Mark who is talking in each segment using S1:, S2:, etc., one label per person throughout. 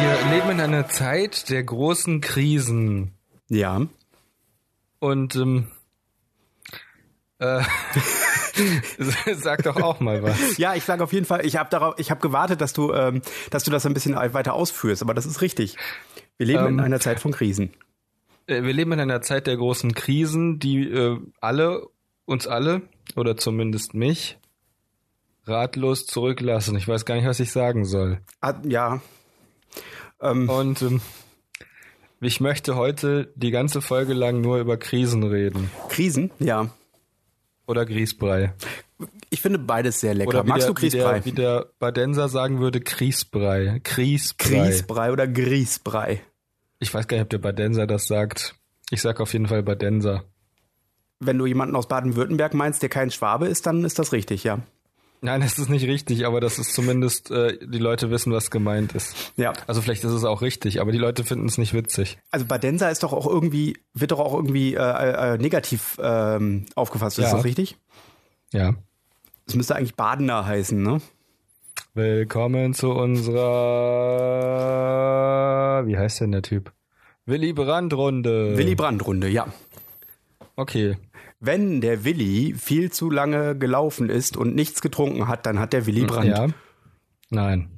S1: Wir leben in einer Zeit der großen Krisen.
S2: Ja.
S1: Und ähm, äh, sag doch auch mal was.
S2: Ja, ich sage auf jeden Fall, ich habe darauf, ich habe gewartet, dass du, ähm, dass du das ein bisschen weiter ausführst, aber das ist richtig. Wir leben in
S1: Ähm.
S2: einer Zeit von Krisen.
S1: Äh, Wir leben in einer Zeit der großen Krisen, die äh, alle, uns alle, oder zumindest mich, ratlos zurücklassen. Ich weiß gar nicht, was ich sagen soll.
S2: Ah, ja. Ähm,
S1: Und ähm, ich möchte heute die ganze Folge lang nur über Krisen reden.
S2: Krisen, ja.
S1: Oder Grießbrei.
S2: Ich finde beides sehr lecker.
S1: Oder wie
S2: Magst
S1: der,
S2: du Grießbrei?
S1: Wie der, wie der Badenser sagen würde, Grießbrei. Grießbrei.
S2: Grießbrei oder Grießbrei?
S1: Ich weiß gar nicht, ob der Badenser das sagt. Ich sag auf jeden Fall Badenser.
S2: Wenn du jemanden aus Baden-Württemberg meinst, der kein Schwabe ist, dann ist das richtig, ja.
S1: Nein, das ist nicht richtig, aber das ist zumindest, äh, die Leute wissen, was gemeint ist.
S2: Ja.
S1: Also vielleicht ist es auch richtig, aber die Leute finden es nicht witzig.
S2: Also Badenser ist doch auch irgendwie, wird doch auch irgendwie äh, äh, negativ ähm, aufgefasst, ist
S1: Ja.
S2: das richtig?
S1: Ja.
S2: Es müsste eigentlich Badener heißen, ne?
S1: Willkommen zu unserer, wie heißt denn der Typ? Willy Brandt-Runde.
S2: Willy Brandt-Runde, ja.
S1: Okay.
S2: Wenn der Willi viel zu lange gelaufen ist und nichts getrunken hat, dann hat der Willi Brand.
S1: Hm, Ja. Nein.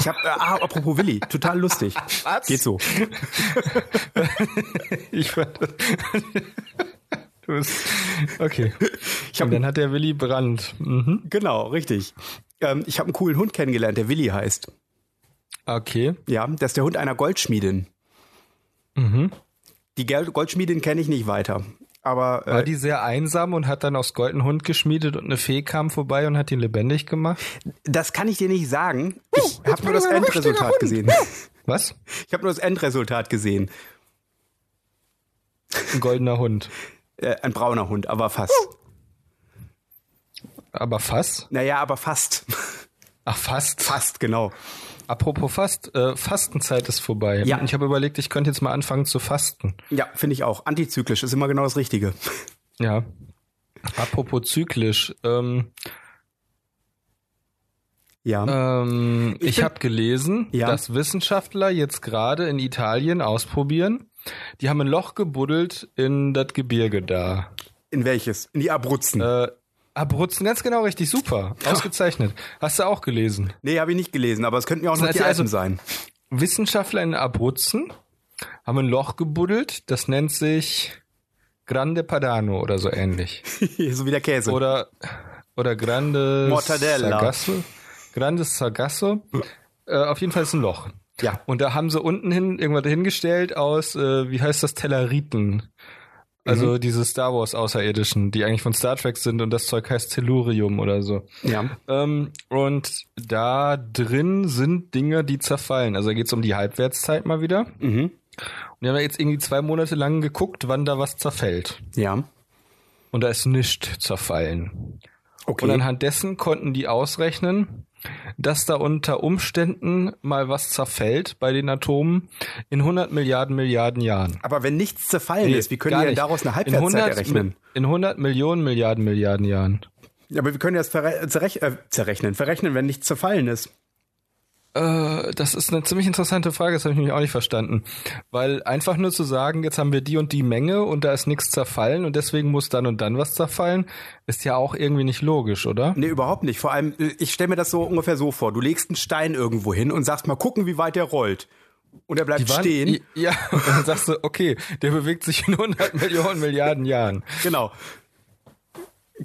S2: Ich hab, äh, ah, apropos Willi, total lustig.
S1: Was?
S2: Geht so.
S1: Ich fand das. Du bist- okay.
S2: Ich hab,
S1: Und dann hat der Willy Brandt. Mhm.
S2: genau, richtig. Ähm, ich habe einen coolen Hund kennengelernt, der Willi heißt.
S1: Okay.
S2: Ja, das ist der Hund einer Goldschmiedin.
S1: Mhm.
S2: Die Gel- Goldschmiedin kenne ich nicht weiter. Aber
S1: War
S2: äh,
S1: die sehr einsam und hat dann aus Gold einen Hund geschmiedet und eine Fee kam vorbei und hat ihn lebendig gemacht?
S2: das kann ich dir nicht sagen. Ich
S1: Oh, jetzt
S2: habe nur
S1: bin ich
S2: das
S1: ein richtiger Hund. Oh.
S2: Endresultat gesehen.
S1: Was?
S2: Ich habe nur das Endresultat gesehen.
S1: Ein goldener Hund.
S2: Äh, ein brauner Hund, aber fast.
S1: Oh. Aber fast?
S2: Naja, aber fast.
S1: Ach, fast.
S2: Fast, genau.
S1: Apropos fast, äh, Fastenzeit ist vorbei.
S2: Ja.
S1: Ich habe überlegt, ich könnte jetzt mal anfangen zu fasten.
S2: Ja, finde ich auch. Antizyklisch ist immer genau das Richtige.
S1: Ja. Apropos zyklisch. Ähm,
S2: Ja.
S1: ähm, ich
S2: bin-
S1: habe gelesen,
S2: Ja.
S1: dass Wissenschaftler jetzt gerade in Italien ausprobieren. Die haben ein Loch gebuddelt in das Gebirge da.
S2: In welches? In die Abruzzen.
S1: Äh, Abruzzen, ganz genau richtig, super. Ausgezeichnet. Hast du auch gelesen.
S2: nee, habe ich nicht gelesen, aber es könnten ja auch noch
S1: heißt
S2: die
S1: also-
S2: Alpen sein.
S1: Wissenschaftler in Abruzzen haben ein Loch gebuddelt, das nennt sich Grande Padano oder so ähnlich.
S2: so wie der Käse.
S1: Oder, oder Grande
S2: Mortadella.
S1: Sargasso. Grande Sargasso. Äh, auf jeden Fall ist ein Loch.
S2: Ja.
S1: Und da haben sie unten hin irgendwas hingestellt aus, äh, wie heißt das, Telleriten. Also
S2: Mhm.
S1: diese Star Wars Außerirdischen, die eigentlich von Star Trek sind und das Zeug heißt Tellurium oder so.
S2: ja.
S1: Ähm, und da drin sind Dinge, die zerfallen. Also da geht's um die Halbwertszeit mal wieder.
S2: Mhm.
S1: Und wir haben ja jetzt irgendwie zwei Monate lang geguckt, wann da was zerfällt.
S2: Ja.
S1: Und da ist nichts zerfallen.
S2: Okay.
S1: Und anhand dessen konnten die ausrechnen, dass da unter Umständen mal was zerfällt bei den Atomen in 100 Milliarden Milliarden Jahren.
S2: aber wenn nichts zerfallen ist, wie können
S1: Gar
S2: wir denn
S1: nicht.
S2: daraus eine
S1: In
S2: Halbwertszeit
S1: 100
S2: errechnen?
S1: In 100 Millionen Milliarden Milliarden Jahren.
S2: Ja, aber wir können das verre zerrech äh, zerrechnen, verrechnen, wenn nichts zerfallen ist.
S1: Äh, das ist eine ziemlich interessante Frage, das habe ich nämlich auch nicht verstanden. Weil einfach nur zu sagen, jetzt haben wir die und die Menge und da ist nichts zerfallen und deswegen muss dann und dann was zerfallen, ist ja auch irgendwie nicht logisch, oder?
S2: Nee, überhaupt nicht. Vor allem, äh, ich stelle mir das so ungefähr so vor. Du legst einen Stein irgendwo hin und sagst mal gucken, wie weit der rollt. Und er bleibt
S1: Wann-
S2: stehen.
S1: I- Ja, und dann sagst du, okay, der bewegt sich in 100 Millionen Milliarden Jahren.
S2: Genau.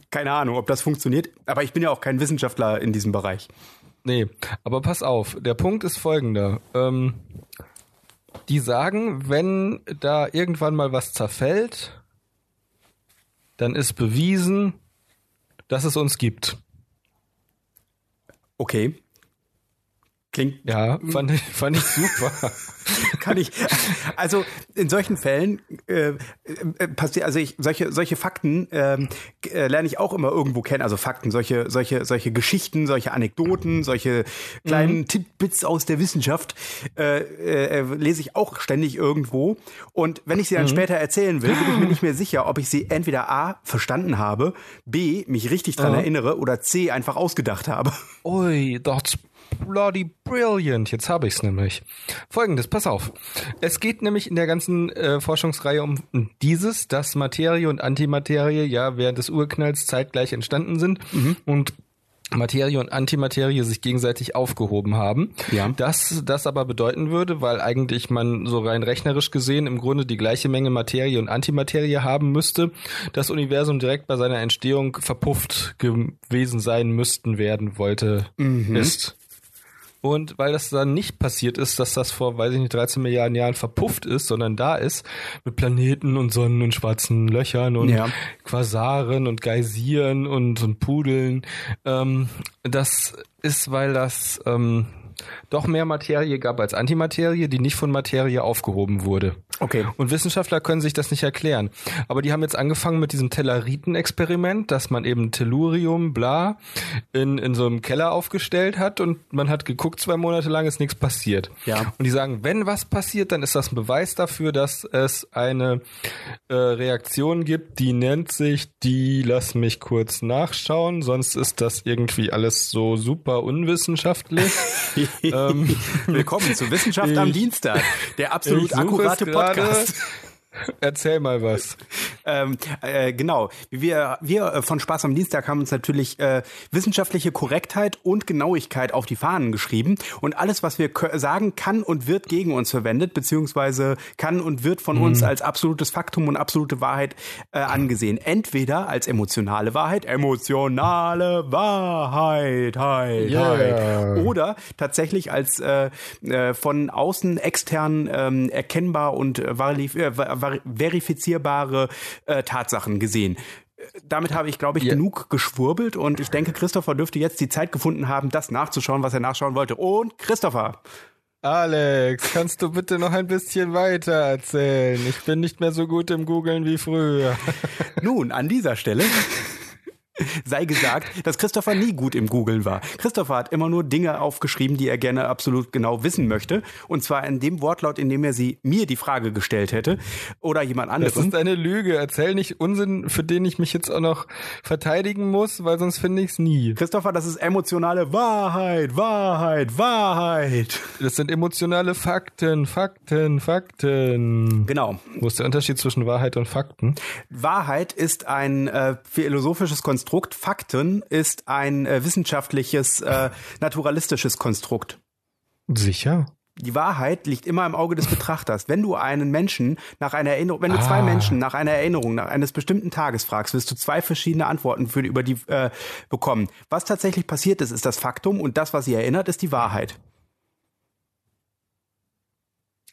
S2: Keine Ahnung, ob das funktioniert. Aber ich bin ja auch kein Wissenschaftler in diesem Bereich.
S1: Nee, aber pass auf, der Punkt ist folgender. Ähm, die sagen, wenn da irgendwann mal was zerfällt, dann ist bewiesen, dass es uns gibt.
S2: Okay. Klingt
S1: Ja, fand ich, fand ich super.
S2: kann ich. Also in solchen Fällen äh, äh, passiert, also ich solche solche Fakten ähm, g- äh, lerne ich auch immer irgendwo kennen. Also Fakten, solche solche solche Geschichten, solche Anekdoten, solche kleinen Tidbits aus der Wissenschaft äh, äh, äh, lese ich auch ständig irgendwo. Und wenn ich sie dann später erzählen will, bin ich mir nicht mehr sicher, ob ich sie entweder a verstanden habe, b mich richtig dran erinnere oder c einfach ausgedacht habe.
S1: Ui, that's bloody brilliant. Jetzt habe ich es nämlich. Folgendes, pass auf. Es geht nämlich in der ganzen äh, Forschungsreihe um dieses, dass Materie und Antimaterie ja während des Urknalls zeitgleich entstanden sind und Materie und Antimaterie sich gegenseitig aufgehoben haben.
S2: Ja.
S1: Das, das aber bedeuten würde, weil eigentlich man so rein rechnerisch gesehen im Grunde die gleiche Menge Materie und Antimaterie haben müsste, das Universum direkt bei seiner Entstehung verpufft gewesen sein müssten, werden wollte, ist. Und weil das dann nicht passiert ist, dass das vor, weiß ich nicht, 13 Milliarden Jahren verpufft ist, sondern da ist, mit Planeten und Sonnen und schwarzen Löchern und
S2: Ja.
S1: Quasaren und Geysiren und, und Pudeln, ähm, das ist, weil das ähm, doch mehr Materie gab als Antimaterie, die nicht von Materie aufgehoben wurde.
S2: Okay.
S1: Und Wissenschaftler können sich das nicht erklären. Aber die haben jetzt angefangen mit diesem Tellariten-Experiment, dass man eben Tellurium, bla, in, in so einem Keller aufgestellt hat und man hat geguckt, zwei Monate lang ist nichts passiert.
S2: Ja.
S1: Und die sagen, wenn was passiert, dann ist das ein Beweis dafür, dass es eine äh, Reaktion gibt, die nennt sich die, lass mich kurz nachschauen, sonst ist das irgendwie alles so super unwissenschaftlich. Ähm,
S2: Willkommen zu Wissenschaft am
S1: ich-
S2: Dienstag, der absolut
S1: suche es
S2: akkurate
S1: gerade.
S2: Podcast.
S1: Erzähl mal was.
S2: Ähm, äh, genau. Wir, wir äh, von Spaß am Dienstag haben uns natürlich äh, wissenschaftliche Korrektheit und Genauigkeit auf die Fahnen geschrieben. Und alles, was wir kö- sagen, kann und wird gegen uns verwendet, beziehungsweise kann und wird von
S1: Mhm.
S2: uns als absolutes Faktum und absolute Wahrheit äh, angesehen. Entweder als emotionale Wahrheit, emotionale Wahrheit, Halt, Heit,
S1: Ja.
S2: Heit. Oder tatsächlich als äh, äh, von außen extern ähm, erkennbar und äh, verif- äh, ver- ver- verifizierbare äh, Tatsachen gesehen. Äh, Damit habe ich, glaube ich,
S1: Ja.
S2: genug geschwurbelt und ich denke, Christopher dürfte jetzt die Zeit gefunden haben, das nachzuschauen, was er nachschauen wollte. Und Christopher,
S1: Alex, kannst du bitte noch ein bisschen weiter erzählen? Ich bin nicht mehr so gut im Googlen wie früher.
S2: nun an dieser Stelle. Sei gesagt, dass Christopher nie gut im Googlen war. Christopher hat immer nur Dinge aufgeschrieben, die er gerne absolut genau wissen möchte. Und zwar in dem Wortlaut, in dem er sie mir die Frage gestellt hätte oder jemand
S1: Das
S2: anderem.
S1: ist eine Lüge. Erzähl nicht Unsinn, für den ich mich jetzt auch noch verteidigen muss, weil sonst finde ich es nie.
S2: Christopher, das ist emotionale Wahrheit, Wahrheit, Wahrheit.
S1: Das sind emotionale Fakten, Fakten, Fakten.
S2: Genau.
S1: Wo ist der Unterschied zwischen Wahrheit und Fakten?
S2: Wahrheit ist ein äh, philosophisches Konstrukt, Fakten ist ein äh, wissenschaftliches, äh, naturalistisches Konstrukt.
S1: Sicher.
S2: Die Wahrheit liegt immer im Auge des Betrachters. Wenn du einen Menschen nach einer Erinnerung, wenn du zwei
S1: Ah.
S2: Menschen nach einer Erinnerung, nach eines bestimmten Tages fragst, wirst du zwei verschiedene Antworten für, über die äh, bekommen. Was tatsächlich passiert ist, ist das Faktum und das, was sie erinnert, ist die Wahrheit.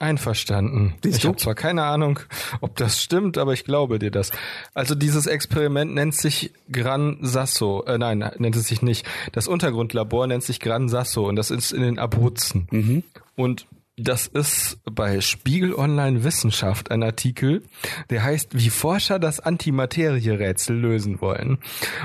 S1: Einverstanden.
S2: Siehst
S1: ich
S2: du?
S1: habe zwar keine Ahnung, ob das stimmt, aber ich glaube dir das. Also dieses Experiment nennt sich Gran Sasso. Äh, nein, nennt es sich nicht. Das Untergrundlabor nennt sich Gran Sasso und das ist in den Abruzzen.
S2: Mhm.
S1: Und das ist bei Spiegel Online Wissenschaft ein Artikel, der heißt, wie Forscher das Antimaterie-Rätsel lösen wollen.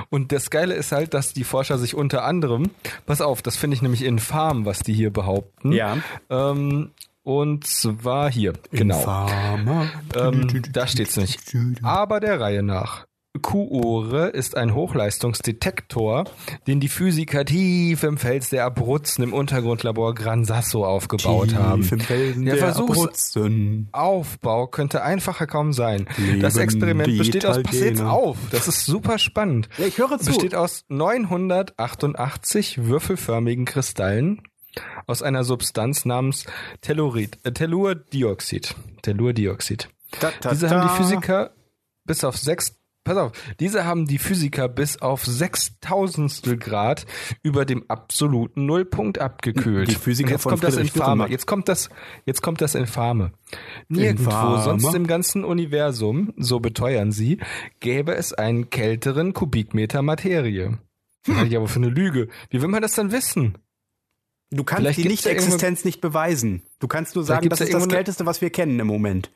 S1: Und das Geile ist halt, dass die Forscher sich unter anderem, pass auf, das finde ich nämlich infam, was die hier behaupten.
S2: Ja.
S1: Ähm, und zwar hier, genau.
S2: Farmer.
S1: Ähm, da steht's nicht. Aber der Reihe nach. Kuore ist ein Hochleistungsdetektor, den die Physiker tief im Fels der Abruzzen im Untergrundlabor Gran Sasso aufgebaut haben.
S2: der,
S1: Der Versuchs-
S2: Abruzzen.
S1: Aufbau könnte einfacher kaum sein.
S2: Leben halt
S1: das Experiment
S2: die
S1: besteht aus, pass jetzt
S2: Italiener.
S1: auf, das ist super spannend.
S2: Ja, ich höre zu.
S1: Besteht aus 988 würfelförmigen Kristallen aus einer Substanz namens Tellurid, äh, Tellurdioxid. Tellurdioxid.
S2: Ta, ta,
S1: Diese haben
S2: ta.
S1: die Physiker bis auf sechs, pass auf, diese haben die Physiker bis auf sechstausendstel Grad über dem absoluten Nullpunkt abgekühlt.
S2: Die Physiker
S1: Und jetzt
S2: von
S1: kommt das
S2: Friedrich
S1: Infame.
S2: Dürrenmatt.
S1: Jetzt kommt das, jetzt kommt das Infame. Nirgendwo
S2: Infame.
S1: sonst im ganzen Universum, so beteuern sie, gäbe es einen kälteren Kubikmeter Materie. Hm. Ja, aber für eine Lüge. Wie will man das dann wissen?
S2: Du kannst
S1: Vielleicht
S2: die
S1: gibt's ja
S2: Nicht-Existenz nicht beweisen. Du kannst nur
S1: Vielleicht
S2: sagen,
S1: gibt's
S2: das ist
S1: ja
S2: das
S1: irgendwo ne-
S2: Kälteste, was wir kennen im Moment.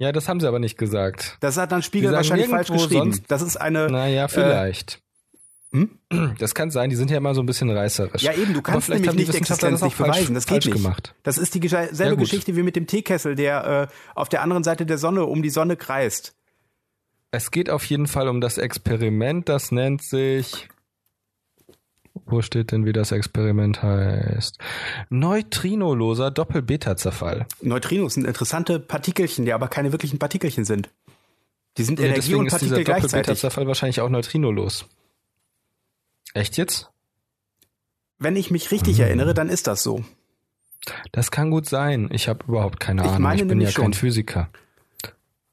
S1: Ja, das haben sie aber nicht gesagt.
S2: Das hat dann Spiegel
S1: Die sagen
S2: wahrscheinlich falsch
S1: nirgendwo
S2: geschrieben.
S1: sonst-
S2: Das ist eine.
S1: Naja, vielleicht. Das kann sein, die sind ja immer so ein bisschen reißerisch.
S2: hm? ja, eben, du
S1: Aber
S2: kannst
S1: vielleicht
S2: nämlich
S1: haben die Wissenschaftler
S2: Nicht-Existenz
S1: das auch
S2: nicht
S1: falsch-
S2: beweisen. Das
S1: falsch
S2: geht nicht.
S1: gemacht.
S2: Das ist die gesche-
S1: Ja,
S2: selbe
S1: gut.
S2: Geschichte wie mit dem Teekessel, der äh, auf der anderen Seite der Sonne um die Sonne kreist.
S1: Es geht auf jeden Fall um das Experiment, das nennt sich Wo steht denn, wie das Experiment heißt? Neutrinoloser Doppel-Beta-Zerfall.
S2: Neutrinos sind interessante Partikelchen, die aber keine wirklichen Partikelchen sind. Die sind
S1: Ja,
S2: Energie
S1: deswegen
S2: und
S1: ist
S2: Partikel
S1: dieser
S2: gleichzeitig.
S1: Doppel-Beta-Zerfall wahrscheinlich auch neutrinolos. Echt jetzt?
S2: Wenn ich mich
S1: Mhm.
S2: richtig erinnere, dann ist das so.
S1: Das kann gut sein. Ich habe überhaupt keine
S2: Ich
S1: Ahnung.
S2: meine
S1: ich bin
S2: nämlich
S1: ja kein
S2: schon.
S1: Physiker.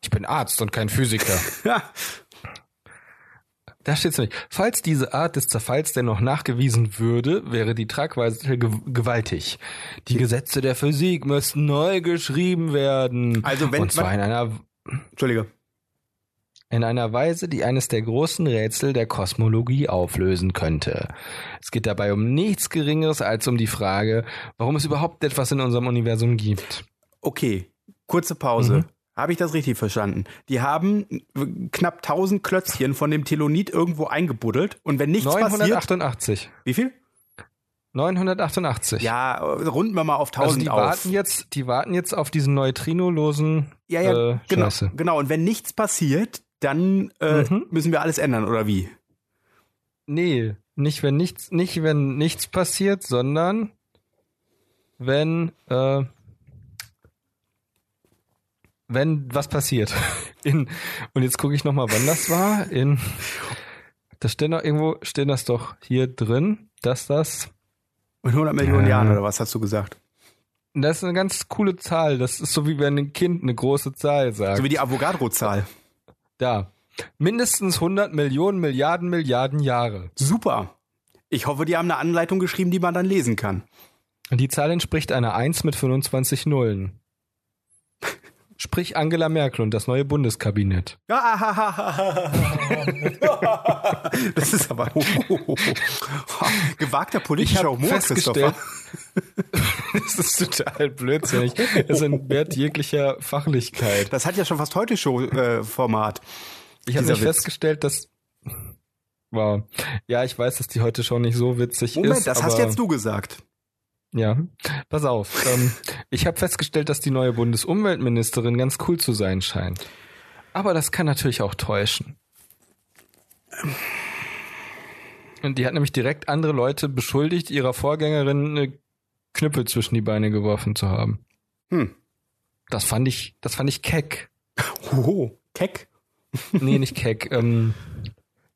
S1: Ich bin Arzt und kein Physiker.
S2: Ja,
S1: Da steht's nämlich. Falls diese Art des Zerfalls dennoch nachgewiesen würde, wäre die Tragweite ge gewaltig. Die Gesetze der Physik müssten neu geschrieben werden.
S2: Also wenn-
S1: und zwar in einer,
S2: Entschuldige.
S1: in einer Weise, die eines der großen Rätsel der Kosmologie auflösen könnte. Es geht dabei um nichts Geringeres als um die Frage, warum es überhaupt etwas in unserem Universum gibt.
S2: Okay, kurze Pause.
S1: Mhm.
S2: Habe ich das richtig verstanden? Die haben äh, knapp 1000 Klötzchen von dem Telonit irgendwo eingebuddelt und wenn nichts passiert,
S1: 988.
S2: wie viel?
S1: 988.
S2: Ja, äh, runden wir mal auf
S1: also
S2: 1000
S1: die
S2: auf.
S1: warten jetzt, die warten jetzt auf diesen neutrinolosen
S2: Ja, ja,
S1: äh,
S2: genau,
S1: Scheiße.
S2: genau. Und wenn nichts passiert, dann äh,
S1: Mhm.
S2: müssen wir alles ändern, oder wie?
S1: Nee, nicht wenn nichts, nicht wenn nichts passiert, sondern wenn, äh, wenn was passiert. In, und jetzt gucke ich nochmal, wann das war. In, das steht noch irgendwo, steht das doch hier drin, dass das,
S2: In 100 Millionen
S1: Ja.
S2: Jahren, oder was hast du gesagt?
S1: das ist eine ganz coole Zahl. Das ist so wie wenn ein Kind eine große Zahl sagt.
S2: So wie die Avogadro-Zahl.
S1: da. Mindestens 100 Millionen, Milliarden, Milliarden Jahre.
S2: Super. Ich hoffe, die haben eine Anleitung geschrieben, die man dann lesen kann.
S1: Und die Zahl entspricht einer 1 mit 25 Nullen. Sprich Angela Merkel und das neue Bundeskabinett.
S2: ah, Das ist aber ho, ho, ho, ho. gewagter politischer Humor, Christopher.
S1: das ist total blödsinnig. Es entbehrt jeglicher Fachlichkeit.
S2: Das hat ja schon fast heute äh, Show-Format.
S1: Ich habe
S2: Dieser
S1: mich
S2: Witz.
S1: festgestellt, dass. Wow. Ja, ich weiß, dass die heute schon nicht so witzig
S2: Moment,
S1: ist.
S2: das
S1: aber
S2: hast jetzt du gesagt.
S1: Ja, pass auf. Ähm, ich habe festgestellt, dass die neue Bundesumweltministerin ganz cool zu sein scheint. Aber das kann natürlich auch täuschen. Und die hat nämlich direkt andere Leute beschuldigt, ihrer Vorgängerin eine Knüppel zwischen die Beine geworfen zu haben.
S2: Hm.
S1: Das fand ich, das fand ich keck.
S2: Hoho, keck.
S1: Nee, nicht keck. Ähm,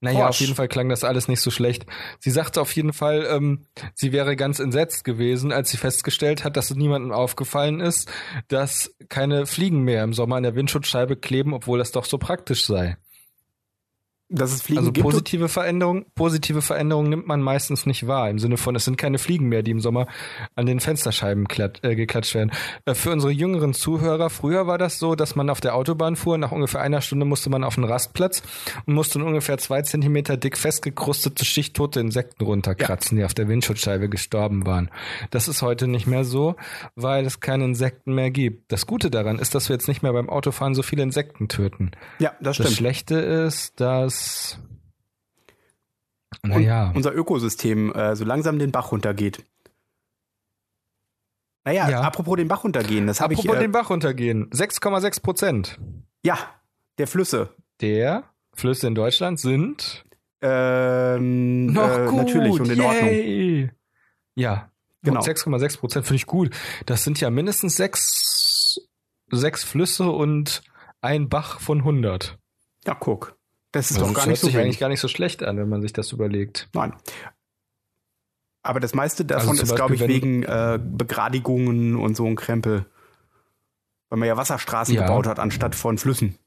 S1: naja,
S2: Forsch.
S1: auf jeden Fall klang das alles nicht so schlecht. Sie sagte auf jeden Fall, ähm, sie wäre ganz entsetzt gewesen, als sie festgestellt hat, dass es niemandem aufgefallen ist, dass keine Fliegen mehr im Sommer an der Windschutzscheibe kleben, obwohl das doch so praktisch sei.
S2: Dass es Fliegen
S1: Also
S2: gibt.
S1: positive Veränderung, positive Veränderungen nimmt man meistens nicht wahr. Im Sinne von, es sind keine Fliegen mehr, die im Sommer an den Fensterscheiben klat, äh, geklatscht werden. Äh, für unsere jüngeren Zuhörer, früher war das so, dass man auf der Autobahn fuhr, nach ungefähr einer Stunde musste man auf einen Rastplatz und musste eine ungefähr zwei Zentimeter dick festgekrustete Schicht tote Insekten runterkratzen, die auf der Windschutzscheibe gestorben waren. Das ist heute nicht mehr so, weil es keine Insekten mehr gibt. Das Gute daran ist, dass wir jetzt nicht mehr beim Autofahren so viele Insekten töten.
S2: ja,
S1: Das
S2: das stimmt.
S1: Schlechte ist, dass.
S2: Und
S1: Naja.
S2: Unser Ökosystem äh, so langsam den Bach runtergeht. Naja,
S1: Ja.
S2: apropos den Bach runtergehen, das habe ich.
S1: Apropos
S2: Äh,
S1: den Bach runtergehen. 6,6 Prozent
S2: ja, der Flüsse.
S1: der Flüsse in Deutschland sind.
S2: Ähm, äh, natürlich und in Ordnung.
S1: Ordnung. Ja. Genau.
S2: Genau.
S1: 6,6 Prozent finde ich gut. Das sind ja mindestens sechs, sechs Flüsse und ein Bach von 100.
S2: Ja, guck. Das ist
S1: Also
S2: doch gar
S1: hört
S2: nicht so
S1: sich
S2: wenig.
S1: eigentlich gar nicht so schlecht an, wenn man sich das überlegt.
S2: Nein. Aber das meiste davon
S1: Also zum
S2: ist, glaube ich,
S1: Beispiel,
S2: wegen äh, Begradigungen und so ein Krempel. Weil man ja Wasserstraßen
S1: Ja.
S2: gebaut hat, anstatt von Flüssen.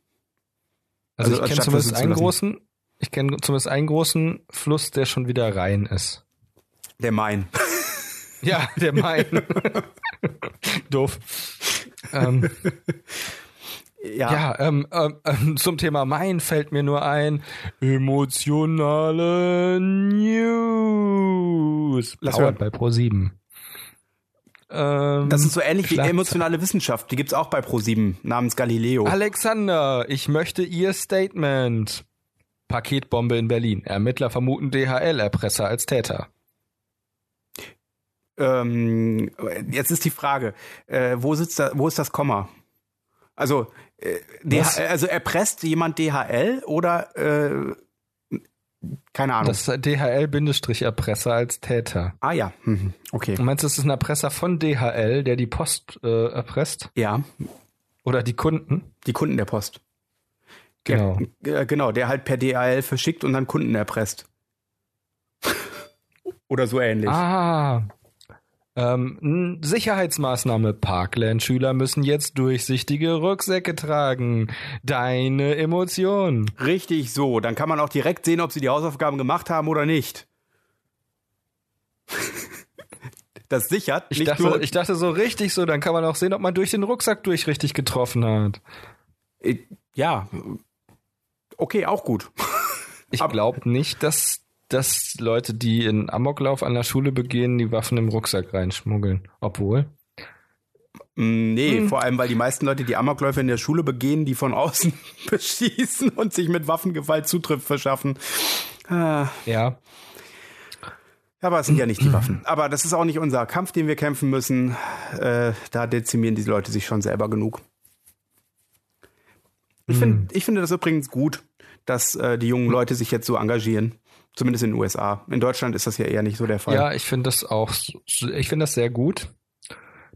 S1: Also,
S2: Also
S1: ich kenne
S2: anstatt
S1: zumindest
S2: Flüsse zu
S1: einen
S2: lassen.
S1: großen, ich kenne zumindest einen großen Fluss, der schon wieder rein ist.
S2: Der Main.
S1: Ja, der Main. Doof. Ähm,
S2: Ja.
S1: ja, ähm, ähm, ähm, zum Thema Main fällt mir nur ein. Emotionale News.
S2: Lass
S1: Powered
S2: hören.
S1: bei Pro7. Ähm,
S2: Das ist so ähnlich wie
S1: Schlagzeile.
S2: emotionale Wissenschaft. Die gibt's auch bei ProSieben namens Galileo.
S1: Alexander, ich möchte Ihr Statement. Paketbombe in Berlin. Ermittler vermuten DHL-Erpresser als Täter.
S2: Ähm, jetzt ist die Frage, äh, wo, sitzt da, wo ist das Komma? Also, äh, DH,
S1: Was?
S2: also erpresst jemand DHL oder äh, Keine Ahnung.
S1: Das ist DHL-Erpresser als Täter.
S2: ah ja, mhm. okay.
S1: Du meinst, es ist ein Erpresser von DHL, der die Post äh, erpresst?
S2: Ja,
S1: Oder die Kunden?
S2: die Kunden der Post.
S1: Genau.
S2: Der, äh, genau, der halt per DHL verschickt und dann Kunden erpresst. Oder so ähnlich.
S1: Ah. Ähm, n- Sicherheitsmaßnahme. Parkland-Schüler müssen jetzt durchsichtige Rucksäcke tragen. Deine Emotion.
S2: Richtig so. Dann kann man auch direkt sehen, ob sie die Hausaufgaben gemacht haben oder nicht. Das sichert
S1: Ich
S2: nicht
S1: dachte,
S2: nur.
S1: ich dachte so richtig so, dann kann man auch sehen, ob man durch den Rucksack durch richtig getroffen hat.
S2: Äh, ja. Okay, auch gut.
S1: Ich glaube nicht, dass, dass Leute, die einen Amoklauf an der Schule begehen, die Waffen im Rucksack reinschmuggeln. Obwohl.
S2: Mm, Nee, vor allem, weil die meisten Leute, die Amokläufe in der Schule begehen, die von außen beschießen und sich mit Waffengewalt Zutritt verschaffen. Ah,
S1: Ja.
S2: Aber es sind ja nicht die Waffen. Aber das ist auch nicht unser Kampf, den wir kämpfen müssen. Äh, da dezimieren diese Leute sich schon selber genug. Ich, find, ich finde das übrigens gut, dass äh, die jungen Leute sich jetzt so engagieren. Zumindest in den USA. In Deutschland ist das ja eher nicht so der Fall.
S1: Ja, ich finde das auch, so- ich finde das sehr gut.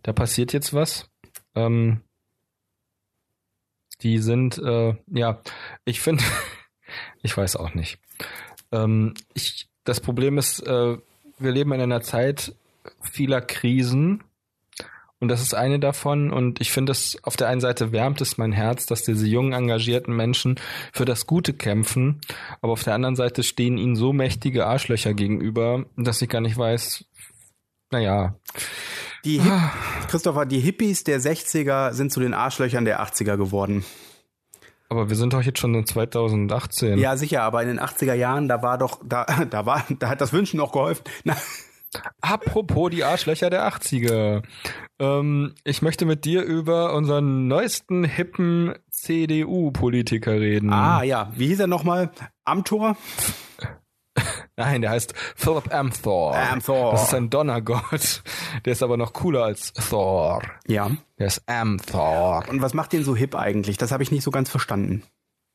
S1: Da passiert jetzt was. Ähm, die sind, äh, ja, ich finde, ich weiß auch nicht. Ähm, ich, das Problem ist, äh, wir leben in einer Zeit vieler Krisen und das ist eine davon und ich finde es auf der einen Seite wärmt es mein Herz, dass diese jungen engagierten Menschen für das Gute kämpfen, aber auf der anderen Seite stehen ihnen so mächtige Arschlöcher gegenüber, dass ich gar nicht weiß, naja,
S2: Die Hip
S1: Ah.
S2: Christopher, die Hippies der 60er sind zu den Arschlöchern der 80er geworden.
S1: aber wir sind doch jetzt schon in 2018.
S2: Ja, sicher, aber in den 80er Jahren, da war doch, da, da war, da hat das Wünschen noch geholfen. Na,
S1: Mhm. Apropos die Arschlöcher der 80er. Ähm, ich möchte mit dir über unseren neuesten hippen CDU-Politiker reden.
S2: Ah ja, wie hieß er nochmal? Amtor?
S1: Nein, der heißt Philip Amthor.
S2: Amthor.
S1: Das ist ein Donnergott. Der ist aber noch cooler als Thor.
S2: Ja.
S1: Der ist Amthor.
S2: Und was macht den so hip eigentlich? Das habe ich nicht so ganz verstanden.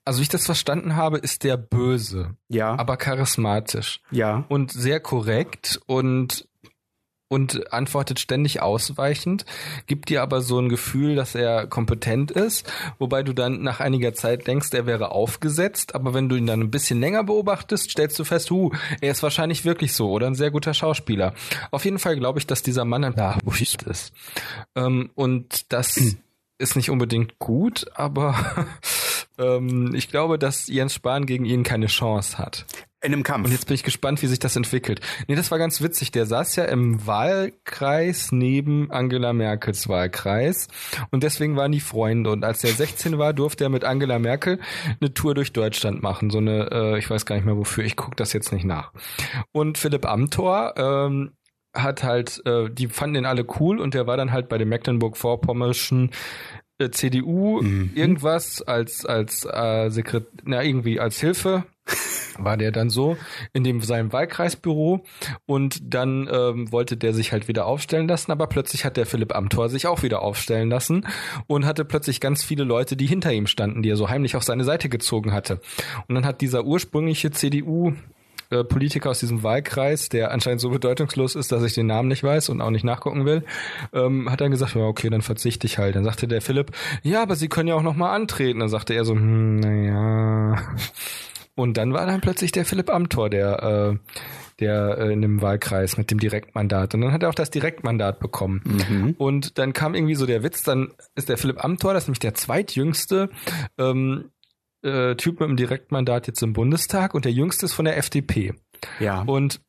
S1: Also wie ich das verstanden habe, ist der böse,
S2: Ja,
S1: aber charismatisch
S2: ja.
S1: und sehr korrekt und und antwortet ständig ausweichend, gibt dir aber so ein Gefühl, dass er kompetent ist, wobei du dann nach einiger Zeit denkst, er wäre aufgesetzt, aber wenn du ihn dann ein bisschen länger beobachtest, stellst du fest, huh, er ist wahrscheinlich wirklich so oder ein sehr guter Schauspieler. Auf jeden Fall glaube ich, dass dieser Mann ein ja, ist. Ähm, und das ist nicht unbedingt gut, aber ähm, ich glaube, dass Jens Spahn gegen ihn keine Chance hat.
S2: In einem Kampf.
S1: Und jetzt bin ich gespannt, wie sich das entwickelt. Nee, das war ganz witzig. Der saß ja im Wahlkreis neben Angela Merkels Wahlkreis. Und deswegen waren die Freunde. Und als er 16 war, durfte er mit Angela Merkel eine Tour durch Deutschland machen. So eine, äh, ich weiß gar nicht mehr wofür, ich gucke das jetzt nicht nach. Und Philipp Amthor, ähm, hat halt, äh, die fanden ihn alle cool und der war dann halt bei dem Mecklenburg-Vorpommerschen äh, CDU irgendwas als als äh, Sekret na irgendwie als Hilfe war der dann so in dem seinem Wahlkreisbüro und dann ähm, wollte der sich halt wieder aufstellen lassen, aber plötzlich hat der Philipp Amthor sich auch wieder aufstellen lassen und hatte plötzlich ganz viele Leute, die hinter ihm standen, die er so heimlich auf seine Seite gezogen hatte. Und dann hat dieser ursprüngliche CDU äh, Politiker aus diesem Wahlkreis, der anscheinend so bedeutungslos ist, dass ich den Namen nicht weiß und auch nicht nachgucken will, ähm, hat dann gesagt, ja, okay, dann verzichte ich halt. Dann sagte der Philipp, ja, aber Sie können ja auch nochmal antreten. Dann sagte er so, hm, naja. Und dann war dann plötzlich der Philipp Amthor, der, äh, der äh, in dem Wahlkreis mit dem Direktmandat. Und dann hat er auch das Direktmandat bekommen.
S2: Mhm.
S1: Und dann kam irgendwie so der Witz, dann ist der Philipp Amthor, das ist nämlich der zweitjüngste, ähm, äh, Typ mit dem Direktmandat jetzt im Bundestag und der jüngste ist von der FDP.
S2: ja.
S1: Und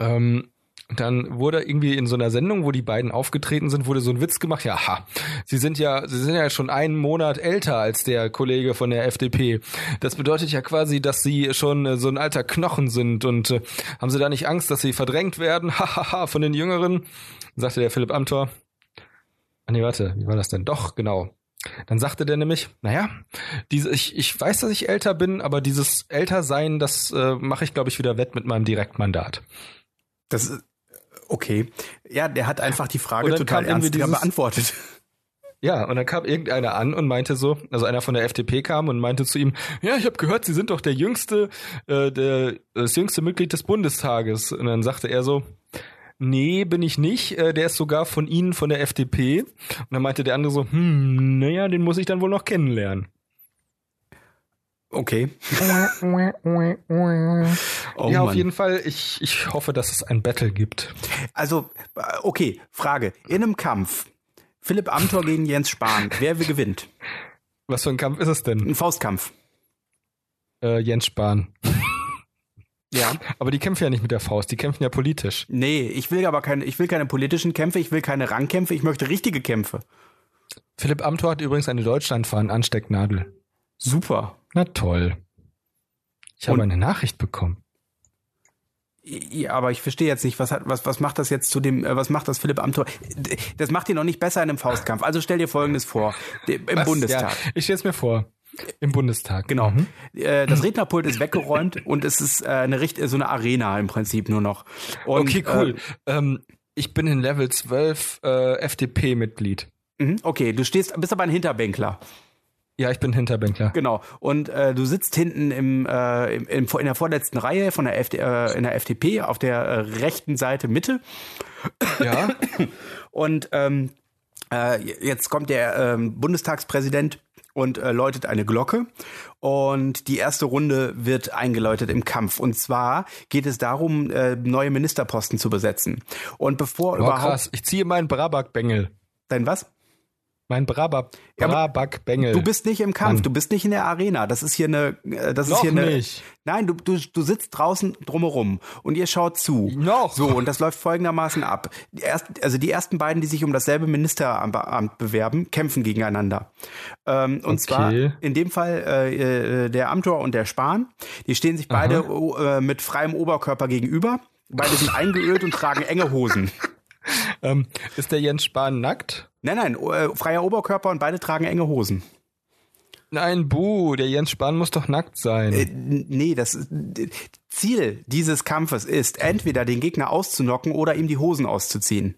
S1: ähm, dann wurde irgendwie in so einer Sendung, wo die beiden aufgetreten sind, wurde so ein Witz gemacht. Ja, ha, sie sind ja, sie sind ja schon einen Monat älter als der Kollege von der FDP. Das bedeutet ja quasi, dass sie schon äh, so ein alter Knochen sind und äh, haben sie da nicht Angst, dass sie verdrängt werden? Hahaha, von den Jüngeren, sagte der Philipp Amthor. Ah nee, warte, wie war das denn? Doch, genau. Dann sagte der nämlich, naja, diese, ich, ich weiß, dass ich älter bin, aber dieses Ältersein, das äh, mache ich, glaube ich, wieder wett mit meinem Direktmandat.
S2: Das ist okay. Ja, der hat einfach die Frage
S1: Und dann kam
S2: total
S1: irgendwie
S2: ernst wieder
S1: dieses-
S2: beantwortet.
S1: Ja, und dann kam irgendeiner an und meinte so, also einer von der FDP kam und meinte zu ihm, ja, ich habe gehört, Sie sind doch der jüngste, äh, der, das jüngste Mitglied des Bundestages. Und dann sagte er so, nee, bin ich nicht, äh, der ist sogar von Ihnen, von der FDP. Und dann meinte der andere so, hm, naja, den muss ich dann wohl noch kennenlernen.
S2: Okay. Oh
S1: ja, auf
S2: Mann.
S1: jeden Fall, ich, ich hoffe, dass es ein Battle gibt.
S2: Also, äh, okay, Frage. In einem Kampf. Philipp Amthor gegen Jens Spahn. Wer gewinnt?
S1: Was für ein Kampf ist es denn?
S2: Ein Faustkampf.
S1: Äh, Jens Spahn.
S2: Ja.
S1: Aber die kämpfen ja nicht mit der Faust, die kämpfen ja politisch.
S2: Nee, ich will aber keine, ich will keine politischen Kämpfe, ich will keine Rangkämpfe, ich möchte richtige Kämpfe.
S1: Philipp Amthor hat übrigens eine Deutschlandfahne Anstecknadel.
S2: Super.
S1: Na toll. Ich habe
S2: Und-
S1: eine Nachricht bekommen.
S2: Ja, aber ich verstehe jetzt nicht, was hat, was, was macht das jetzt zu dem, äh, was macht das Philipp Amthor? D- Das macht ihn noch nicht besser in einem Faustkampf. Also stell dir Folgendes vor. D- Im
S1: Was?
S2: Bundestag.
S1: Ja, ich stelle es mir vor. Im Bundestag.
S2: Genau.
S1: Mhm.
S2: Äh, Das Rednerpult ist weggeräumt und es ist äh, eine, richt- so eine Arena im Prinzip nur noch. Und, äh,
S1: Okay, cool. ähm, ich bin in Level 12 äh, FDP-Mitglied.
S2: Äh, mhm, okay, du stehst, bist aber ein Hinterbänkler.
S1: Ja, ich bin Hinterbänkler.
S2: Genau. Und äh, du sitzt hinten im, äh, im, im, in der vorletzten Reihe von der FD, äh, in der FDP auf der äh, rechten Seite Mitte.
S1: Ja,
S2: Und ähm, äh, jetzt kommt der ähm, Bundestagspräsident und äh, läutet eine Glocke. Und die erste Runde wird eingeläutet im Kampf. Und zwar geht es darum, äh, neue Ministerposten zu besetzen. Und bevor
S1: Boah,
S2: überhaupt
S1: krass. Ich ziehe meinen Brabak-Bengel.
S2: dein was?
S1: Mein Brabak,
S2: Ja, aber
S1: Brabak-Bengel.
S2: Du bist nicht im Kampf,
S1: Mann.
S2: du bist nicht in der Arena. Das ist hier eine. äh, Das ist
S1: Noch
S2: hier eine,
S1: nicht.
S2: Nein, du, du, du sitzt draußen drumherum und ihr schaut zu.
S1: Noch.
S2: So, und das läuft folgendermaßen ab. Die erst, also die ersten beiden, die sich um dasselbe Ministeramt bewerben, kämpfen gegeneinander. Ähm, und zwar
S1: Okay.
S2: in dem Fall äh, äh, der Amtor und der Spahn. Die stehen sich beide oh, äh, mit freiem Oberkörper gegenüber. Beide sind eingeölt und tragen enge Hosen.
S1: ähm, ist der Jens Spahn nackt?
S2: Nein, nein, o- äh, freier Oberkörper und beide tragen enge Hosen.
S1: Nein, buh, der Jens Spahn muss doch nackt sein.
S2: Äh, n- Nee, das ist- d- Ziel dieses Kampfes ist, entweder den Gegner auszunocken oder ihm die Hosen auszuziehen.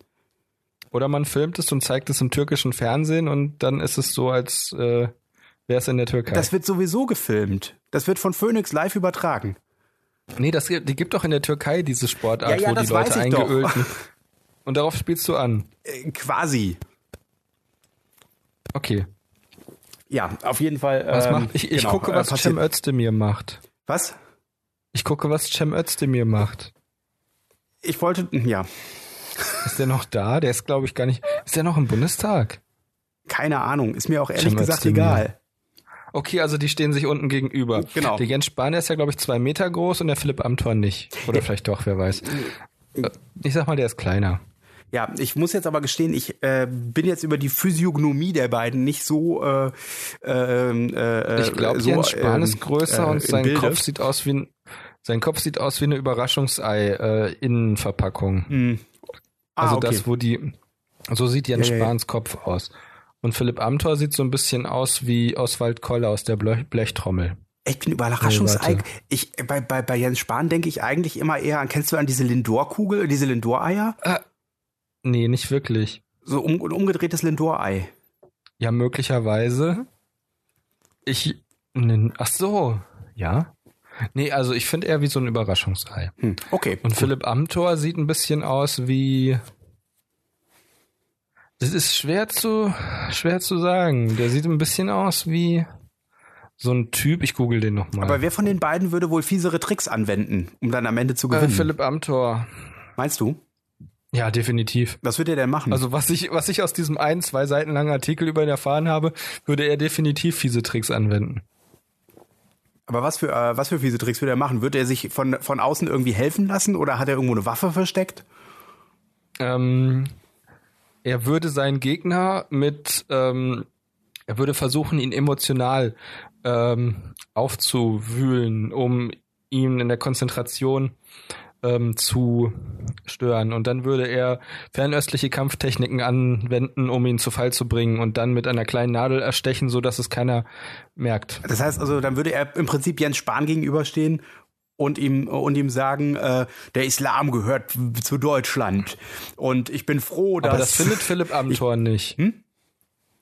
S1: Oder man filmt es und zeigt es im türkischen Fernsehen und dann ist es so, als äh, wäre es in der Türkei.
S2: Das wird sowieso gefilmt. Das wird von Phoenix live übertragen.
S1: nee, das gibt, die gibt doch in der Türkei diese Sportart,
S2: Ja, ja,
S1: wo die
S2: das
S1: Leute
S2: weiß ich doch.
S1: eingeölt sind. Und darauf spielst du an.
S2: Äh, quasi.
S1: Okay.
S2: Ja, auf jeden Fall.
S1: Was
S2: ähm,
S1: macht, ich ich
S2: genau,
S1: gucke, was
S2: äh,
S1: Cem
S2: Cem
S1: Özdemir macht.
S2: Was?
S1: Ich gucke, was Cem Özdemir macht.
S2: Ich wollte. hm, Ja,
S1: Ist der noch da? Der ist, glaube ich, gar nicht. Ist der noch im Bundestag?
S2: keine Ahnung. Ist mir auch ehrlich
S1: Cem
S2: gesagt
S1: Özdemir.
S2: egal.
S1: Okay, also die stehen sich unten gegenüber.
S2: Genau.
S1: Der Jens Spahn der ist ja, glaube ich, zwei Meter groß und der Philipp Amthor nicht. Oder vielleicht doch, wer weiß. Äh, Ich sag mal, der ist kleiner.
S2: Ja, ich muss jetzt aber gestehen, ich äh, bin jetzt über die Physiognomie der beiden nicht so. Äh, ähm, äh,
S1: Ich glaube,
S2: so,
S1: Jens Spahn
S2: ähm,
S1: ist größer
S2: äh,
S1: und
S2: im
S1: sein
S2: Bilde.
S1: Kopf sieht aus wie ein, sein Kopf sieht aus wie eine Überraschungsei äh, Innenverpackung.
S2: Ah,
S1: also
S2: okay.
S1: das, wo die so sieht Jens
S2: Ja, ja, ja.
S1: Spahns Kopf aus. Und Philipp Amthor sieht so ein bisschen aus wie Oswald Koller aus der Blech Blechtrommel.
S2: Ich bin Überraschungsei.
S1: Nee, warte.
S2: ich, bei, bei, bei Jens Spahn denke ich eigentlich immer eher an, kennst du an diese Lindor-Kugel, diese Lindor-Eier?
S1: Nee, nicht wirklich.
S2: So um, ein umgedrehtes Lindor-Ei.
S1: Ja, möglicherweise. Ich nen- ach so, ja. Nee, also ich finde eher wie so ein Überraschungsei.
S2: Hm. Okay.
S1: Und Philipp Amthor sieht ein bisschen aus wie. Das ist schwer zu, schwer zu sagen. Der sieht ein bisschen aus wie so ein Typ. Ich google den
S2: Aber
S1: nochmal.
S2: wer von den beiden würde wohl fiesere Tricks anwenden, um dann am Ende
S1: Äh,
S2: zu gewinnen?
S1: Philipp Amthor.
S2: Meinst du?
S1: Ja, definitiv.
S2: Was würde er denn machen?
S1: Also was ich, was ich aus diesem ein, zwei Seiten langen Artikel über ihn erfahren habe, würde er definitiv fiese Tricks anwenden.
S2: Aber was für, äh, was für fiese Tricks würde er machen? Würde er sich von, von außen irgendwie helfen lassen oder hat er irgendwo eine Waffe versteckt?
S1: Ähm, er würde seinen Gegner mit, ähm, er würde versuchen, ihn emotional ähm, aufzuwühlen, um ihn in der Konzentration ähm, zu stören. Und dann würde er fernöstliche Kampftechniken anwenden, um ihn zu Fall zu bringen und dann mit einer kleinen Nadel erstechen, sodass es keiner merkt.
S2: Das heißt also, dann würde er im Prinzip Jens Spahn gegenüberstehen und ihm, und ihm sagen, äh, der Islam gehört zu Deutschland. Und ich bin froh, dass.
S1: Aber das findet Philipp Amthor nicht.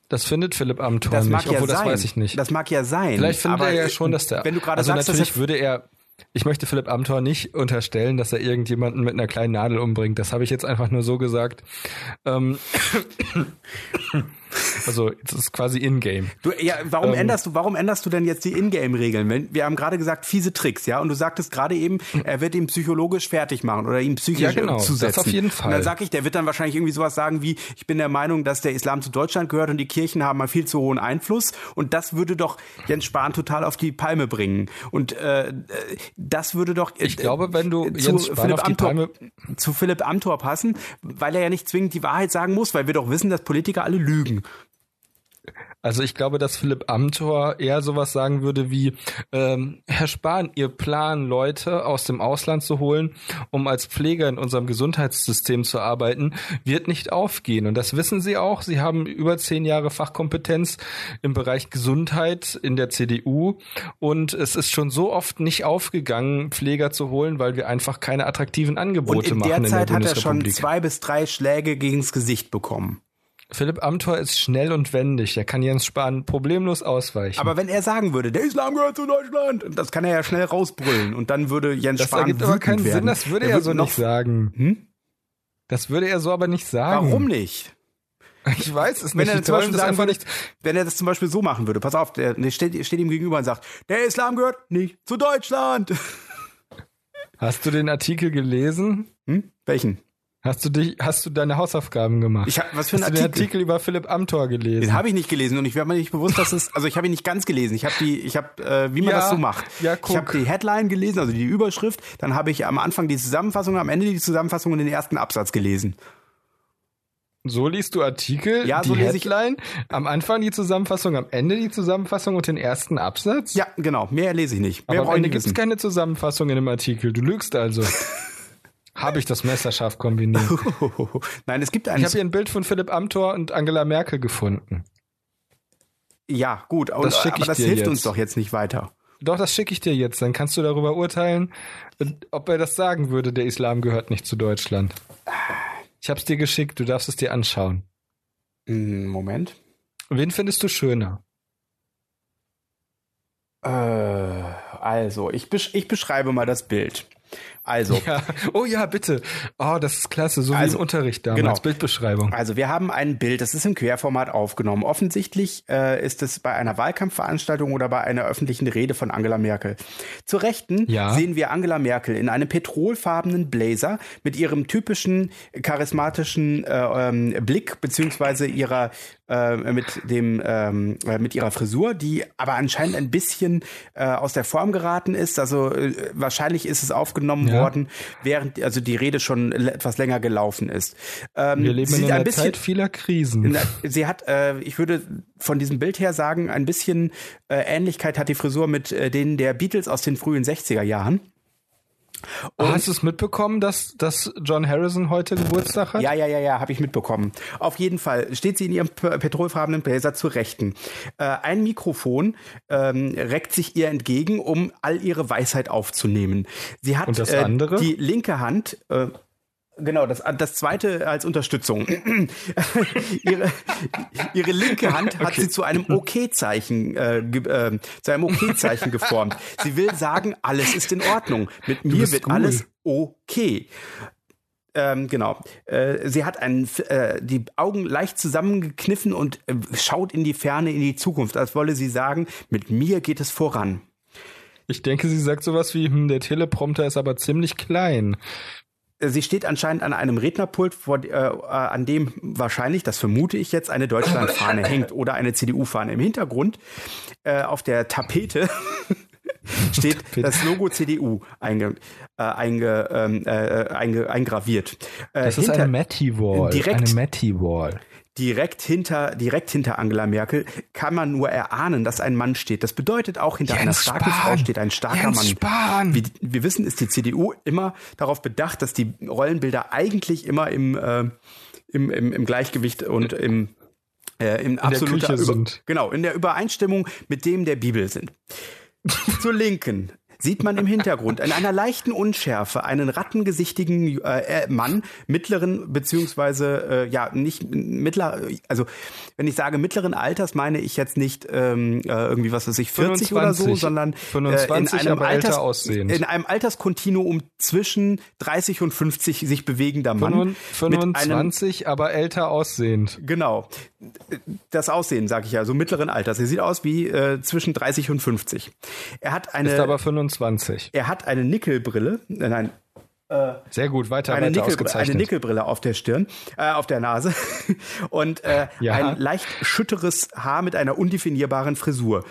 S1: Das findet Philipp Amthor
S2: Hm? Das mag
S1: nicht,
S2: ja
S1: obwohl
S2: sein.
S1: das weiß ich nicht.
S2: Das mag ja sein.
S1: Vielleicht findet
S2: Aber,
S1: er ja
S2: äh,
S1: schon, dass der.
S2: Wenn du gerade
S1: also
S2: sagst, dass
S1: natürlich
S2: er
S1: würde er. Ich möchte Philipp Amthor nicht unterstellen, dass er irgendjemanden mit einer kleinen Nadel umbringt. Das habe ich jetzt einfach nur so gesagt. Ähm, also, es ist quasi in-game.
S2: Du, ja, warum
S1: Ähm.
S2: änderst du, warum änderst du denn jetzt die Ingame-Regeln? Wenn- Wir haben gerade gesagt, fiese Tricks, ja, und du sagtest gerade eben, er wird ihn psychologisch fertig machen oder ihn psychisch
S1: Ja, genau,
S2: äh,
S1: das
S2: zusetzen.
S1: auf jeden Fall.
S2: Und dann sag ich, der wird dann wahrscheinlich irgendwie sowas sagen wie, ich bin der Meinung, dass der Islam zu Deutschland gehört und die Kirchen haben mal viel zu hohen Einfluss und das würde doch Jens Spahn total auf die Palme bringen. Und äh, äh, das würde doch äh,
S1: Ich glaube, wenn du
S2: zu
S1: Jens Spahn
S2: Philipp
S1: auf die
S2: Amthor-
S1: Palme-
S2: zu Philipp Amthor passen, weil er ja nicht zwingend die Wahrheit sagen muss, weil wir doch wissen, dass Politiker alle lügen.
S1: Also ich glaube, dass Philipp Amthor eher sowas sagen würde wie, ähm, Herr Spahn, Ihr Plan, Leute aus dem Ausland zu holen, um als Pfleger in unserem Gesundheitssystem zu arbeiten, wird nicht aufgehen. Und das wissen Sie auch. Sie haben über zehn Jahre Fachkompetenz im Bereich Gesundheit in der CDU. Und es ist schon so oft nicht aufgegangen, Pfleger zu holen, weil wir einfach keine attraktiven Angebote
S2: Und in
S1: machen
S2: der Zeit
S1: in der
S2: hat er schon
S1: Bundesrepublik.
S2: zwei bis drei Schläge gegens Gesicht bekommen.
S1: Philipp Amthor ist schnell und wendig. Er kann Jens Spahn problemlos ausweichen.
S2: Aber wenn er sagen würde, der Islam gehört zu Deutschland, das kann er ja schnell rausbrüllen und dann würde Jens
S1: Das
S2: Spahn
S1: ergibt aber
S2: wütend
S1: keinen
S2: werden.
S1: Sinn, das würde
S2: Er
S1: er
S2: wird
S1: so
S2: noch-
S1: nicht sagen.
S2: Hm?
S1: Das würde er so aber nicht sagen.
S2: Warum nicht?
S1: Ich weiß es
S2: Wenn
S1: nicht.
S2: er
S1: Die
S2: zum
S1: täuschen
S2: Beispiel
S1: das
S2: sagen
S1: einfach
S2: würde,
S1: nicht.
S2: wenn er das zum Beispiel so machen würde, pass auf, der, der steht, steht ihm gegenüber und sagt, der Islam gehört nicht zu Deutschland.
S1: Hast du den Artikel gelesen?
S2: Hm? Welchen?
S1: Hast du dich, hast du deine Hausaufgaben gemacht?
S2: Ich hab, was für
S1: hast
S2: ein
S1: du den
S2: Artikel?
S1: Artikel über Philipp Amthor gelesen?
S2: Den habe ich nicht gelesen und ich wäre mir nicht bewusst, dass es, also ich habe ihn nicht ganz gelesen. Ich habe die, ich habe, äh, wie man
S1: Ja,
S2: das so macht.
S1: ja,
S2: Ich
S1: guck.
S2: habe die Headline gelesen, also die Überschrift. Dann habe ich am Anfang die Zusammenfassung, am Ende die Zusammenfassung und den ersten Absatz gelesen.
S1: so liest du Artikel,
S2: Ja,
S1: die
S2: so lese ich-
S1: Headline, am Anfang die Zusammenfassung, am Ende die Zusammenfassung und den ersten Absatz?
S2: Ja, genau. Mehr lese ich nicht.
S1: aber
S2: Mehr
S1: am
S2: brauche ich
S1: Ende
S2: nicht
S1: gibt es
S2: wissen.
S1: keine Zusammenfassung in dem Artikel. Du lügst also. habe ich das Messer scharf kombiniert?
S2: Nein, es gibt
S1: Ich
S2: einen.
S1: habe hier ein Bild von Philipp Amthor und Angela Merkel gefunden.
S2: Ja, gut. Und,
S1: Das schicke
S2: aber
S1: ich
S2: das
S1: dir
S2: hilft
S1: jetzt.
S2: uns doch jetzt nicht weiter.
S1: Doch, das schicke ich dir jetzt. Dann kannst du darüber urteilen, äh, ob er das sagen würde, der Islam gehört nicht zu Deutschland. Ich hab's dir geschickt, du darfst es dir anschauen.
S2: Hm, Moment.
S1: Wen findest du schöner?
S2: Äh, also, ich, besch ich beschreibe mal das Bild. Also,
S1: Ja. Oh ja, bitte. Oh, das ist klasse, so
S2: Also,
S1: wie im Unterricht damals.
S2: genau.
S1: Bildbeschreibung.
S2: Also wir haben ein Bild, das ist im Querformat aufgenommen. Offensichtlich äh, ist es bei einer Wahlkampfveranstaltung oder bei einer öffentlichen Rede von Angela Merkel. Zur Rechten
S1: Ja.
S2: sehen wir Angela Merkel in einem petrolfarbenen Blazer mit ihrem typischen charismatischen äh, ähm, Blick beziehungsweise ihrer äh, mit dem ähm, äh, mit ihrer Frisur, die aber anscheinend ein bisschen äh, aus der Form geraten ist. Also äh, wahrscheinlich ist es aufgenommen
S1: Ja.
S2: worden, während also die Rede schon le- etwas länger gelaufen ist. Ähm,
S1: Wir leben
S2: sieht
S1: in
S2: ein
S1: einer
S2: bisschen,
S1: Zeit vieler Krisen.
S2: na, Sie hat, äh, ich würde von diesem Bild her sagen, ein bisschen äh, Ähnlichkeit hat die Frisur mit äh, denen der Beatles aus den frühen 60er Jahren.
S1: Oh, Hast du es mitbekommen, dass, dass John Harrison heute Geburtstag hat?
S2: Ja, ja, ja, ja, habe ich mitbekommen. Auf jeden Fall steht sie in ihrem pe- petrolfarbenen Blazer zur Rechten. Äh, ein Mikrofon ähm, reckt sich ihr entgegen, um all ihre Weisheit aufzunehmen. Sie hat
S1: Und das
S2: äh,
S1: andere?
S2: die linke Hand. Äh, Genau, das, das zweite als Unterstützung. ihre, ihre linke Hand hat sie zu einem Okay-Zeichen äh, ge- äh, zu einem Okay-Zeichen geformt. Sie will sagen, alles ist in Ordnung. Mit mir
S1: bist
S2: wird
S1: cool.
S2: alles okay. Ähm, genau. Äh, sie hat einen, F- äh, die Augen leicht zusammengekniffen und äh, schaut in die Ferne, in die Zukunft, als wolle sie sagen, mit mir geht es voran.
S1: Ich denke, sie sagt sowas wie, hm, der Teleprompter ist aber ziemlich klein.
S2: Äh, Sie steht anscheinend an einem Rednerpult, vor, äh, äh, an dem wahrscheinlich, das vermute ich jetzt, eine Deutschlandfahne hängt oder eine CDU-Fahne. Im Hintergrund äh, auf der Tapete steht das Logo CDU einge, äh, einge, ähm, äh, einge, eingraviert. Äh,
S1: Das ist eine Matty-Wall.
S2: Direkt-
S1: Eine Matty-Wall.
S2: direkt hinter, direkt hinter Angela Merkel kann man nur erahnen, dass ein Mann steht. Das bedeutet auch, hinter einer starken Frau steht ein starker
S1: Jens
S2: Mann.
S1: Spahn.
S2: Wie wir wissen, ist die CDU immer darauf bedacht, dass die Rollenbilder eigentlich immer im, äh, im, im, im Gleichgewicht und im äh, in, absoluter
S1: Küche
S2: Über-
S1: sind.
S2: Genau, in der Übereinstimmung mit dem der Bibel sind. Zur Linken sieht man im Hintergrund in einer leichten Unschärfe einen rattengesichtigen äh, äh, Mann mittleren beziehungsweise äh, ja nicht mittler also wenn ich sage mittleren Alters meine ich jetzt nicht ähm, äh, irgendwie was weiß ich 40 oder so
S1: 25,
S2: sondern äh, in
S1: 25,
S2: einem
S1: aber älter
S2: Alters
S1: aussehend.
S2: in einem Alterskontinuum zwischen 30 und 50 sich bewegender Mann mit einem
S1: 25, aber älter aussehend.
S2: Genau. Das Aussehen, sage ich ja, so mittleren Alters. Er sieht aus wie äh, zwischen 30 und 50. Er hat
S1: Ist
S2: eine,
S1: aber 25.
S2: er hat eine Nickelbrille, äh, nein,
S1: Sehr gut, weiter,
S2: eine,
S1: weiter
S2: Nickel, eine
S1: ausgezeichnet.
S2: Nickelbrille auf der Stirn, äh, auf der Nase und äh,
S1: Ja.
S2: ein leicht schütteres Haar mit einer undefinierbaren Frisur.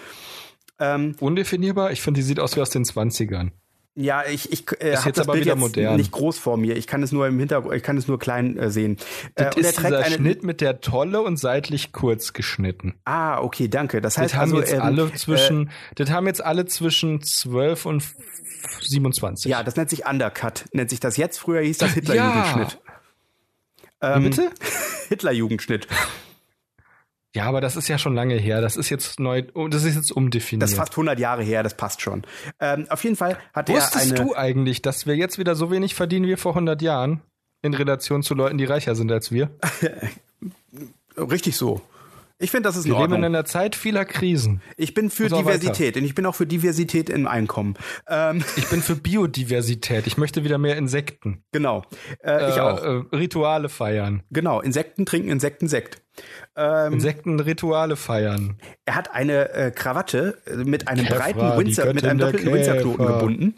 S1: Undefinierbar, ich finde, die sieht aus wie aus den 20ern.
S2: Ja, ich, ich äh,
S1: jetzt
S2: habe das
S1: aber
S2: Bild
S1: wieder
S2: jetzt
S1: modern.
S2: nicht groß vor mir. Ich kann es nur im Hintergrund, ich kann es nur klein äh, sehen. Äh,
S1: Das
S2: und er
S1: ist
S2: trägt
S1: dieser
S2: eine,
S1: Schnitt mit der Tolle und seitlich kurz geschnitten.
S2: Ah, okay, danke. Das heißt
S1: Das haben
S2: also,
S1: jetzt
S2: ähm,
S1: alle
S2: äh,
S1: zwischen, das haben jetzt alle zwischen 12 und 27.
S2: Ja, das nennt sich Undercut, nennt sich das jetzt. Früher hieß das Hitlerjugendschnitt. Ähm,
S1: Wie bitte?
S2: Hitlerjugendschnitt.
S1: Ja, aber das ist ja schon lange her. Das ist jetzt neu, oh, das ist jetzt umdefiniert.
S2: Das ist fast 100 Jahre her, das passt schon. Ähm, auf jeden Fall hat
S1: Wusstest
S2: er eine.
S1: du eigentlich, dass wir jetzt wieder so wenig verdienen wie vor 100 Jahren? In Relation zu Leuten, die reicher sind als wir.
S2: Richtig so. Ich finde, das ist in
S1: Wir leben in
S2: Ordnung.
S1: einer Zeit vieler Krisen.
S2: Ich bin für
S1: So, weiter.
S2: Diversität und ich bin auch für Diversität im Einkommen. Ähm,
S1: Ich bin für Biodiversität. Ich möchte wieder mehr Insekten.
S2: genau. Äh, ich
S1: Äh,
S2: auch.
S1: Äh, Rituale feiern.
S2: Genau. Insekten trinken Insektensekt.
S1: Insekten Rituale feiern.
S2: Er hat eine äh, Krawatte äh, mit einem
S1: Käfer,
S2: breiten
S1: die
S2: Winzer, mit
S1: Göttin
S2: einem
S1: der
S2: doppelten Winzerknoten
S1: Käfer. Uh.
S2: gebunden,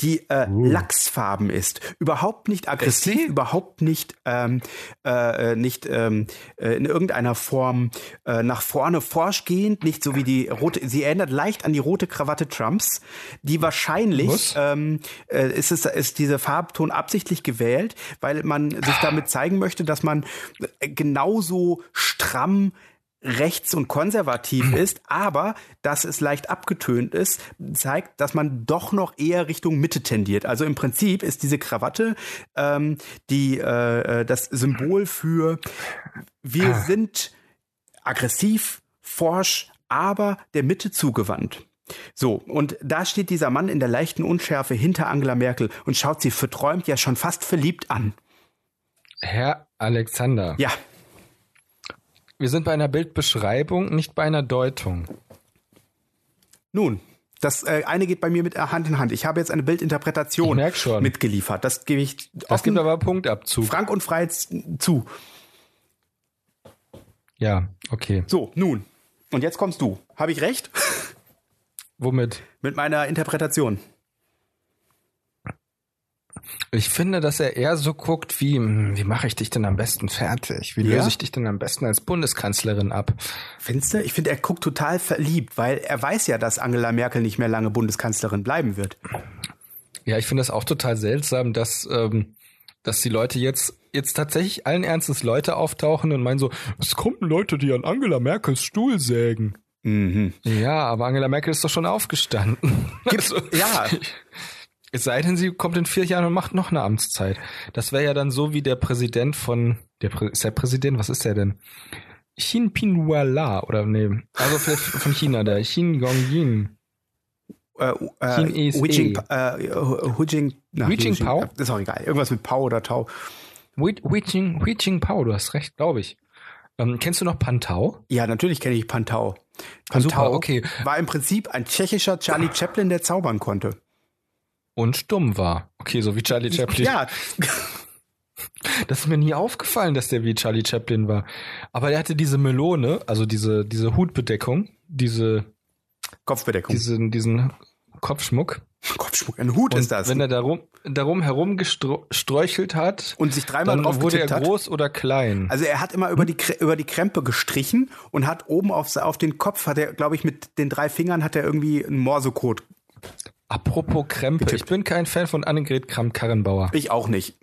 S2: die äh, lachsfarben ist. Überhaupt nicht aggressiv,
S1: Ist sie?
S2: überhaupt nicht, ähm, äh, äh, nicht ähm, äh, in irgendeiner Form äh, nach vorne forschgehend, nicht so wie die rote, sie erinnert leicht an die rote Krawatte Trumps, die wahrscheinlich
S1: Was?
S2: ähm, äh, ist, es, ist dieser Farbton absichtlich gewählt, weil man sich damit zeigen möchte, dass man äh, genauso stramm rechts und konservativ ist, aber dass es leicht abgetönt ist, zeigt, dass man doch noch eher Richtung Mitte tendiert. Also im Prinzip ist diese Krawatte ähm, die äh, äh, das Symbol für wir sind aggressiv, forsch, aber der Mitte zugewandt. So, und da steht dieser Mann in der leichten Unschärfe hinter Angela Merkel und schaut sie verträumt ja schon fast verliebt an.
S1: Herr Alexander,
S2: Ja,
S1: wir sind bei einer Bildbeschreibung, nicht bei einer Deutung.
S2: nun, das äh, eine geht bei mir mit äh, Hand in Hand. Ich habe jetzt eine
S1: Ich
S2: Bildinterpretation
S1: merk schon.
S2: mitgeliefert. Das gebe ich
S1: Das gibt
S2: offen,
S1: aber Punktabzug.
S2: frank und frei z- zu.
S1: ja, okay.
S2: So, nun. Und jetzt kommst du. Habe ich recht?
S1: Womit?
S2: Mit meiner Interpretation.
S1: Ich finde, dass er eher so guckt, wie, hm, wie mache ich dich denn am besten fertig? Wie
S2: Ja?
S1: löse ich dich denn am besten als Bundeskanzlerin ab?
S2: Findest du? Ich finde, er guckt total verliebt, weil er weiß ja, dass Angela Merkel nicht mehr lange Bundeskanzlerin bleiben wird.
S1: Ja, ich finde das auch total seltsam, dass, ähm, dass die Leute jetzt, jetzt tatsächlich allen Ernstes Leute auftauchen und meinen so, es kommen Leute, die an Angela Merkels Stuhl sägen.
S2: Mhm.
S1: Ja, aber Angela Merkel ist doch schon aufgestanden. Also,
S2: Ja,
S1: es sei denn, sie kommt in vier Jahren und macht noch eine Amtszeit. Das wäre ja dann so wie der Präsident von, der Prä ist der Präsident, was ist der denn? Xin Pinwala oder nee, also vielleicht von China, der Xin Gongyin.
S2: äh, äh,
S1: Ching is
S2: Hu Jing,
S1: eh.
S2: äh, Hu Hu Jing, na,
S1: Hu Jing Pao?
S2: Ist auch egal. Irgendwas mit Pau oder Tau.
S1: Hui Hui Jing Hui Jing Pao, du hast recht, glaube ich. Ähm, kennst du noch Pantau?
S2: Ja, natürlich kenne ich Pantau.
S1: super, okay. Ah.
S2: war im Prinzip ein tschechischer Charlie Chaplin, der zaubern konnte.
S1: und stumm war. Okay, so wie Charlie Chaplin.
S2: Ja,
S1: Das ist mir nie aufgefallen, dass der wie Charlie Chaplin war. Aber er hatte diese Melone, also diese, diese Hutbedeckung, diese,
S2: Kopfbedeckung.
S1: diesen, diesen Kopfschmuck.
S2: Kopfschmuck, ein Hut ist das.
S1: Wenn er darum, darum herumgestreuchelt hat,
S2: Und sich dreimal
S1: dann wurde er
S2: draufgetippt hat.
S1: groß oder klein.
S2: Also er hat immer über die, Kre- über die Krempe gestrichen und hat oben auf, se- auf den Kopf, hat er, glaube ich, mit den drei Fingern hat er irgendwie einen Morsecode.
S1: Apropos Krempe, ich bin kein Fan von Annegret Kramp-Karrenbauer.
S2: Ich auch nicht.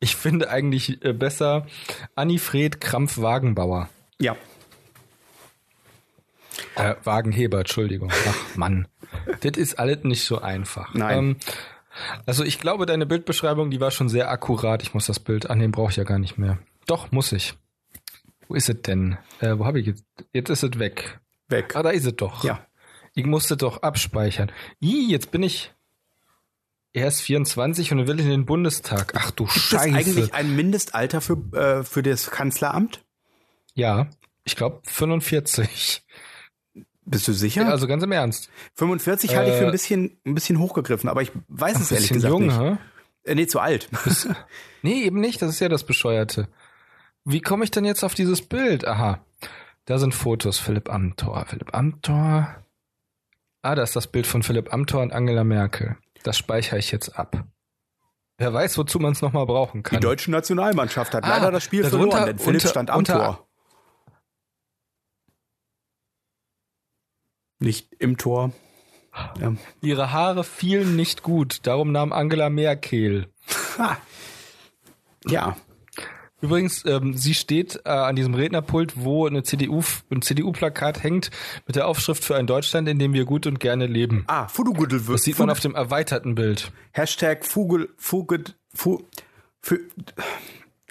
S1: Ich finde eigentlich äh, besser Annifred Krampf-Wagenbauer.
S2: Ja.
S1: Äh, Wagenheber, Entschuldigung. Ach Mann, das ist alles nicht so einfach. Ähm,
S2: Nein.
S1: also ich glaube, deine Bildbeschreibung, die war schon sehr akkurat. Ich muss das Bild annehmen, brauche ich ja gar nicht mehr. Doch, muss ich. Wo ist es denn? Äh, wo habe ich jetzt? Jetzt ist es weg.
S2: Weg.
S1: Ah, da ist es doch.
S2: Ja.
S1: Ich musste doch abspeichern. Ih, jetzt bin ich erst 24 und will in den Bundestag. Ach du
S2: Gibt
S1: Scheiße.
S2: es eigentlich ein Mindestalter für, äh, für das Kanzleramt?
S1: ja, ich glaube 45.
S2: Bist du sicher?
S1: Also ganz im Ernst.
S2: 45 halte ich für
S1: äh,
S2: ein bisschen, ein bisschen hochgegriffen, aber ich weiß es ehrlich
S1: bisschen
S2: gesagt
S1: jung, ne?
S2: nicht.
S1: hä?
S2: Äh, nee, zu alt.
S1: Nee, eben nicht. Das ist ja das Bescheuerte. Wie komme ich denn jetzt auf dieses Bild? Aha. Da sind Fotos. Philipp Amthor. Philipp Amthor. Ah, da ist das Bild von Philipp Amthor und Angela Merkel. Das speichere ich jetzt ab. Wer weiß, wozu man es nochmal brauchen
S2: Die
S1: kann.
S2: deutsche Nationalmannschaft hat
S1: Ah,
S2: leider das Spiel
S1: darunter-
S2: verloren, denn Philipp
S1: unter-
S2: stand am
S1: unter-
S2: Tor. Nicht im Tor. Ja.
S1: Ihre Haare fielen nicht gut. Darum nahm Angela Merkel.
S2: Ha. ja.
S1: Übrigens, ähm, sie steht äh, an diesem Rednerpult, wo eine CDU, ein CDU-Plakat hängt mit der Aufschrift für ein Deutschland, in dem wir gut und gerne leben.
S2: Ah, Fudugudel
S1: Das sieht man auf dem erweiterten Bild.
S2: Hashtag Fugel, Fugel, Fu, Fü,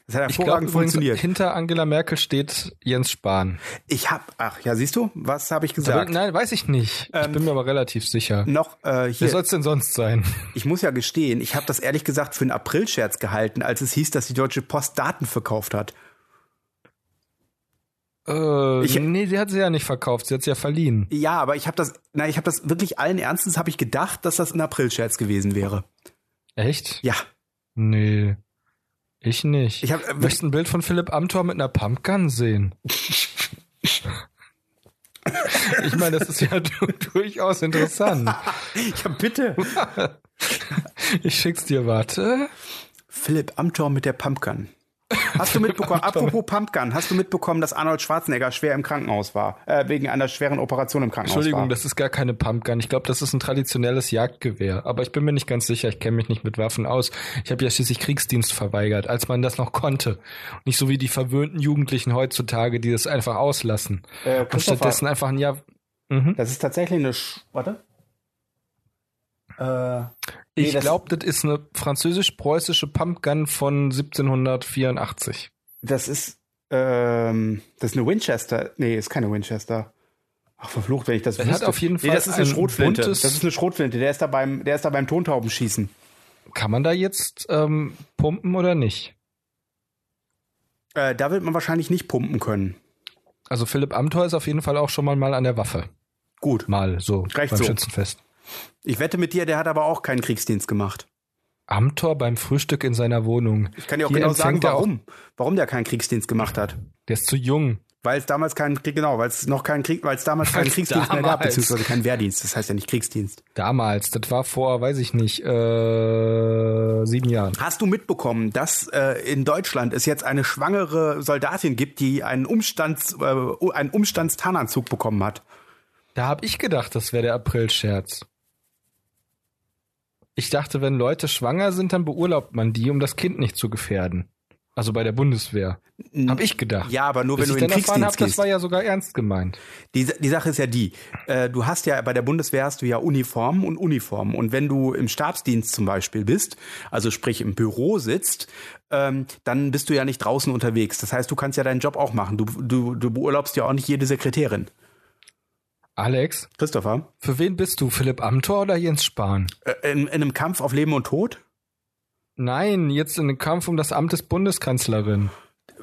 S2: das hat
S1: Ich glaube
S2: hervorragend
S1: übrigens,
S2: funktioniert.
S1: hinter Angela Merkel steht Jens Spahn.
S2: Ich hab, ach ja, siehst du, was habe ich
S1: Aber,
S2: gesagt?
S1: nein, weiß ich nicht.
S2: Ähm,
S1: ich bin mir aber relativ sicher.
S2: Noch äh,
S1: Wer
S2: hier,
S1: soll ne- es denn sonst sein?
S2: ich muss ja gestehen, ich habe das ehrlich gesagt für einen April-Scherz gehalten, als es hieß, dass die Deutsche Post Daten verkauft hat.
S1: Äh,
S2: Ich-
S1: nee, sie hat sie ja nicht verkauft, sie hat sie ja verliehen.
S2: Ja, aber ich habe das, nein, ich habe das wirklich allen Ernstes habe ich gedacht, dass das ein April-Scherz gewesen wäre.
S1: Echt?
S2: Ja,
S1: Nee. Ich nicht.
S2: Ich hab- äh,
S1: möchte ein Bild von Philipp Amthor mit einer Pumpgun sehen. ich meine, das ist ja du durchaus interessant.
S2: ja bitte.
S1: Ich schick's dir, warte.
S2: Philipp Amthor mit der Pumpgun. Hast du mitbekommen, apropos Pumpgun, hast du mitbekommen, dass Arnold Schwarzenegger schwer im Krankenhaus war? Äh, wegen einer schweren Operation im Krankenhaus
S1: Entschuldigung,
S2: war.
S1: das ist gar keine Pumpgun. Ich glaube, das ist ein traditionelles Jagdgewehr. Aber ich bin mir nicht ganz sicher. Ich kenne mich nicht mit Waffen aus. Ich habe ja schließlich Kriegsdienst verweigert, als man das noch konnte. Nicht so wie die verwöhnten Jugendlichen heutzutage, die das einfach auslassen.
S2: Äh,
S1: Und
S2: Christopher,
S1: stattdessen einfach ein Ja. Mhm.
S2: Das ist tatsächlich eine, Sch warte. Äh, Nee,
S1: Ich
S2: das-
S1: glaube, das ist eine französisch-preußische Pumpgun von 1784.
S2: das ist, ähm, das ist eine Winchester. Nee, ist keine Winchester. Ach, verflucht, wenn ich das
S1: Er
S2: wüsste.
S1: hat auf jeden
S2: nee,
S1: Fall
S2: das ist eine
S1: ein
S2: Schrotflinte.
S1: buntes-
S2: Das ist eine Schrotflinte. Der ist da beim, der ist da beim Tontaubenschießen.
S1: Kann man da jetzt ähm, pumpen oder nicht?
S2: Äh, da wird man wahrscheinlich nicht pumpen können.
S1: Also Philipp Amthor ist auf jeden Fall auch schon mal, mal an der Waffe.
S2: Gut.
S1: Mal so
S2: Reicht
S1: beim
S2: so.
S1: Schützenfest.
S2: Ich wette mit dir, der hat aber auch keinen Kriegsdienst gemacht.
S1: Amthor beim Frühstück in seiner Wohnung.
S2: Ich kann dir auch
S1: Hier
S2: genau sagen,
S1: empfängt er auch-
S2: warum. Warum der keinen Kriegsdienst gemacht hat.
S1: Der ist zu jung.
S2: Weil es damals keinen Krieg, genau, weil es noch keinen Krieg, weil es damals keinen
S1: Weil's
S2: Kriegsdienst mehr gab,
S1: damals.
S2: beziehungsweise keinen Wehrdienst. Das heißt ja nicht Kriegsdienst.
S1: Damals, das war vor, weiß ich nicht, äh, sieben Jahren.
S2: Hast du mitbekommen, dass äh, in Deutschland es jetzt eine schwangere Soldatin gibt, die einen Umstands, äh, einen Umstandstarnanzug bekommen hat?
S1: Da habe ich gedacht, das wäre der April-Scherz. Ich dachte, wenn Leute schwanger sind, dann beurlaubt man die, um das Kind nicht zu gefährden. Also bei der Bundeswehr. Hab ich gedacht.
S2: Ja, aber nur
S1: Bis
S2: wenn
S1: ich
S2: du in
S1: dann
S2: den
S1: erfahren
S2: Kriegsdienst
S1: habe, das
S2: gehst.
S1: war ja sogar ernst gemeint.
S2: Die, die Sache ist ja die, äh, du hast ja bei der Bundeswehr hast du ja Uniformen und Uniformen. Und wenn du im Stabsdienst zum Beispiel bist, also sprich im Büro sitzt, ähm, dann bist du ja nicht draußen unterwegs. Das heißt, du kannst ja deinen Job auch machen. Du, du, du beurlaubst ja auch nicht jede Sekretärin.
S1: Alex,
S2: Christopher,
S1: für wen bist du? Philipp Amthor oder Jens Spahn?
S2: äh, in, in einem Kampf auf Leben und Tod?
S1: Nein, jetzt in den Kampf um das Amt des Bundeskanzlerin.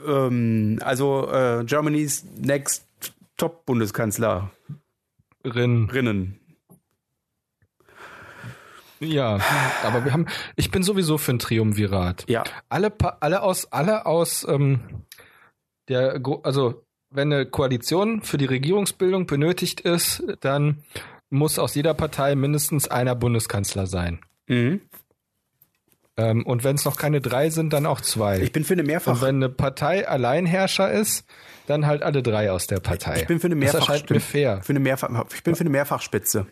S2: Ähm, also äh, Germany's Next Top-Bundeskanzlerinnen.
S1: Rin. Ja, aber wir haben, ich bin sowieso für ein Triumvirat.
S2: Ja.
S1: alle, Pa- alle aus, alle aus ähm, der, Gro- also wenn eine Koalition für die Regierungsbildung benötigt ist, dann muss aus jeder Partei mindestens einer Bundeskanzler sein.
S2: Mhm.
S1: Ähm, und wenn es noch keine drei sind, dann auch zwei.
S2: Ich bin für eine
S1: Und
S2: Mehrfach.
S1: wenn eine Partei Alleinherrscher ist, dann halt alle drei aus der Partei.
S2: Ich bin für eine
S1: das erscheint mir
S2: Mehrfachstimme.
S1: fair.
S2: Für eine Mehrfach, ich bin für eine Mehrfachspitze.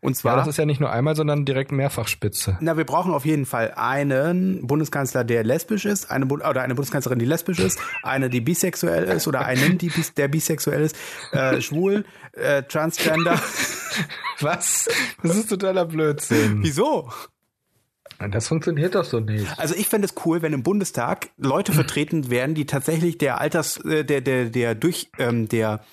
S2: Und
S1: Ja,
S2: zwar,
S1: das ist ja nicht nur einmal, sondern direkt Mehrfachspitze.
S2: na, wir brauchen auf jeden Fall einen Bundeskanzler, der lesbisch ist, eine Bu- oder eine Bundeskanzlerin, die lesbisch ist, eine, die bisexuell ist oder einen, die bis, der bisexuell ist, äh, schwul, äh, transgender.
S1: Was? Das ist totaler Blödsinn.
S2: Wieso?
S1: Das funktioniert doch so nicht.
S2: Also ich fände es cool, wenn im Bundestag
S1: Hm.
S2: Leute vertreten wären, die tatsächlich der Alters, äh, der, der, der durch, ähm, der,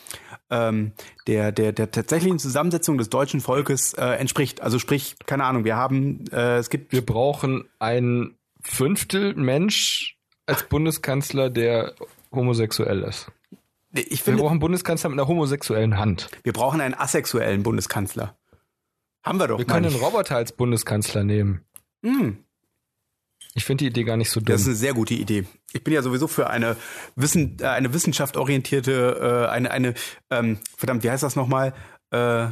S2: ähm, der, der, der tatsächlichen Zusammensetzung des deutschen Volkes äh, entspricht. Also sprich, keine Ahnung, wir haben, äh, es gibt,
S1: Wir brauchen ein Fünftel Mensch als Bundeskanzler, der homosexuell ist.
S2: ich
S1: Wir
S2: finde,
S1: brauchen einen Bundeskanzler mit einer homosexuellen Hand.
S2: wir brauchen einen asexuellen Bundeskanzler. Haben wir doch.
S1: Wir können
S2: meine
S1: einen
S2: ich.
S1: Roboter als Bundeskanzler nehmen.
S2: Hm,
S1: Ich finde die Idee gar nicht so
S2: das ist
S1: dumm.
S2: eine sehr gute Idee. Ich bin ja sowieso für eine, Wissen, äh, eine wissenschaftorientierte, äh, eine, eine, ähm, verdammt, wie heißt das nochmal? Äh,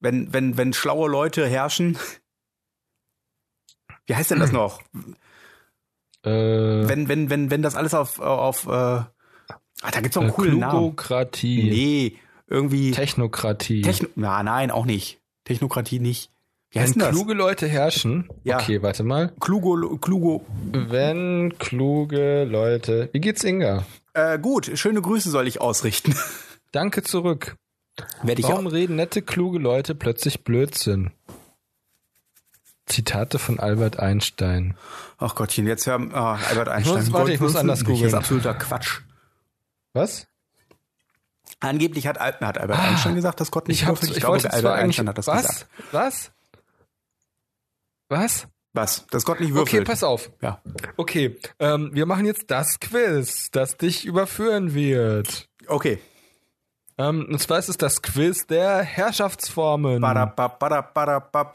S2: wenn, wenn, wenn schlaue Leute herrschen. Wie heißt denn das noch?
S1: Äh,
S2: wenn, wenn, wenn, wenn das alles auf, auf äh, ah, da gibt's doch einen coolen Namen.
S1: Klugokratie,
S2: Nee, irgendwie
S1: Technokratie.
S2: Techno, na, nein, auch nicht. Technokratie nicht. Wie heißt
S1: Wenn
S2: denn das?
S1: kluge Leute herrschen.
S2: Ja.
S1: Okay, warte mal.
S2: Klugo, Klugo.
S1: Wenn kluge Leute. Wie geht's Inga?
S2: Äh, gut, schöne Grüße soll ich ausrichten.
S1: Danke zurück.
S2: Werde ich
S1: Warum
S2: auch.
S1: reden nette, kluge Leute plötzlich Blödsinn? Zitate von Albert Einstein.
S2: Ach Gottchen, jetzt hören. Ah, Albert Einstein.
S1: muss- warte, ich muss anders
S2: Das ist
S1: googeln.
S2: absoluter Quatsch.
S1: Was?
S2: Angeblich hat, Al- hat Albert Einstein gesagt, dass Gott
S1: Ah,
S2: nicht
S1: Ich, hab's,
S2: würfelt.
S1: ich,
S2: glaube,
S1: wollte zwar
S2: Albert
S1: eigentlich...
S2: Einstein hat das
S1: was?
S2: gesagt.
S1: Was? Was?
S2: Was? Dass Gott nicht
S1: Okay,
S2: würfelt.
S1: pass auf.
S2: ja.
S1: Okay, ähm, wir machen jetzt das Quiz, das dich überführen wird.
S2: Okay.
S1: Ähm, und zwar ist es das Quiz der Herrschaftsformen.
S2: Badabab, badabab, badabab,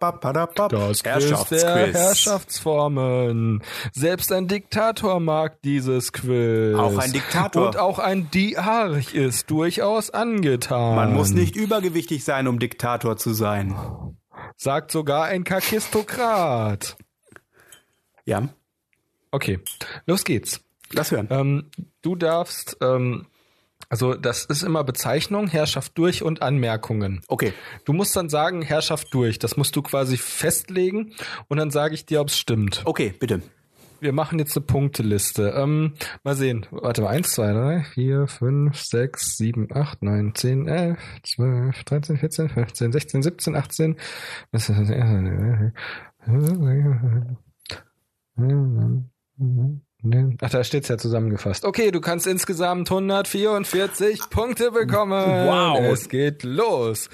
S2: badabab, badabab.
S1: Das Quiz der Herrschaftsformen. Selbst ein Diktator mag dieses Quiz.
S2: Auch ein Diktator.
S1: Und auch ein Diarch ist durchaus angetan.
S2: Man muss nicht übergewichtig sein, um Diktator zu sein.
S1: Sagt sogar ein Kakistokrat.
S2: Ja,
S1: Okay, los geht's.
S2: lass hören.
S1: Ähm, du darfst, ähm, also das ist immer Bezeichnung, Herrschaft durch und Anmerkungen.
S2: Okay,
S1: Du musst dann sagen, Herrschaft durch. Das musst du quasi festlegen und dann sage ich dir, ob es stimmt.
S2: okay, bitte.
S1: Wir machen jetzt eine Punkteliste. Ähm, mal sehen. Warte mal. 1, 2, 3, 4, 5, 6, 7, 8, 9, 10, 11, 12, 13, 14, 15, 16, 17, 18. Was ist das? Ach, da steht's ja zusammengefasst. Okay, du kannst insgesamt 144 Punkte bekommen.
S2: Wow.
S1: Es geht los.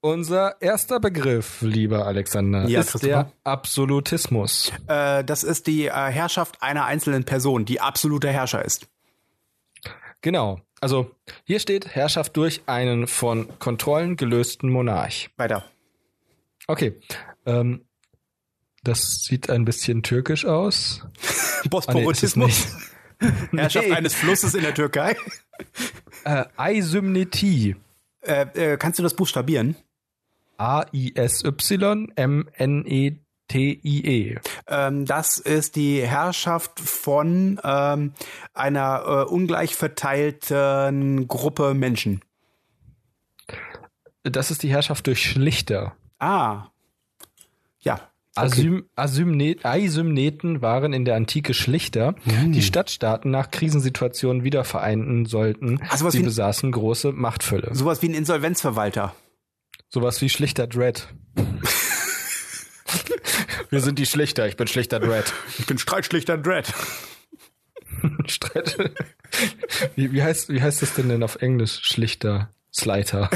S1: Unser erster Begriff, lieber Alexander,
S2: Ja,
S1: ist
S2: Christopher?
S1: der Absolutismus.
S2: Äh, das ist die äh, Herrschaft einer einzelnen Person, die absoluter Herrscher ist.
S1: Genau. Also hier steht Herrschaft durch einen von Kontrollen gelösten Monarch.
S2: Weiter.
S1: Okay. Ähm, das sieht ein bisschen türkisch aus. Ah,
S2: Bosporotismus.
S1: ist
S2: Herrschaft
S1: Nee.
S2: eines Flusses in der Türkei.
S1: Äh, Aisymnetie.
S2: Äh, äh, kannst du das buchstabieren?
S1: E A-I-S-Y-M-N-E-T-I-E.
S2: Ähm, das ist die Herrschaft von ähm, einer äh, ungleich verteilten Gruppe Menschen.
S1: Das ist die Herrschaft durch Schlichter.
S2: Ah. Ja.
S1: Asym Asymne Eisymneten waren in der Antike Schlichter, die Stadtstaaten nach Krisensituationen wieder vereinen sollten.
S2: Ach, sowas
S1: Sie
S2: wie-
S1: besaßen große Machtfülle.
S2: Sowas wie ein Insolvenzverwalter.
S1: Sowas wie schlichter Dread. Wir sind die Schlichter, ich bin schlichter Dread.
S2: Ich bin Streitschlichter Dread.
S1: Streit. Wie, wie, heißt, wie heißt das denn denn auf Englisch? Schlichter Sliter.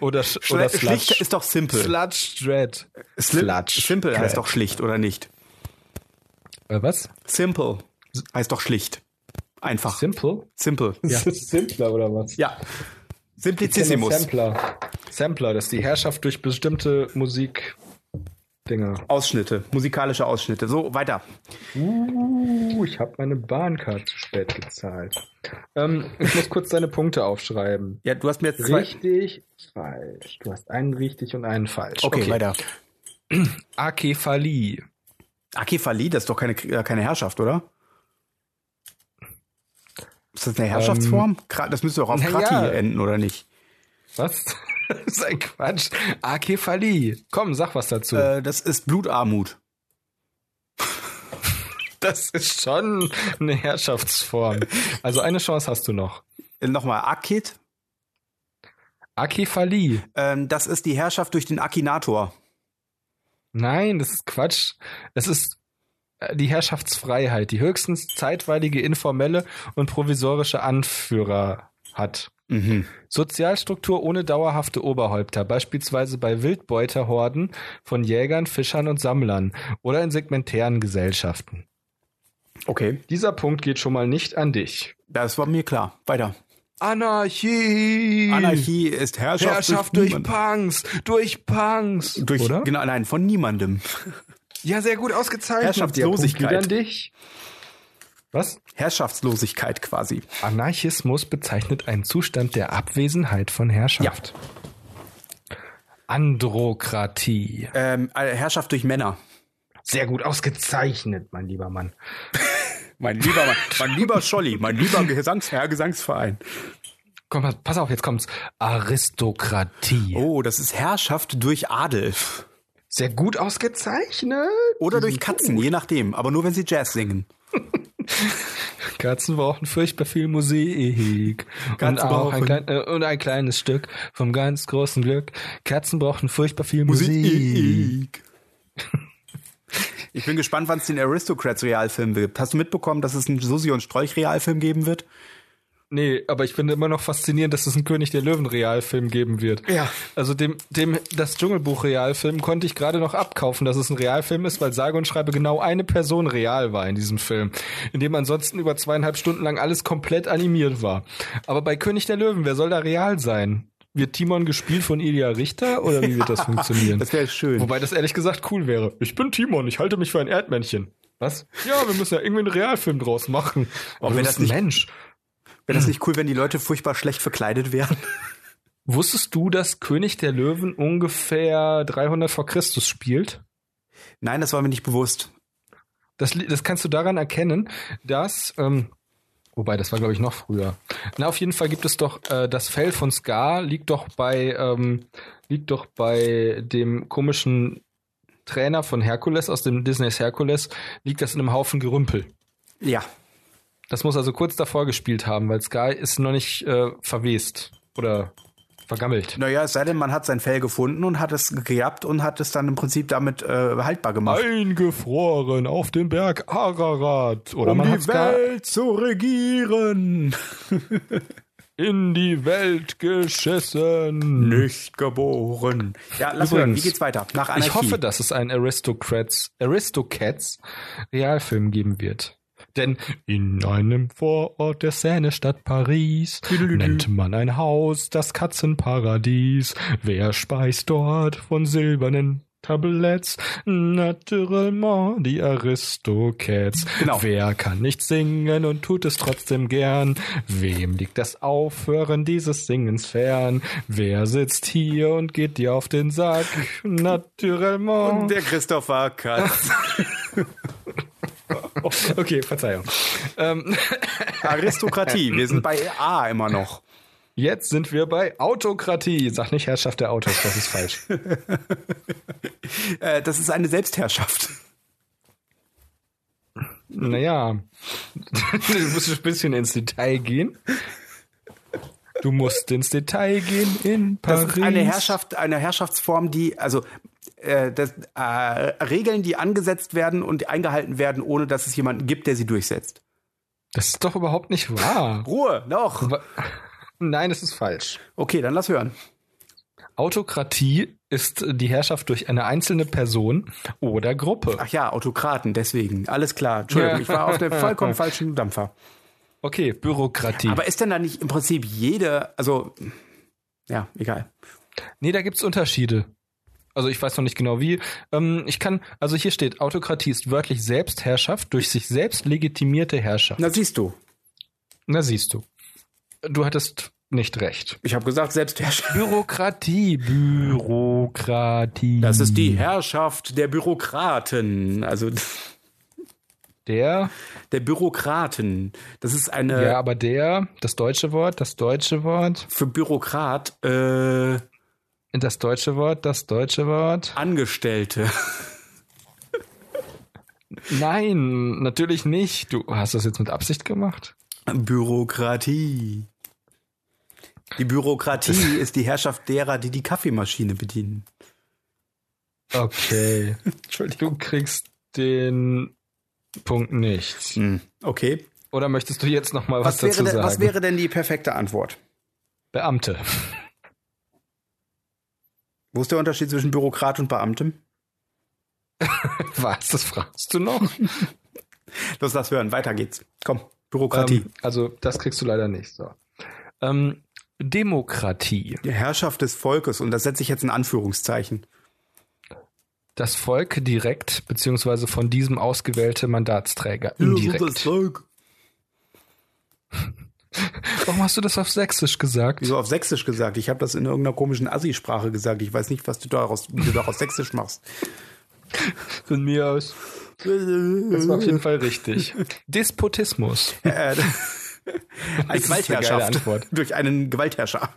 S1: Oder, Sch- oder
S2: Schlichter
S1: Sludge.
S2: ist doch simpel.
S1: Sludge Dread. Sludge
S2: Simple
S1: Dread.
S2: heißt doch schlicht, oder nicht?
S1: Äh, was?
S2: Simple heißt doch schlicht. Einfach.
S1: Simple?
S2: Simple. Ja.
S1: Ist das Simpler oder was?
S2: ja.
S1: Ja,
S2: Simplicissimus.
S1: Sampler. Sampler, das ist die Herrschaft durch bestimmte Musikdinger.
S2: Ausschnitte. Musikalische Ausschnitte. So, weiter.
S1: Uh, ich habe meine Bahnkarte zu spät gezahlt. Ähm, ich muss kurz deine Punkte aufschreiben.
S2: Ja, du hast mir jetzt zwei.
S1: Richtig, falsch. Du hast einen richtig und einen falsch.
S2: Okay, weiter.
S1: Akephalie.
S2: Akephalie, das ist doch keine, äh, keine Herrschaft, oder? Ist das eine Herrschaftsform? Kra- das müsste doch auf
S1: na ja.
S2: Krati enden, oder nicht?
S1: Was? das ist ein Quatsch. Akephalie. Komm, sag was dazu.
S2: Äh, das ist Blutarmut.
S1: das ist schon eine Herrschaftsform. Also eine Chance hast du noch.
S2: Äh, Nochmal, Akit,
S1: Akephalie.
S2: ähm, das ist die Herrschaft durch den Akinator.
S1: Nein, das ist Quatsch. Es ist äh, die Herrschaftsfreiheit, die höchstens zeitweilige, informelle und provisorische Anführer hat.
S2: Mhm.
S1: Sozialstruktur ohne dauerhafte Oberhäupter, beispielsweise bei Wildbeuterhorden von Jägern, Fischern und Sammlern oder in segmentären Gesellschaften.
S2: Okay,
S1: Dieser Punkt geht schon mal nicht an dich.
S2: das war mir klar. Weiter.
S1: Anarchie!
S2: Anarchie ist Hm. Herrschaft,
S1: Herrschaft durch,
S2: niemand-
S1: Punks! Durch Punks!
S2: durch
S1: oder?
S2: genau nein von niemandem.
S1: Ja, sehr gut ausgezeichnet.
S2: Herrschaftslosigkeit.
S1: Der Punkt geht an dich. Was?
S2: Herrschaftslosigkeit quasi.
S1: Anarchismus bezeichnet einen Zustand der Abwesenheit von Herrschaft. Androkratie.
S2: Ähm, äh, Herrschaft durch Männer.
S1: Sehr gut ausgezeichnet, mein lieber Mann.
S2: Mein lieber Mann, mein lieber Scholli, mein lieber Gesangsherr, Gesangsverein.
S1: Komm, pass- pass auf, jetzt kommt's. Aristokratie.
S2: Oh, das ist Herrschaft durch Adel
S1: Sehr gut ausgezeichnet.
S2: oder durch Katzen, je nachdem, aber nur wenn sie Jazz singen.
S1: Katzen brauchen furchtbar viel Musik.
S2: Katzen
S1: und, auch ein
S2: brauchen-
S1: klein, äh, und ein kleines Stück vom ganz großen Glück. Katzen brauchen furchtbar viel Musik.
S2: Ich bin gespannt, wann es den Aristocrats Realfilm gibt. Hast du mitbekommen, dass es einen Susi und Strolch Realfilm geben wird?
S1: Nee, aber ich finde immer noch faszinierend, dass es einen König der Löwen Realfilm geben wird.
S2: Ja.
S1: Also dem, dem, das Dschungelbuch Realfilm konnte ich gerade noch abkaufen, dass es ein Realfilm ist, weil sage und schreibe genau eine Person real war in diesem Film, in dem ansonsten über zweieinhalb Stunden lang alles komplett animiert war. Aber bei König der Löwen, wer soll da real sein? Wird Timon gespielt von Ilja Richter oder wie wird das funktionieren?
S2: Das wäre schön.
S1: Wobei das ehrlich gesagt cool wäre. Ich bin Timon, ich halte mich für ein Erdmännchen. Was? Ja, wir müssen ja irgendwie einen Realfilm draus machen. Aber
S2: wenn
S1: wenn
S2: das
S1: das ein
S2: nicht-
S1: Mensch.
S2: Wäre das nicht cool, wenn die Leute furchtbar schlecht verkleidet wären?
S1: Wusstest du, dass König der Löwen ungefähr 300 vor Christus spielt?
S2: Nein, das war mir nicht bewusst.
S1: Das, li- das kannst du daran erkennen, dass, ähm, wobei das war glaube ich noch früher. Na, auf jeden Fall gibt es doch äh, das Fell von Scar liegt doch bei ähm, liegt doch bei dem komischen Trainer von Herkules aus dem Disneys Herkules liegt das in einem Haufen Gerümpel.
S2: Ja.
S1: Das muss also kurz davor gespielt haben, weil Scar ist noch nicht äh, verwest oder vergammelt.
S2: Naja, es sei denn, man hat sein Fell gefunden und hat es geerbt und hat es dann im Prinzip damit äh, haltbar gemacht.
S1: Eingefroren auf dem Berg Ararat.
S2: Um
S1: Oder man hat's gar
S2: zu regieren.
S1: in die Welt geschissen.
S2: Nicht geboren. Ja, lass mal,
S1: Übrigens.
S2: wie geht's weiter? Nach Anarchie.
S1: Ich hoffe, dass es einen Aristocrats, Aristocats Realfilm geben wird. Denn in einem Vorort der Seine-Stadt Paris nennt man ein Haus das Katzenparadies. Wer speist dort von silbernen Tabletts? Naturellement die Aristocats.
S2: Genau.
S1: Wer kann nicht singen und tut es trotzdem gern? Wem liegt das Aufhören dieses Singens fern? Wer sitzt hier und geht dir auf den Sack? Naturellement.
S2: der Christopher Katz.
S1: Oh, Okay, Verzeihung. Ähm,
S2: Aristokratie. Wir sind bei A immer noch.
S1: jetzt sind wir bei Autokratie. Sag nicht Herrschaft der Autos, das ist falsch.
S2: Äh, das ist eine Selbstherrschaft.
S1: Naja, du musst ein bisschen ins Detail gehen. Du musst ins Detail gehen in
S2: Das
S1: Paris.
S2: ist eine Herrschaft, eine Herrschaftsform, die, also äh, das, äh, Regeln, die angesetzt werden und eingehalten werden, ohne dass es jemanden gibt, der sie durchsetzt.
S1: Das ist doch überhaupt nicht wahr.
S2: Ruhe, noch.
S1: Wa- Nein, das ist falsch.
S2: Okay, dann lass hören.
S1: Autokratie ist die Herrschaft durch eine einzelne Person oder Gruppe.
S2: Ach ja, Autokraten, deswegen. Alles klar. Entschuldigung,
S1: Ja.
S2: ich war auf dem vollkommen falschen Dampfer.
S1: Okay, Bürokratie.
S2: Aber ist denn da nicht im Prinzip jede, also, ja, egal.
S1: Nee, da gibt's Unterschiede. Also ich weiß noch nicht genau wie. Ähm, ich kann, also hier steht, Autokratie ist wörtlich Selbstherrschaft durch sich selbst legitimierte Herrschaft.
S2: Na, siehst du.
S1: Na siehst du. Du hattest nicht recht.
S2: Ich habe gesagt, Selbstherrschaft.
S1: Bürokratie, Bürokratie.
S2: Das ist
S1: Hm.
S2: die Herrschaft der Bürokraten. Also,
S1: der.
S2: der Bürokraten. Das ist eine,
S1: ja, aber der, das deutsche Wort, das deutsche Wort,
S2: für Bürokrat, äh,
S1: das deutsche Wort, das deutsche Wort.
S2: Angestellte.
S1: Nein, natürlich nicht. Du hast das jetzt mit Absicht gemacht.
S2: Bürokratie. Die Bürokratie ist die Herrschaft derer, die die Kaffeemaschine bedienen.
S1: Okay. Du
S2: Entschuldigung.
S1: kriegst den Punkt nicht.
S2: Okay.
S1: Oder möchtest du jetzt noch mal was,
S2: Was, wäre
S1: dazu
S2: denn,
S1: sagen?
S2: was wäre denn die perfekte Antwort?
S1: Beamte.
S2: Wo ist der Unterschied zwischen Bürokrat und Beamtem?
S1: Was? Das fragst du noch?
S2: Los, lass hören. Weiter geht's. Komm, Bürokratie.
S1: Ähm, also, das kriegst du leider nicht. So. Ähm, Demokratie.
S2: die Herrschaft des Volkes. Und das setze ich jetzt in Anführungszeichen.
S1: Das Volk direkt, beziehungsweise von diesem ausgewählte Mandatsträger. Indirekt.
S2: Volk.
S1: Warum hast du das auf Sächsisch gesagt?
S2: Wieso auf Sächsisch gesagt? Ich habe das in irgendeiner komischen Assi-Sprache gesagt. Ich weiß nicht, was du daraus, wie du daraus Sächsisch machst.
S1: Von mir aus. Das war auf jeden Fall richtig. Despotismus.
S2: Äh, eine
S1: ist eine geile
S2: Gewaltherrschaft.
S1: Antwort.
S2: Durch einen Gewaltherrscher.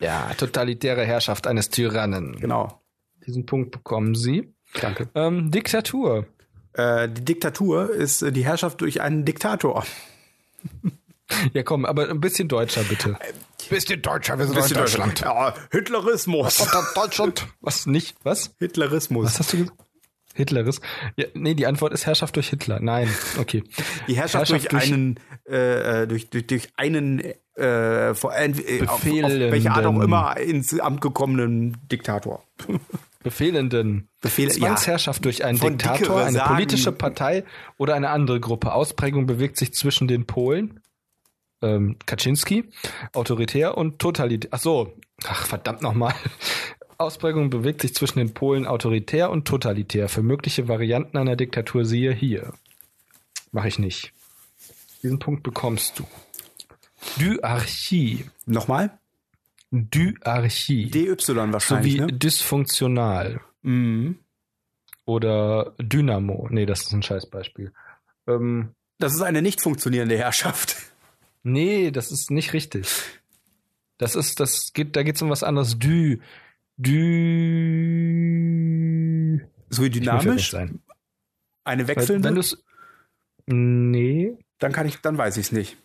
S1: Ja, totalitäre Herrschaft eines Tyrannen.
S2: genau.
S1: Diesen Punkt bekommen sie.
S2: Danke.
S1: Ähm, Diktatur.
S2: Äh, die Diktatur ist äh, die Herrschaft durch einen Diktator.
S1: Ja, komm, aber ein bisschen deutscher bitte. Bisschen deutscher, wir sind
S2: Ja, Hitlerismus.
S1: Deutschland. Was nicht? Was?
S2: Hitlerismus.
S1: Was hast du gesagt? Hitleris. Ja, nee, die Antwort ist Herrschaft durch Hitler. Nein, okay.
S2: Die Herrschaft, durch, einen, äh, äh, durch, durch, durch einen, äh, vor, ent- äh, auf, auf
S1: Befehlenden.
S2: welche Art auch immer ins Amt gekommenen Diktator.
S1: Befehlenden.
S2: Befehl- ja.
S1: Zwangsherrschaft durch einen
S2: Von
S1: Diktator,
S2: dickere
S1: eine
S2: Sagen.
S1: politische Partei oder eine andere Gruppe. Ausprägung bewegt sich zwischen den Polen, ähm, Kaczynski, autoritär und totalitär. Ach so, ach verdammt nochmal. Ausprägung bewegt sich zwischen den Polen autoritär und totalitär. Für mögliche Varianten einer Diktatur siehe hier. Mache ich nicht. Diesen Punkt bekommst du. Dyarchie.
S2: Nochmal?
S1: Dyarchie.
S2: DY wahrscheinlich,
S1: Sowie
S2: ne?
S1: dysfunktional
S2: Mhm.
S1: oder Dynamo. Nee, das ist ein Scheißbeispiel. Ähm,
S2: Das ist eine nicht funktionierende Herrschaft.
S1: nee, das ist nicht richtig. Das ist, das geht, da geht es um was anderes. Dü. Dü.
S2: So wie
S1: Ich muss ja recht
S2: dynamisch,
S1: sein. Weil,
S2: eine
S1: wenn
S2: wechselnde,
S1: du's. Nee.
S2: dann kann ich, dann weiß ich es nicht.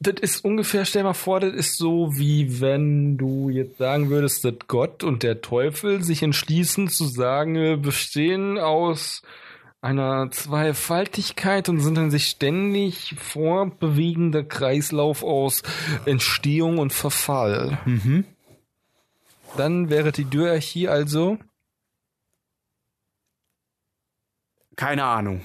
S1: Das ist ungefähr, stell mal vor, das ist so, wie wenn du jetzt sagen würdest, dass Gott und der Teufel sich entschließen zu sagen, wir bestehen aus einer Zweifaltigkeit und sind dann sich ständig vorbewegender Kreislauf aus Entstehung und Verfall. Dann wäre die Dyarchie also
S2: Keine Ahnung.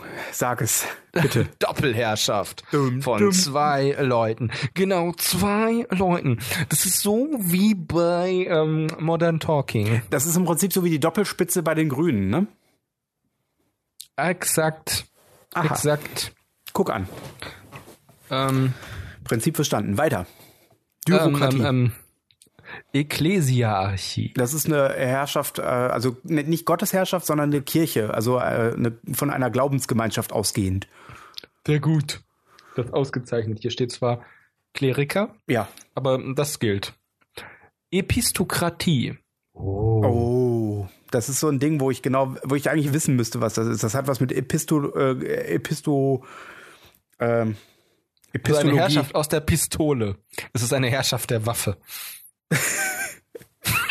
S2: Sag es. Bitte.
S1: Doppelherrschaft
S2: Dum,
S1: von
S2: dum.
S1: zwei Leuten. Genau, zwei Leuten. Das ist so wie bei ähm, Modern Talking.
S2: Das ist im Prinzip so wie die Doppelspitze bei den Grünen, ne?
S1: Exakt.
S2: Aha.
S1: Exakt.
S2: Guck an.
S1: Ähm,
S2: Prinzip verstanden. Weiter.
S1: ähm,
S2: Bürokratie.
S1: ähm, ähm, Ekklesiarchie.
S2: Das ist eine Herrschaft, äh, also nicht nicht Gottesherrschaft, sondern eine Kirche, also äh, eine, von einer Glaubensgemeinschaft ausgehend.
S1: Sehr gut. Das ist ausgezeichnet. Hier steht zwar Kleriker,
S2: Ja.
S1: aber das gilt. Epistokratie.
S2: Oh. Das ist so ein Ding, wo ich genau, wo ich eigentlich wissen müsste, was das ist. Das hat was mit Episto, äh, Episto,
S1: So
S2: ähm,
S1: eine
S2: Epistologie.
S1: Herrschaft aus der Pistole. Es ist eine Herrschaft der Waffe.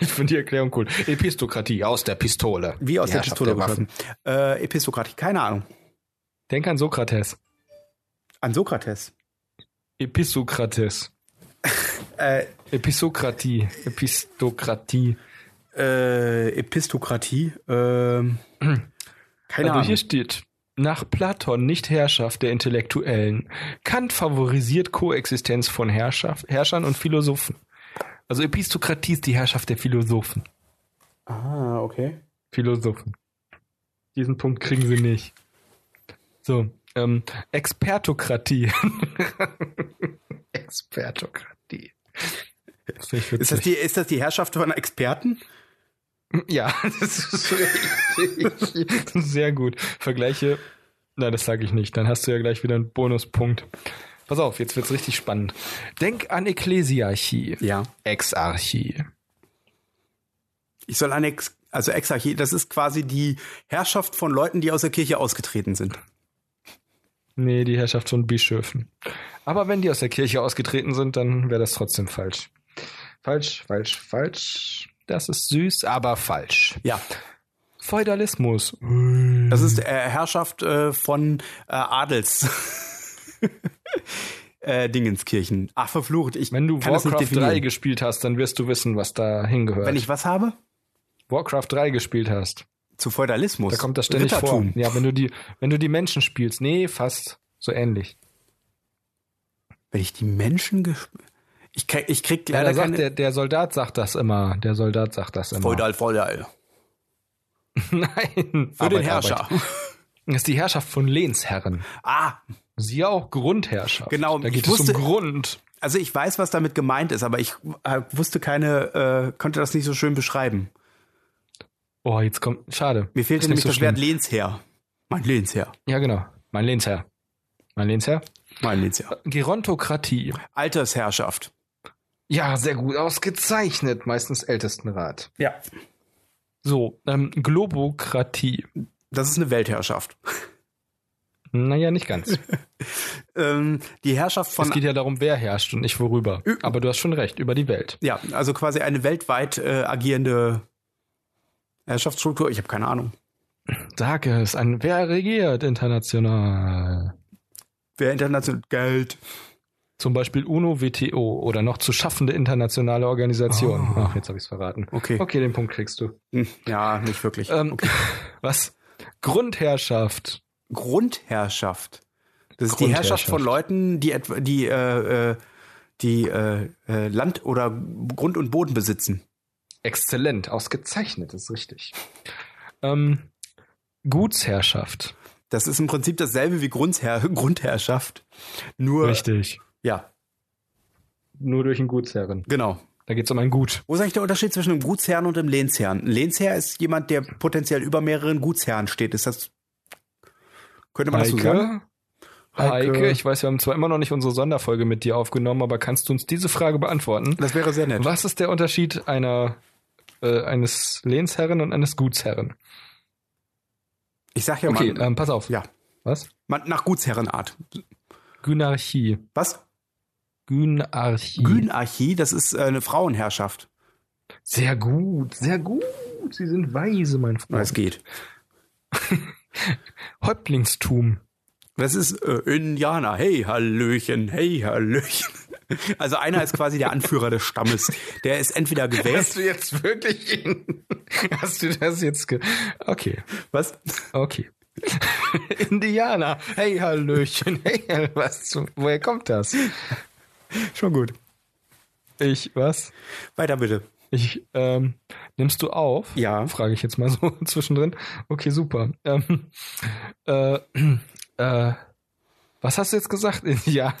S1: ich finde die Erklärung cool. Epistokratie aus der Pistole.
S2: Wie aus
S1: Die
S2: der
S1: Herrschaft
S2: Pistole
S1: Waffen.
S2: geschossen. Äh, Epistokratie, keine Ahnung.
S1: Denk an Sokrates.
S2: An Sokrates.
S1: Epistokrates.
S2: Äh,
S1: Epistokratie. Epistokratie.
S2: äh, Epistokratie, ähm, keine
S1: also
S2: Ahnung.
S1: hier steht, nach Platon nicht Herrschaft der Intellektuellen. Kant favorisiert Koexistenz von Herrschaft, Herrschern und Philosophen. Also Epistokratie ist die Herrschaft der Philosophen.
S2: Ah, okay.
S1: Philosophen. Diesen Punkt kriegen sie nicht. So, ähm, Expertokratie. Expertokratie. Das find ich
S2: Ist das,
S1: witzig.
S2: die, ist das die Herrschaft von Experten?
S1: Ja, das ist richtig. sehr gut. Vergleiche. Nein, das sage ich nicht. Dann hast du ja gleich wieder einen Bonuspunkt. Pass auf, jetzt wird's richtig spannend. Denk an Ekklesiarchie.
S2: Ja.
S1: Exarchie.
S2: Ich soll eine, Ex also Exarchie, das ist quasi die Herrschaft von Leuten, die aus der Kirche ausgetreten sind.
S1: Nee, die Herrschaft von Bischöfen. Aber wenn die aus der Kirche ausgetreten sind, dann wäre das trotzdem falsch. Falsch, falsch, falsch. das ist süß, aber falsch.
S2: Ja,
S1: Feudalismus.
S2: das ist
S1: Mhm.
S2: äh, Herrschaft äh, von äh, Adels. äh, Dingenskirchen. Ach, verflucht. Ich
S1: Wenn du
S2: kann das nicht
S1: Warcraft 3
S2: definieren.
S1: gespielt hast, dann wirst du wissen, was da hingehört.
S2: Wenn ich was habe?
S1: Warcraft 3 gespielt hast,
S2: Zu Feudalismus.
S1: da kommt das ständig vor.
S2: Rittertum.
S1: Ja, wenn du die, wenn du die Menschen spielst, nee, fast so ähnlich.
S2: Wenn ich die Menschen gesp- ich krieg, ich krieg
S1: Ja,
S2: leider
S1: da sagt
S2: keine
S1: der, Genau. der Soldat sagt das immer. Der Soldat sagt das immer.
S2: Feudal, Feudal.
S1: Nein.
S2: Für den Herrscher.
S1: Das ist die Herrschaft von Lehnsherren.
S2: Ah,
S1: Sie auch Grundherrschaft.
S2: Genau,
S1: Da
S2: ich
S1: geht es
S2: wusste-
S1: um Grund.
S2: also ich weiß, was damit gemeint ist, aber ich äh, wusste keine, äh, konnte das nicht so schön beschreiben.
S1: Oh, jetzt kommt. Schade.
S2: Mir fehlte
S1: Ist
S2: nämlich
S1: nicht so
S2: das Wert
S1: schlimm.
S2: Lehnsherr. Mein Lehnsherr.
S1: Ja, genau. Mein Lehnsherr. Mein Lehnsherr.
S2: Mein Lehnsherr.
S1: Gerontokratie.
S2: Altersherrschaft.
S1: Ja, sehr gut ausgezeichnet. Meistens Ältestenrat.
S2: Ja.
S1: So, ähm, Globokratie.
S2: Das ist eine Weltherrschaft.
S1: Naja, nicht ganz.
S2: Ähm, die Herrschaft
S1: es
S2: von.
S1: geht ja darum, wer herrscht und nicht worüber.
S2: Ü-
S1: Aber du hast schon recht, über die Welt.
S2: Ja, also quasi eine weltweit äh, agierende Herrschaftsstruktur. Ich habe keine Ahnung.
S1: Sag es, an wer regiert international?
S2: Wer international Geld.
S1: Zum Beispiel UNO, WTO oder noch zu schaffende internationale Organisationen.
S2: Oh.
S1: Ach, jetzt habe ich es verraten.
S2: Okay.
S1: Okay, den Punkt kriegst du.
S2: Hm, Ja, nicht wirklich.
S1: Ähm, Was? Grundherrschaft.
S2: Grundherrschaft. Das ist die Herrschaft
S1: Grundherrschaft.
S2: von Leuten, die etwa die äh, äh, die äh, äh, Land oder Grund und Boden besitzen.
S1: Exzellent, ausgezeichnet, ist richtig. Ähm, Gutsherrschaft.
S2: Das ist im Prinzip dasselbe wie Grundherr Grundherrschaft. Nur
S1: Richtig.
S2: ja,
S1: Nur durch einen Gutsherren.
S2: genau.
S1: Da geht es um ein Gut.
S2: Wo ist eigentlich der Unterschied zwischen einem Gutsherrn und einem Lehnsherrn? Ein Lehnsherr ist jemand, der potenziell über mehreren Gutsherren steht. Ist das könnte man das so sagen?
S1: Heike, Heike, ich weiß, wir haben zwar immer noch nicht unsere Sonderfolge mit dir aufgenommen, aber kannst du uns diese Frage beantworten?
S2: Das wäre sehr nett.
S1: Was ist der Unterschied einer, äh, eines Lehnsherren und eines Gutsherren?
S2: Ich sag ja
S1: Okay,
S2: mal,
S1: ähm, pass auf.
S2: Ja.
S1: Was?
S2: man, nach Gutsherrenart.
S1: Gynarchie.
S2: Was?
S1: Gynarchie.
S2: Günarchie, das ist äh, eine Frauenherrschaft.
S1: sehr gut, sehr gut. Sie sind weise, mein
S2: Na, Es
S1: Freund.
S2: geht.
S1: Häuptlingstum.
S2: Das ist äh, Indianer. Hey, Hallöchen, hey, Hallöchen. Also einer ist quasi der Anführer des Stammes. Der ist entweder gewählt.
S1: du jetzt wirklich. Hast du das jetzt. Ge okay.
S2: Was?
S1: Okay. Indianer. Hey, Hallöchen. Hey, was? zum- Woher kommt das?
S2: Schon gut.
S1: Ich, was?
S2: Weiter bitte.
S1: Ich, ähm, nimmst du auf?
S2: Ja.
S1: Frage ich jetzt mal so zwischendrin. Okay, super. Ähm, äh, äh, was hast du jetzt gesagt? Indianer.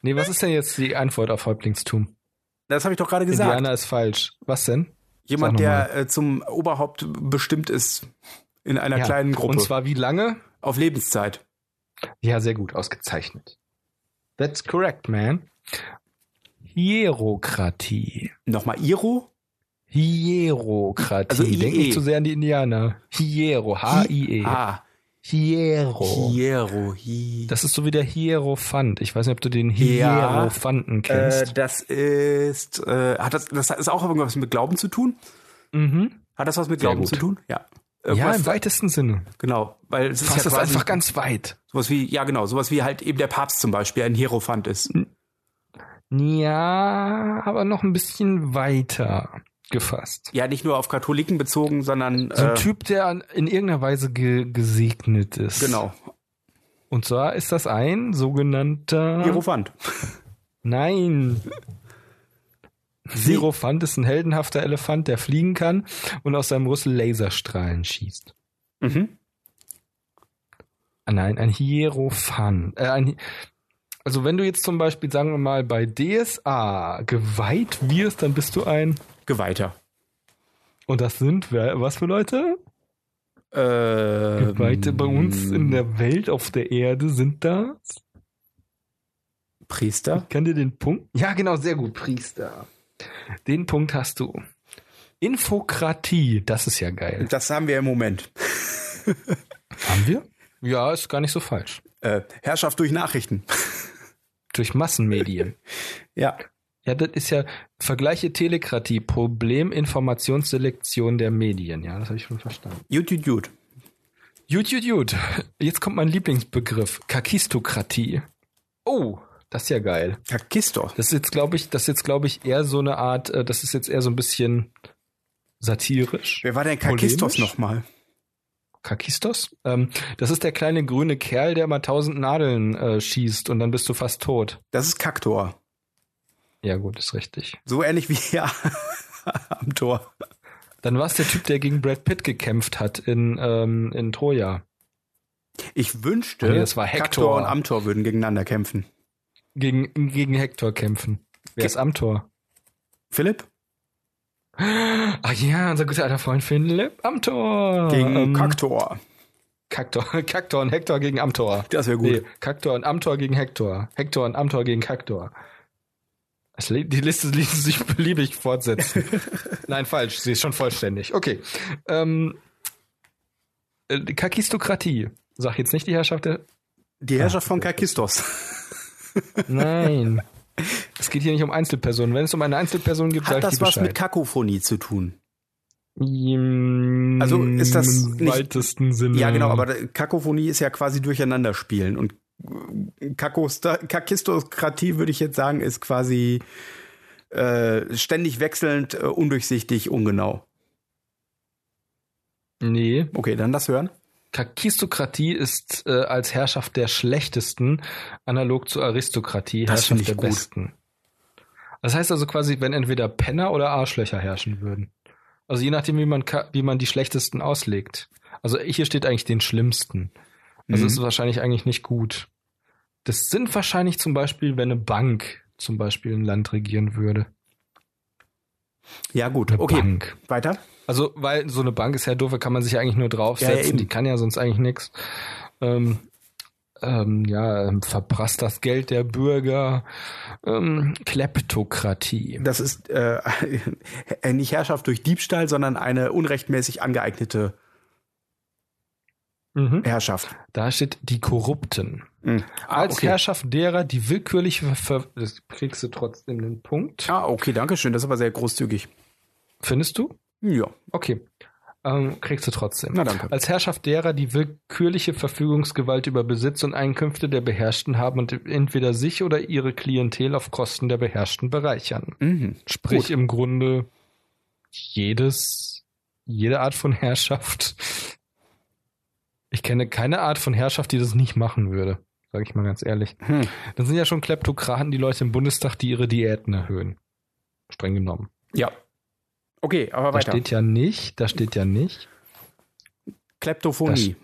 S1: nee, was ist denn jetzt die Antwort auf Häuptlingstum?
S2: Das habe ich doch gerade gesagt.
S1: Indianer ist falsch. Was denn?
S2: Jemand,
S1: Sag noch mal.
S2: der äh, zum Oberhaupt bestimmt ist in einer
S1: Ja.
S2: kleinen Gruppe.
S1: Und zwar wie lange?
S2: auf Lebenszeit.
S1: Ja, sehr gut, ausgezeichnet. That's correct, man. Hierokratie.
S2: Nochmal Iro?
S1: Hierokratie.
S2: Also IE.
S1: Denk nicht zu sehr an die Indianer. Hiero, E. H-I-E.
S2: Ah,
S1: Hiero.
S2: Hiero. Hi. Äh,
S1: Das ist so wie der Hierophant. Ich weiß nicht, ob du den Hierophanten
S2: äh,
S1: kennst.
S2: das ist. Äh, hat das, das ist auch irgendwas mit Glauben zu tun?
S1: mhm.
S2: Hat das was mit
S1: Sehr
S2: Glauben
S1: gut.
S2: zu tun? Ja.
S1: Ja,
S2: Irgendwas-
S1: im weitesten Sinne.
S2: genau. Weil es ist ja
S1: Fass das
S2: quasi-
S1: einfach ganz weit.
S2: Sowas wie, ja genau, sowas wie halt eben der Papst zum Beispiel ein Hierophant ist.
S1: Ja, aber noch ein bisschen weiter gefasst.
S2: Ja, nicht nur auf Katholiken bezogen, sondern
S1: So ein
S2: äh,
S1: Typ, der an, in irgendeiner Weise ge gesegnet ist.
S2: genau,
S1: Und zwar ist das ein sogenannter.
S2: Hierophant.
S1: Nein. Hierophant ist ein heldenhafter Elefant, der fliegen kann und aus seinem Rüssel Laserstrahlen schießt.
S2: Mhm.
S1: Ah, Nein, ein Hierophant. Äh, ein, also wenn du jetzt zum Beispiel, sagen wir mal, bei DSA geweiht wirst, dann bist du ein.
S2: Geweihter.
S1: Und das sind wer, was für Leute?
S2: Äh,
S1: Geweihte bei uns in der Welt, auf der Erde sind das.
S2: Priester.
S1: Kann dir den Punkt? Ja, genau, sehr gut, Priester. Den Punkt hast du. Infokratie, das ist ja geil.
S2: Das haben wir im Moment.
S1: Haben wir? Ja, ist gar nicht so falsch.
S2: Äh, Herrschaft durch Nachrichten.
S1: Durch Massenmedien.
S2: ja.
S1: Ja, das ist ja Vergleiche Telekratie, Problem Informationsselektion der Medien. Ja, das habe ich schon verstanden.
S2: Jut, jut, jut.
S1: Jut, jut, jut. Jetzt kommt mein Lieblingsbegriff, Kakistokratie. Oh, das ist ja geil.
S2: Kakisto.
S1: Das ist jetzt, glaube ich, das ist jetzt, glaube ich, eher so eine Art, äh, das ist jetzt eher so ein bisschen satirisch.
S2: Wer war denn Kakistos
S1: Polemisch?
S2: nochmal?
S1: Kakistos? Ähm, das ist der kleine grüne Kerl, der mal tausend Nadeln äh, schießt und dann bist du fast tot.
S2: Das ist Kaktor.
S1: Ja, gut, ist richtig.
S2: So ähnlich wie er am Tor.
S1: Dann war es der Typ, der gegen Brad Pitt gekämpft hat in, ähm, in Troja.
S2: Ich wünschte,
S1: Nee, das war Hector.
S2: Kaktor und Amtor würden gegeneinander kämpfen.
S1: Gegen, gegen Hector kämpfen. Wer
S2: Ge-
S1: ist am Tor?
S2: Philipp?
S1: Ach Ah ja, unser guter alter Freund Philipp am Tor.
S2: Gegen
S1: Ähm,
S2: Kaktor.
S1: Kaktor. Kaktor und Hector gegen Amtor.
S2: Das wäre gut.
S1: Nee, Kaktor und Amtor gegen Hector. Hector und Amtor gegen Kaktor. Es li- Die Liste ließ sich beliebig fortsetzen. Nein, falsch. Sie ist schon vollständig. Okay. Ähm, äh, Kakistokratie. Sag jetzt nicht die Herrschaft der.
S2: Die Herrschaft von Kakistos.
S1: Nein. es geht hier nicht um Einzelpersonen. Wenn es um eine Einzelperson geht,
S2: Hat
S1: sag ich
S2: das
S1: dir
S2: was
S1: Bescheid.
S2: mit Kakophonie zu tun?
S1: Im
S2: Also ist das nicht-
S1: weitesten Sinne.
S2: Ja, genau, aber da- Kakophonie ist ja quasi Durcheinanderspielen und äh, Kakosta Kakistokratie, würde ich jetzt sagen, ist quasi äh, ständig wechselnd, äh, undurchsichtig, ungenau.
S1: Nee.
S2: Okay, dann das hören.
S1: Kakistokratie ist äh, als Herrschaft der Schlechtesten analog zur Aristokratie Herrschaft
S2: Das finde ich
S1: der
S2: gut.
S1: Besten. Das heißt also quasi, wenn entweder Penner oder Arschlöcher herrschen würden. Also je nachdem, wie man, ka- wie man die Schlechtesten auslegt. Also hier steht eigentlich den Schlimmsten. Also
S2: Mhm.
S1: ist es wahrscheinlich eigentlich nicht gut. Das sind wahrscheinlich zum Beispiel, wenn eine Bank zum Beispiel ein Land regieren würde.
S2: Ja, gut.
S1: Eine
S2: Okay,
S1: Bank.
S2: weiter.
S1: Also, weil so eine Bank ist ja doof, da kann man sich ja eigentlich nur
S2: Ja, ja,
S1: draufsetzen.
S2: eben.
S1: die kann ja sonst eigentlich nichts. Ähm, ähm, ja, ähm, verprasst das Geld der Bürger. Ähm, Kleptokratie.
S2: Das ist äh, nicht Herrschaft durch Diebstahl, sondern eine unrechtmäßig angeeignete
S1: Mhm.
S2: Herrschaft.
S1: Da steht die Korrupten.
S2: Mhm. Ah,
S1: Als
S2: okay.
S1: Herrschaft derer, die willkürlich ver das kriegst du trotzdem den Punkt.
S2: Ah, okay, danke schön. Das ist aber sehr großzügig.
S1: Findest du?
S2: Ja,
S1: Okay. Ähm, kriegst du trotzdem.
S2: na danke.
S1: Als Herrschaft derer, die willkürliche Verfügungsgewalt über Besitz und Einkünfte der Beherrschten haben und entweder sich oder ihre Klientel auf Kosten der Beherrschten bereichern.
S2: Mhm.
S1: Sprich
S2: Gut.
S1: im Grunde jedes, jede Art von Herrschaft. Ich kenne keine Art von Herrschaft, die das nicht machen würde. Sag ich mal ganz ehrlich.
S2: Hm.
S1: Dann sind ja schon Kleptokraten die Leute im Bundestag, die ihre Diäten erhöhen. Streng genommen.
S2: Ja. Okay, aber
S1: Da
S2: weiter.
S1: steht ja nicht, da steht ja nicht,
S2: Kleptophonie.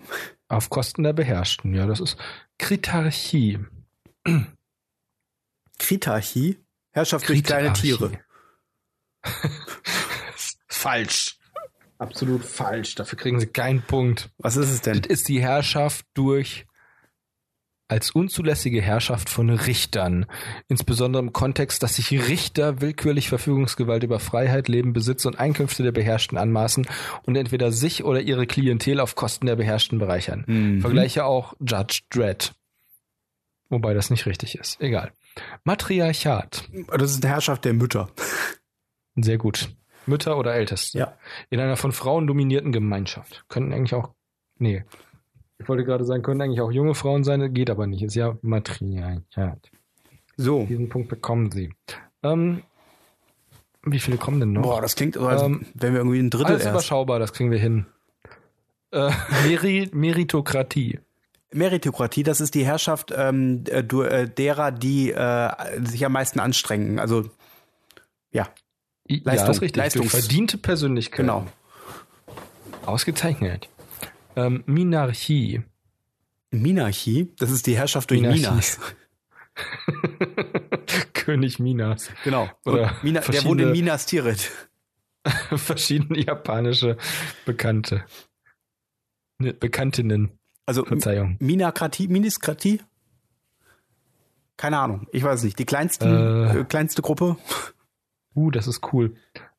S1: Auf Kosten der Beherrschten, ja, das ist Kritarchie.
S2: Kritarchie. Herrschaft durch kleine Tiere.
S1: falsch. Absolut falsch. Dafür kriegen sie keinen Punkt.
S2: Was ist es
S1: Das
S2: denn?
S1: ist die Herrschaft durch als unzulässige Herrschaft von Richtern. Insbesondere im Kontext, dass sich Richter willkürlich Verfügungsgewalt über Freiheit, Leben, Besitz und Einkünfte der Beherrschten anmaßen und entweder sich oder ihre Klientel auf Kosten der Beherrschten bereichern.
S2: Mhm.
S1: Vergleiche auch Judge Dredd. Wobei das nicht richtig ist. Egal. Matriarchat.
S2: Das ist eine Herrschaft der Mütter.
S1: Sehr gut. Mütter oder Älteste.
S2: Ja.
S1: In einer von Frauen dominierten Gemeinschaft. Könnten eigentlich auch. Nee. Ich wollte gerade sagen, könnten eigentlich auch junge Frauen sein, geht aber nicht. Ist ja Matriarchat.
S2: So.
S1: Diesen Punkt bekommen sie. Ähm, wie viele kommen denn noch?
S2: Boah, das klingt, so, als
S1: Ähm,
S2: wenn wir irgendwie ein Drittel
S1: Alles
S2: erst.
S1: überschaubar, das kriegen wir hin. Äh, Meri Meritokratie.
S2: Meritokratie, das ist die Herrschaft ähm, äh, du- äh, derer, die äh, sich am meisten anstrengen. Also, ja,
S1: I-
S2: Leistung,
S1: ja, ist richtig.
S2: Leistungs-
S1: Durch verdiente Persönlichkeit.
S2: genau.
S1: Ausgezeichnet. Ähm, Minarchie.
S2: Minarchie, das ist die Herrschaft durch
S1: Minarchie.
S2: Minas.
S1: König Minas.
S2: Genau.
S1: Oder
S2: Und Mina, der
S1: verschiedene-
S2: wohnt in Minas Tirith.
S1: Verschiedene japanische Bekannte. Ne, Bekanntinnen.
S2: Also, M-
S1: Verzeihung.
S2: Minokratie, Miniskratie? Keine Ahnung, ich weiß es nicht. Die kleinsten,
S1: Äh.
S2: äh, kleinste Gruppe?
S1: Uh, das ist cool.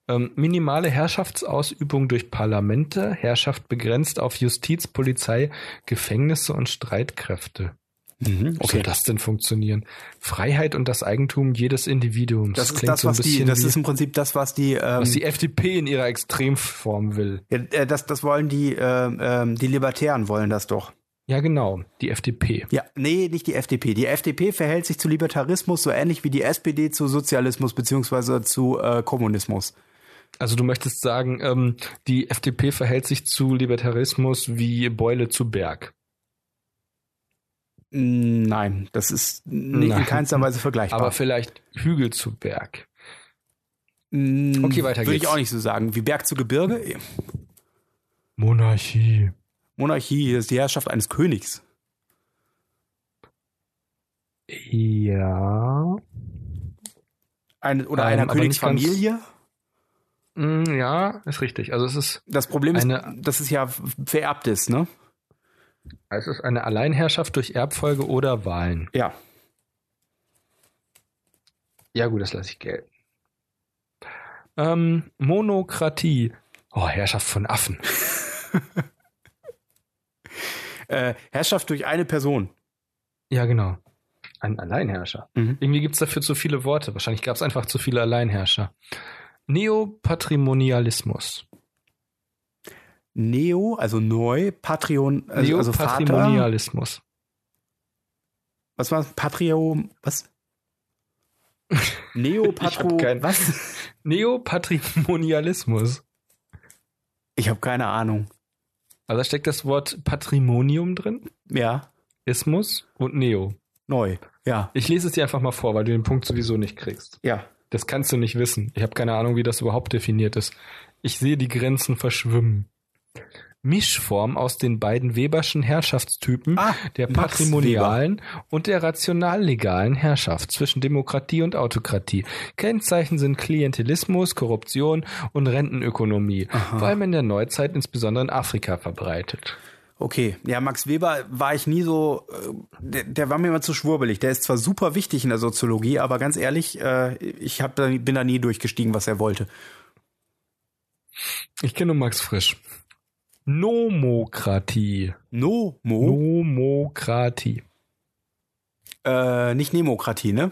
S1: Ähm, minimale Herrschaftsausübung durch Parlamente. Herrschaft begrenzt auf Justiz, Polizei, Gefängnisse und Streitkräfte. Mhm, Wie soll das denn funktionieren? Freiheit und das Eigentum jedes Individuums.
S2: Das, ist das, was die, das
S1: wie,
S2: ist im Prinzip das, was die, ähm,
S1: was die FDP in ihrer Extremform will.
S2: ja, äh, das, das wollen die, ähm, ähm, die Libertären wollen das doch.
S1: Ja, genau, die FDP.
S2: Ja, nee, nicht die FDP. Die FDP verhält sich zu Libertarismus so ähnlich wie die SPD zu Sozialismus beziehungsweise zu äh, Kommunismus.
S1: Also du möchtest sagen, ähm, die FDP verhält sich zu Libertarismus wie Beule zu Berg.
S2: Mm, Nein, das ist nicht
S1: Nein.
S2: in keinster Weise vergleichbar.
S1: Aber vielleicht Hügel zu Berg.
S2: okay,
S1: weiter
S2: Würde
S1: geht's.
S2: Mm, ich auch nicht so sagen. Wie Berg zu Gebirge?
S1: Monarchie.
S2: Monarchie ist die Herrschaft eines Königs.
S1: Ja.
S2: Eine, oder
S1: Ähm,
S2: einer
S1: aber
S2: Königsfamilie.
S1: Mm, ja, ist richtig. Also es ist,
S2: Das Problem ist,
S1: Eine-
S2: dass es ja vererbt ist, ne?
S1: es ist eine Alleinherrschaft durch Erbfolge oder Wahlen.
S2: Ja.
S1: Ja, gut, das lasse ich gelten. Ähm, Monokratie. Oh, Herrschaft von Affen.
S2: Äh, Herrschaft durch eine Person.
S1: Ja, genau. Ein Alleinherrscher.
S2: Mhm.
S1: Irgendwie gibt es dafür zu viele Worte. Wahrscheinlich gab es einfach zu viele Alleinherrscher. Neopatrimonialismus.
S2: Neo, also neu, Patreon, also, also Vater.
S1: Neopatrimonialismus.
S2: Was war Patrio, was? Neo, Patro,
S1: hab kein-
S2: was?
S1: Neopatrimonialismus.
S2: Ich habe keine Ahnung.
S1: Also da steckt das Wort Patrimonium drin,
S2: Ja,
S1: Ismus und Neo.
S2: neu. Ja,
S1: Ich lese es dir einfach mal vor, weil du den Punkt sowieso nicht kriegst.
S2: ja.
S1: Das kannst du nicht wissen. Ich habe keine Ahnung, wie das überhaupt definiert ist. Ich sehe die Grenzen verschwimmen. Mischform aus den beiden Weberschen Herrschaftstypen,
S2: Ah,
S1: der
S2: Max
S1: patrimonialen und der rational-legalen Herrschaft zwischen Demokratie und Autokratie. Kennzeichen sind Klientelismus, Korruption und Rentenökonomie, vor allem in der Neuzeit insbesondere in Afrika verbreitet.
S2: Okay, ja, Max Weber war ich nie so, äh, der, der war mir immer zu schwurbelig. Der ist zwar super wichtig in der Soziologie, aber ganz ehrlich, äh, ich hab, da- bin da nie durchgestiegen, was er wollte.
S1: Ich kenne nur Max Frisch. Nomokratie.
S2: Nomo,
S1: Nomokratie.
S2: äh, nicht Nemokratie, ne?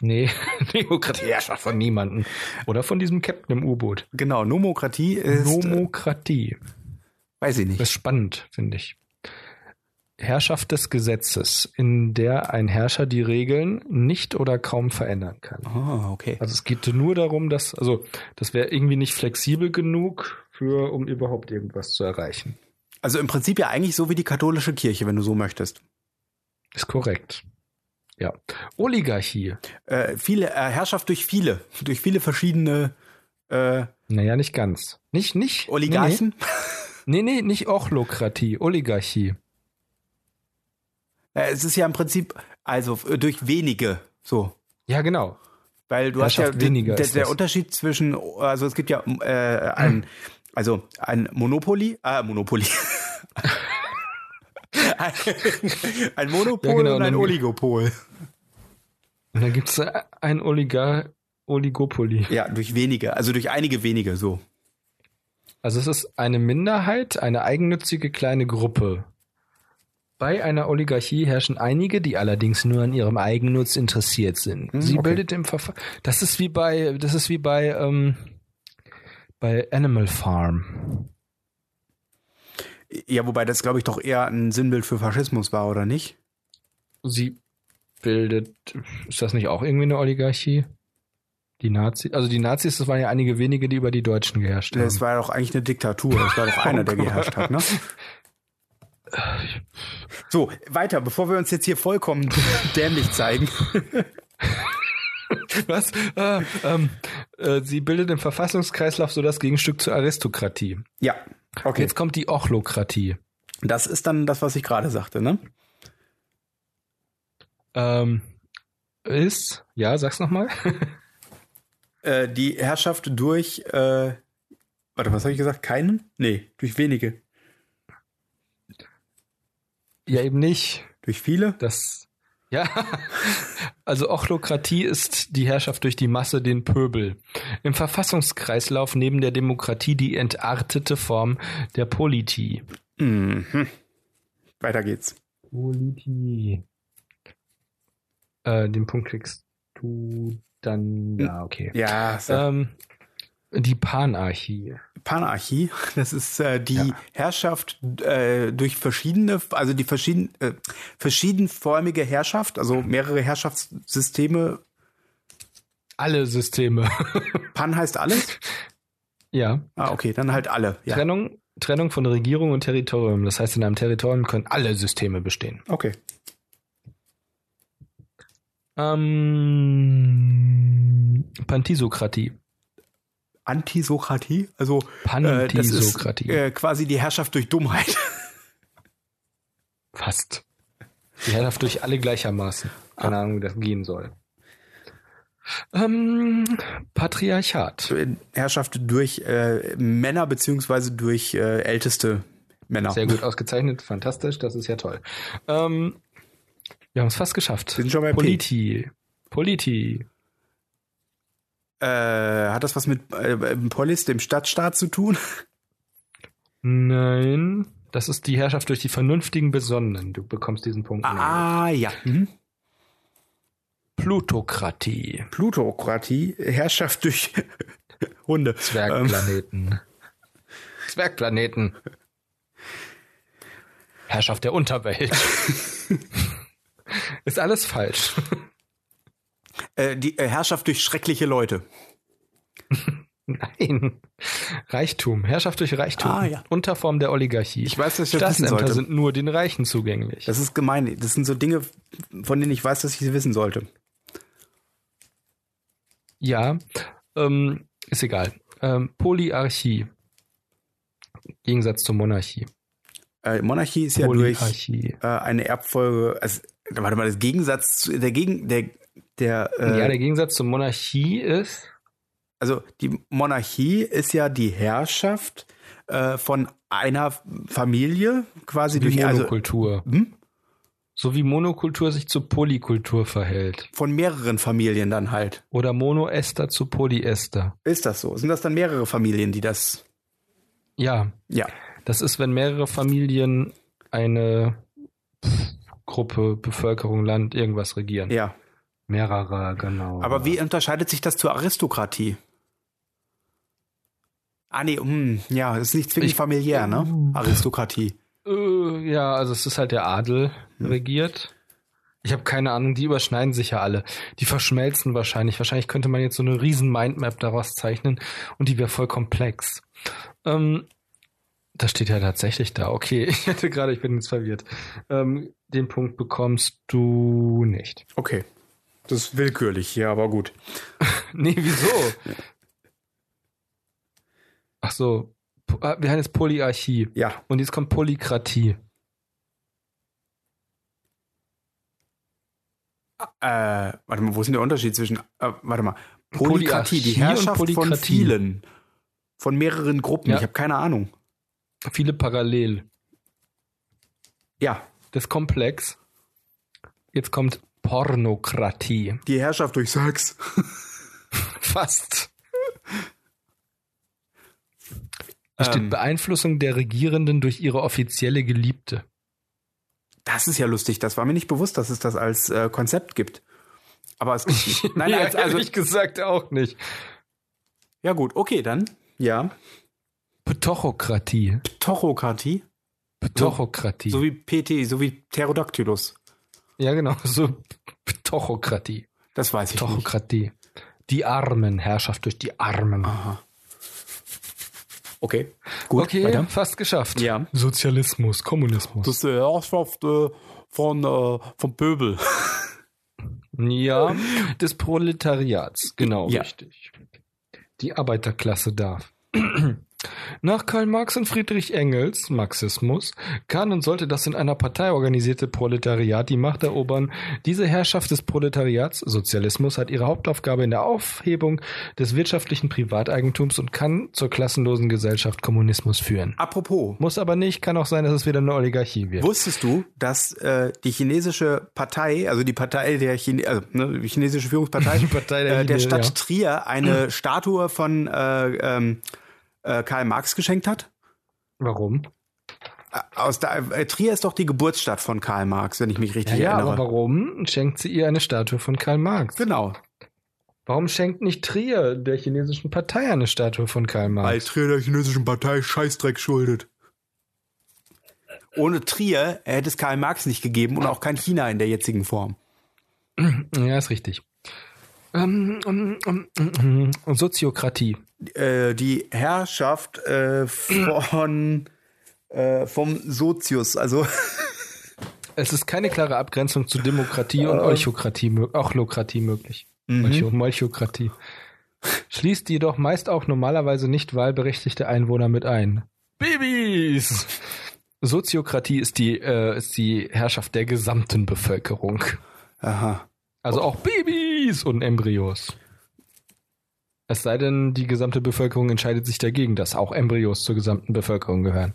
S1: Nee, Neokratie Herrschaft von niemandem. Oder von diesem Captain im U-Boot.
S2: Genau, Nomokratie ist,
S1: äh,
S2: äh,
S1: Nomokratie.
S2: weiß ich
S1: Das
S2: nicht.
S1: ist spannend, finde ich. Herrschaft des Gesetzes, in der ein Herrscher die Regeln nicht oder kaum verändern kann.
S2: Ah, okay.
S1: Also es geht nur darum, dass, also das wäre irgendwie nicht flexibel genug für, um überhaupt irgendwas zu erreichen.
S2: Also im Prinzip ja eigentlich so wie die katholische Kirche, wenn du so möchtest.
S1: Ist korrekt. Ja. Oligarchie.
S2: Äh, viele, äh, Herrschaft durch viele, durch viele verschiedene äh,
S1: Naja, nicht ganz. Nicht, nicht.
S2: Oligarchen.
S1: Nee, nee, nee nicht Ochlokratie, Oligarchie.
S2: Äh, es ist ja im Prinzip, also äh, durch wenige, so.
S1: Ja, genau.
S2: Weil du hast ja
S1: Herrschaft weniger
S2: der,
S1: ist
S2: der
S1: das. Hm.
S2: Unterschied zwischen, also es gibt ja äh, ein, also ein Monopoly, äh, Monopoly. ein, ein Monopol
S1: Ja, genau,
S2: und ein
S1: und-
S2: Oligopol.
S1: Und dann gibt es ein Oligar Oligopoly.
S2: Ja, durch wenige, also durch einige wenige so.
S1: Also es ist eine Minderheit, eine eigennützige kleine Gruppe. Bei einer Oligarchie herrschen einige, die allerdings nur an ihrem Eigennutz interessiert sind.
S2: Hm,
S1: Sie bildet im Verfahren. Das ist wie bei, das ist wie bei, ähm, bei Animal Farm.
S2: Ja, wobei das, glaube ich, doch eher ein Sinnbild für Faschismus war, oder nicht?
S1: Sie bildet, ist das nicht auch irgendwie eine Oligarchie? Die Nazis, also die Nazis, das waren ja einige wenige, die über die Deutschen geherrscht haben.
S2: Das war doch eigentlich eine Diktatur. Das war doch einer, der geherrscht hat, ne? So, weiter, bevor wir uns jetzt hier vollkommen dämlich zeigen.
S1: Was? Äh, ähm, äh, sie bildet im Verfassungskreislauf so das Gegenstück zur Aristokratie.
S2: Ja, okay.
S1: Jetzt kommt die Ochlokratie.
S2: Das ist dann das, was ich gerade sagte, ne?
S1: Ähm, ist, ja, sag's nochmal.
S2: Äh, die Herrschaft durch, äh, warte, was habe ich gesagt? Keinen? Nee, durch wenige.
S1: ja, eben nicht.
S2: Durch viele?
S1: Das, ja. Also Ochlokratie ist die Herrschaft durch die Masse, den Pöbel. Im Verfassungskreislauf neben der Demokratie die entartete Form der Politie.
S2: Mhm. Weiter geht's.
S1: Politie. Äh, den Punkt kriegst du dann. Ja, okay.
S2: Ja, so.
S1: Ähm, die Panarchie.
S2: Panarchie, das ist äh, die Herrschaft äh, durch verschiedene, also die verschieden, äh, verschiedenformige Herrschaft, also mehrere Herrschaftssysteme.
S1: Alle Systeme.
S2: Pan heißt alles?
S1: ja.
S2: Ah, okay, dann halt alle. Ja,
S1: Trennung, Trennung von Regierung und Territorium. Das heißt, in einem Territorium können alle Systeme bestehen.
S2: okay.
S1: Ähm, Pantisokratie.
S2: Antisokratie, also äh, das ist
S1: Pantisokratie.
S2: äh, quasi die Herrschaft durch Dummheit.
S1: Fast. Die Herrschaft durch alle gleichermaßen.
S2: Ah.
S1: Keine Ahnung, wie das gehen soll. Ähm, Patriarchat.
S2: Herrschaft durch äh, Männer beziehungsweise durch äh, älteste Männer.
S1: Sehr gut ausgezeichnet, fantastisch, das ist ja toll. Ähm, wir haben es fast geschafft.
S2: Wir sind schon bei P.
S1: Politi. Politi.
S2: Äh, hat das was mit äh, ähm, Polis, dem Stadtstaat, zu tun?
S1: Nein, das ist die Herrschaft durch die vernünftigen Besonnenen. Du bekommst diesen Punkt. nicht.
S2: ja. Mhm.
S1: Plutokratie.
S2: Plutokratie, Herrschaft durch Hunde.
S1: Zwergplaneten. Ähm. Zwergplaneten. Herrschaft der Unterwelt. Ist alles falsch.
S2: Äh, die äh, Herrschaft durch schreckliche Leute.
S1: Nein. Reichtum. Herrschaft durch Reichtum.
S2: Ah, ja.
S1: Unterform der Oligarchie.
S2: Ich weiß, dass ich das wissen
S1: Staatsämter
S2: sollte.
S1: sind nur den Reichen zugänglich.
S2: Das ist gemein. Das sind so Dinge, von denen ich weiß, dass ich sie wissen sollte.
S1: ja, ähm, ist egal. Ähm, Polyarchie. Gegensatz zur Monarchie.
S2: Äh, Monarchie ist ja durch
S1: Polyarchie.
S2: äh, eine Erbfolge. Also, warte mal, das Gegensatz zu, der Gegen, der, der, äh,
S1: ja, der Gegensatz zur Monarchie ist.
S2: also die Monarchie ist ja die Herrschaft äh, von einer Familie quasi
S1: wie
S2: durch also
S1: Monokultur.
S2: Hm?
S1: So wie Monokultur sich zur Polykultur verhält.
S2: von mehreren Familien dann halt.
S1: Oder Monoester zu Polyester.
S2: Ist das so? Sind das dann mehrere Familien, die das?
S1: Ja,
S2: Ja.
S1: das ist, wenn mehrere Familien eine pff, Gruppe, Bevölkerung, Land, irgendwas regieren.
S2: Ja.
S1: Mehrere, genau.
S2: Aber wie unterscheidet sich das zur Aristokratie? Ah, nee, hm, ja, ist nicht zwingend
S1: Ich-
S2: familiär, ne? Aristokratie.
S1: Äh, ja, also es ist halt der Adel regiert. Ich habe keine Ahnung, die überschneiden sich ja alle. Die verschmelzen wahrscheinlich. Wahrscheinlich könnte man jetzt so eine riesen Mindmap daraus zeichnen und die wäre voll komplex. Ähm, das steht ja tatsächlich da. Okay, ich hätte gerade, ich bin jetzt verwirrt. Ähm, den Punkt bekommst du nicht.
S2: Okay. Das ist willkürlich, ja, aber gut.
S1: Nee, wieso? Ach so, Po- ah, wir haben jetzt Polyarchie.
S2: Ja.
S1: Und jetzt kommt Polykratie.
S2: Äh, warte mal, wo ist denn der Unterschied zwischen, äh, warte mal, Polykratie, die
S1: Polyarchie und
S2: Herrschaft von
S1: Polykratie.
S2: vielen, von mehreren Gruppen,
S1: Ja.
S2: ich habe keine Ahnung.
S1: Viele parallel.
S2: Ja,
S1: das Komplex. Jetzt kommt Pornokratie.
S2: die Herrschaft durch Sex.
S1: Fast. Da
S2: Ähm.
S1: steht Beeinflussung der Regierenden durch ihre offizielle Geliebte.
S2: Das ist ja lustig, das war mir nicht bewusst, dass es das als äh, Konzept gibt. Aber es gibt, nein,
S1: Ja,
S2: als, also,
S1: ehrlich gesagt auch nicht.
S2: ja gut, okay, dann, ja.
S1: Ptochokratie.
S2: Tochokratie,
S1: Ptochokratie.
S2: so wie PT, so wie Pterodactylus.
S1: ja, genau. So Ptochokratie.
S2: Das weiß ich nicht.
S1: Ptochokratie. Die Armen. Herrschaft durch die Armen.
S2: Aha. Ah. Okay, gut,
S1: okay,
S2: weiter.
S1: fast geschafft.
S2: Ja.
S1: Sozialismus, Kommunismus.
S2: Das ist die Herrschaft äh, von, äh, vom Pöbel.
S1: Ja, des Proletariats, genau
S2: Ja.
S1: richtig. Die Arbeiterklasse darf. Nach Karl Marx und Friedrich Engels, Marxismus, kann und sollte das in einer Partei organisierte Proletariat die Macht erobern. Diese Herrschaft des Proletariats, Sozialismus, hat ihre Hauptaufgabe in der Aufhebung des wirtschaftlichen Privateigentums und kann zur klassenlosen Gesellschaft Kommunismus führen.
S2: Apropos,
S1: Muss aber nicht, kann auch sein, dass es wieder eine Oligarchie wird.
S2: Wusstest du, dass äh, die chinesische Partei, also die Partei der Chine also, ne, die chinesische Führungspartei
S1: Partei
S2: äh, der
S1: Chine-
S2: Stadt
S1: ja.
S2: Trier eine Statue von äh, ähm, äh, Karl Marx geschenkt hat?
S1: Warum?
S2: aus der, äh, Trier ist doch die Geburtsstadt von Karl Marx, wenn ich mich richtig erinnere.
S1: aber warum schenkt sie ihr eine Statue von Karl Marx?
S2: Genau,
S1: Warum schenkt nicht Trier der chinesischen Partei eine Statue von Karl Marx?
S2: weil Trier der chinesischen Partei Scheißdreck schuldet. Ohne Trier hätte es Karl Marx nicht gegeben und auch kein China in der jetzigen Form.
S1: Ja, ist richtig. Ähm, ähm, ähm, ähm, ähm, Soziokratie.
S2: äh, die Herrschaft äh, von äh, vom Sozius, also
S1: Es ist keine klare Abgrenzung zu Demokratie und Olchokratie, mö- Ochlokratie möglich. Olcho- Molchokratie. Schließt jedoch meist auch normalerweise nicht wahlberechtigte Einwohner mit ein. Babys! Soziokratie ist die, äh, ist die Herrschaft der gesamten Bevölkerung.
S2: aha.
S1: Also auch Babys und Embryos. Es sei denn, die gesamte Bevölkerung entscheidet sich dagegen, dass auch Embryos zur gesamten Bevölkerung gehören.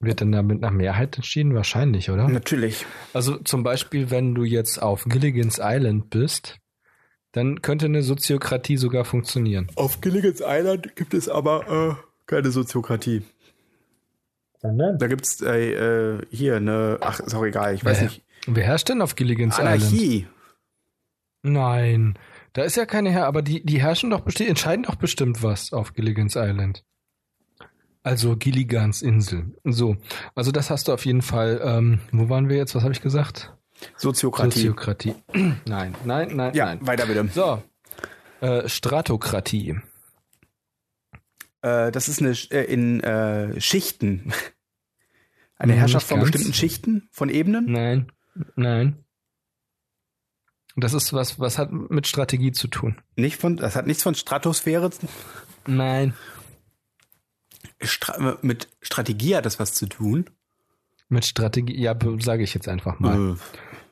S1: Wird denn da mit einer Mehrheit entschieden? Wahrscheinlich, oder?
S2: Natürlich.
S1: Also zum Beispiel, wenn du jetzt auf Gilligan's Island bist, dann könnte eine Soziokratie sogar funktionieren.
S2: Auf Gilligan's Island gibt es aber äh, keine Soziokratie. Da gibt's äh, äh, hier eine, ach, ist auch egal, ich weiß
S1: Äh,
S2: nicht.
S1: Wer herrscht denn auf Gilligan's Island?
S2: Anarchie.
S1: Nein, da ist ja keine Herr, aber die, die herrschen doch bestimmt, entscheiden doch bestimmt was auf Gilligan's Island. Also Gilligans Insel. So, also das hast du auf jeden Fall. Ähm, wo waren wir jetzt? Was habe ich gesagt?
S2: Soziokratie.
S1: Soziokratie. nein, nein, nein,
S2: ja,
S1: nein.
S2: weiter bitte.
S1: So, äh, Stratokratie.
S2: Äh, das ist eine Sch- äh, in äh, Schichten. Eine
S1: Mhm,
S2: Herrschaft
S1: nicht
S2: von
S1: ganz.
S2: bestimmten Schichten, von Ebenen.
S1: Nein, nein. Das ist was, was hat mit Strategie zu tun.
S2: Nicht von, das hat nichts von Stratosphäre
S1: Nein.
S2: Stra äh, mit Strategie hat das was zu tun.
S1: Mit Strategie, ja, sage ich jetzt einfach mal.
S2: Äh,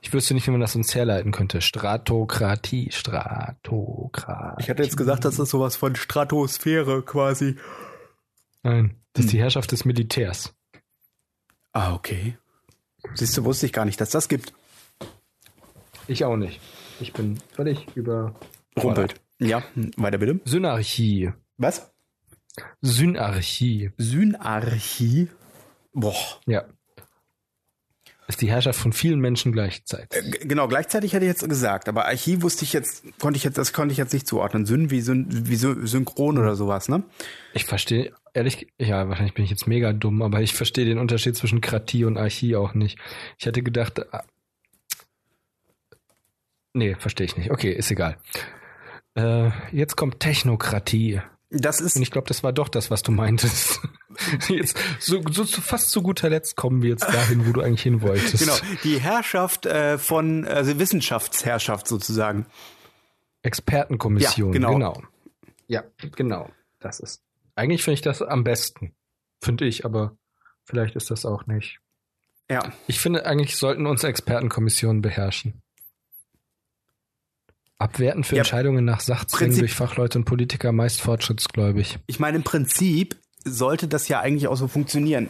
S1: Ich wüsste nicht, wie man das uns herleiten könnte. Stratokratie, Stratokratie.
S2: Ich hatte jetzt gesagt, das ist sowas von Stratosphäre quasi.
S1: Nein, das
S2: Hm.
S1: ist die Herrschaft des Militärs.
S2: Ah, okay. Siehst du, wusste ich gar nicht, dass das gibt.
S1: Ich auch nicht. Ich bin völlig über.
S2: Rumpelt. Ja, hm, weiter bitte.
S1: Synarchie.
S2: Was?
S1: Synarchie.
S2: Synarchie? Boah.
S1: Ja. Ist die Herrschaft von vielen Menschen gleichzeitig.
S2: G genau, gleichzeitig hätte ich jetzt gesagt, aber Archie wusste ich jetzt, konnte ich jetzt, das konnte ich jetzt nicht zuordnen. Syn wie, syn wie syn synchron
S1: Hm.
S2: oder sowas, ne?
S1: Ich verstehe, ehrlich, ja, wahrscheinlich bin ich jetzt mega dumm, aber ich verstehe den Unterschied zwischen Kratie und Archie auch nicht. Ich hätte gedacht, ah, nee, verstehe ich nicht. Okay, ist egal. Äh, jetzt kommt Technokratie.
S2: Das ist,
S1: Und ich glaube, das war doch das, was du meintest. Jetzt, so, so, zu- fast zu guter Letzt kommen wir jetzt dahin, wo du eigentlich hin wolltest.
S2: genau, die Herrschaft äh, von, also Wissenschaftsherrschaft sozusagen.
S1: Expertenkommission.
S2: Ja, genau.
S1: Ja, genau. Das ist. Eigentlich finde ich das am besten. Finde ich, aber vielleicht ist das auch nicht.
S2: Ja.
S1: Ich finde, eigentlich sollten uns Expertenkommissionen beherrschen. Abwerten für
S2: Ja,
S1: Entscheidungen nach Sachzwängen
S2: Prinzip-
S1: durch Fachleute und Politiker meist fortschrittsgläubig.
S2: Ich meine, im Prinzip sollte das ja eigentlich auch so funktionieren.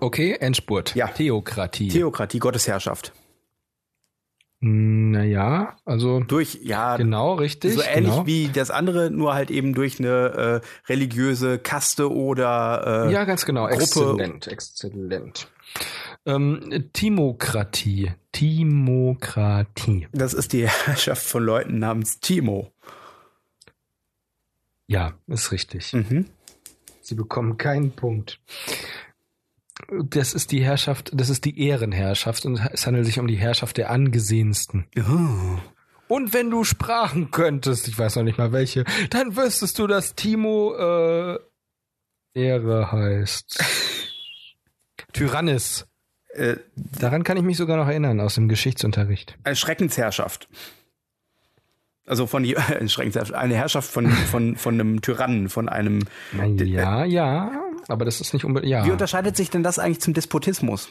S1: Okay, Endspurt.
S2: Ja.
S1: Theokratie.
S2: Theokratie, Gottesherrschaft.
S1: naja, Hm, also
S2: Durch, ja,
S1: genau, richtig.
S2: so ähnlich
S1: genau.
S2: wie das andere, nur halt eben durch eine äh, religiöse Kaste oder äh,
S1: Ja, ganz genau.
S2: Gruppe.
S1: Exzellent, exzellent. Ähm, Timokratie. Timokratie.
S2: das ist die Herrschaft von Leuten namens Timo.
S1: Ja, ist richtig.
S2: Mhm.
S1: Sie bekommen keinen Punkt. Das ist die Herrschaft, das ist die Ehrenherrschaft und es handelt sich um die Herrschaft der Angesehensten. Oh. Und wenn du Sprachen könntest, ich weiß noch nicht mal welche, dann wüsstest du, dass Timo äh, Ehre heißt. Tyrannis.
S2: Äh,
S1: Daran kann ich mich sogar noch erinnern aus dem Geschichtsunterricht.
S2: eine Schreckensherrschaft. Also von je- eine, Schreckensherrschaft, eine Herrschaft von, von, von einem Tyrannen, von einem.
S1: Na Ja, ja, aber das ist nicht unbedingt. Ja,
S2: Wie unterscheidet sich denn das eigentlich zum Despotismus?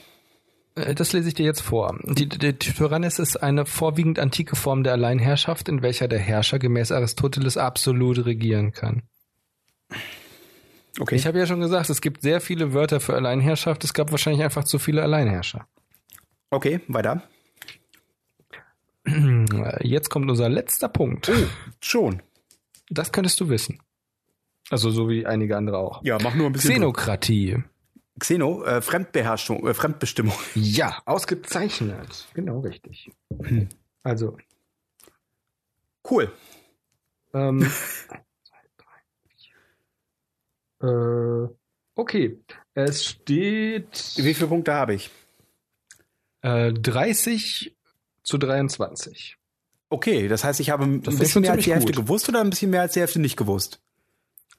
S1: Äh, das lese ich dir jetzt vor. Die, die, die Tyrannis ist eine vorwiegend antike Form der Alleinherrschaft, in welcher der Herrscher gemäß Aristoteles absolut regieren kann.
S2: Okay.
S1: Ich habe ja schon gesagt, es gibt sehr viele Wörter für Alleinherrschaft. Es gab wahrscheinlich einfach zu viele Alleinherrscher.
S2: okay, weiter.
S1: Äh, Jetzt kommt unser letzter Punkt.
S2: Oh, Schon.
S1: Das könntest du wissen. Also so wie einige andere auch.
S2: Ja, mach nur ein bisschen. Druck.
S1: Xenokratie.
S2: Xeno, äh, Fremdbeherrschung, äh, Fremdbestimmung.
S1: Ja, ausgezeichnet. Genau richtig. Also,
S2: Cool.
S1: ähm, äh, okay. Es steht
S2: Wie viele Punkte habe ich?
S1: äh, 30 zu 23.
S2: Okay, das heißt, ich habe ein
S1: Das ist
S2: bisschen
S1: schon
S2: mehr als die
S1: ziemlich
S2: Hälfte
S1: gut.
S2: gewusst oder ein bisschen mehr als die Hälfte nicht gewusst?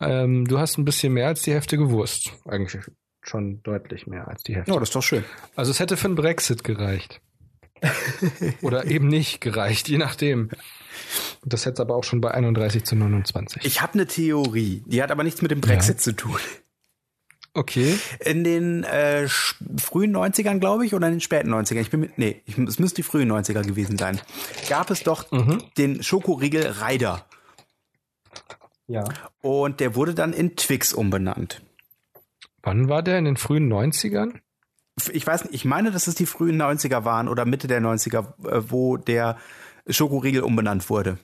S1: Ähm, du hast ein bisschen mehr als die Hälfte gewusst. Eigentlich schon deutlich mehr als die Hälfte.
S2: Ja, das ist doch schön.
S1: Also es hätte für einen Brexit gereicht. Oder eben nicht gereicht, je nachdem. Das hätte aber auch schon bei 31 zu 29.
S2: Ich habe eine Theorie, die hat aber nichts mit dem Brexit zu tun.
S1: okay.
S2: In den äh, sch- frühen 90ern, glaube ich, oder in den späten 90ern, ich bin mit, nee, ich, es müssen die frühen 90er gewesen sein, gab es doch
S1: Mhm.
S2: den Schokoriegel Reider.
S1: Ja.
S2: Und der wurde dann in Twix umbenannt.
S1: Wann war der? In den frühen 90ern?
S2: F- Ich weiß nicht, ich meine, dass es die frühen 90er waren oder Mitte der 90er, äh, wo der Schokoriegel umbenannt wurde.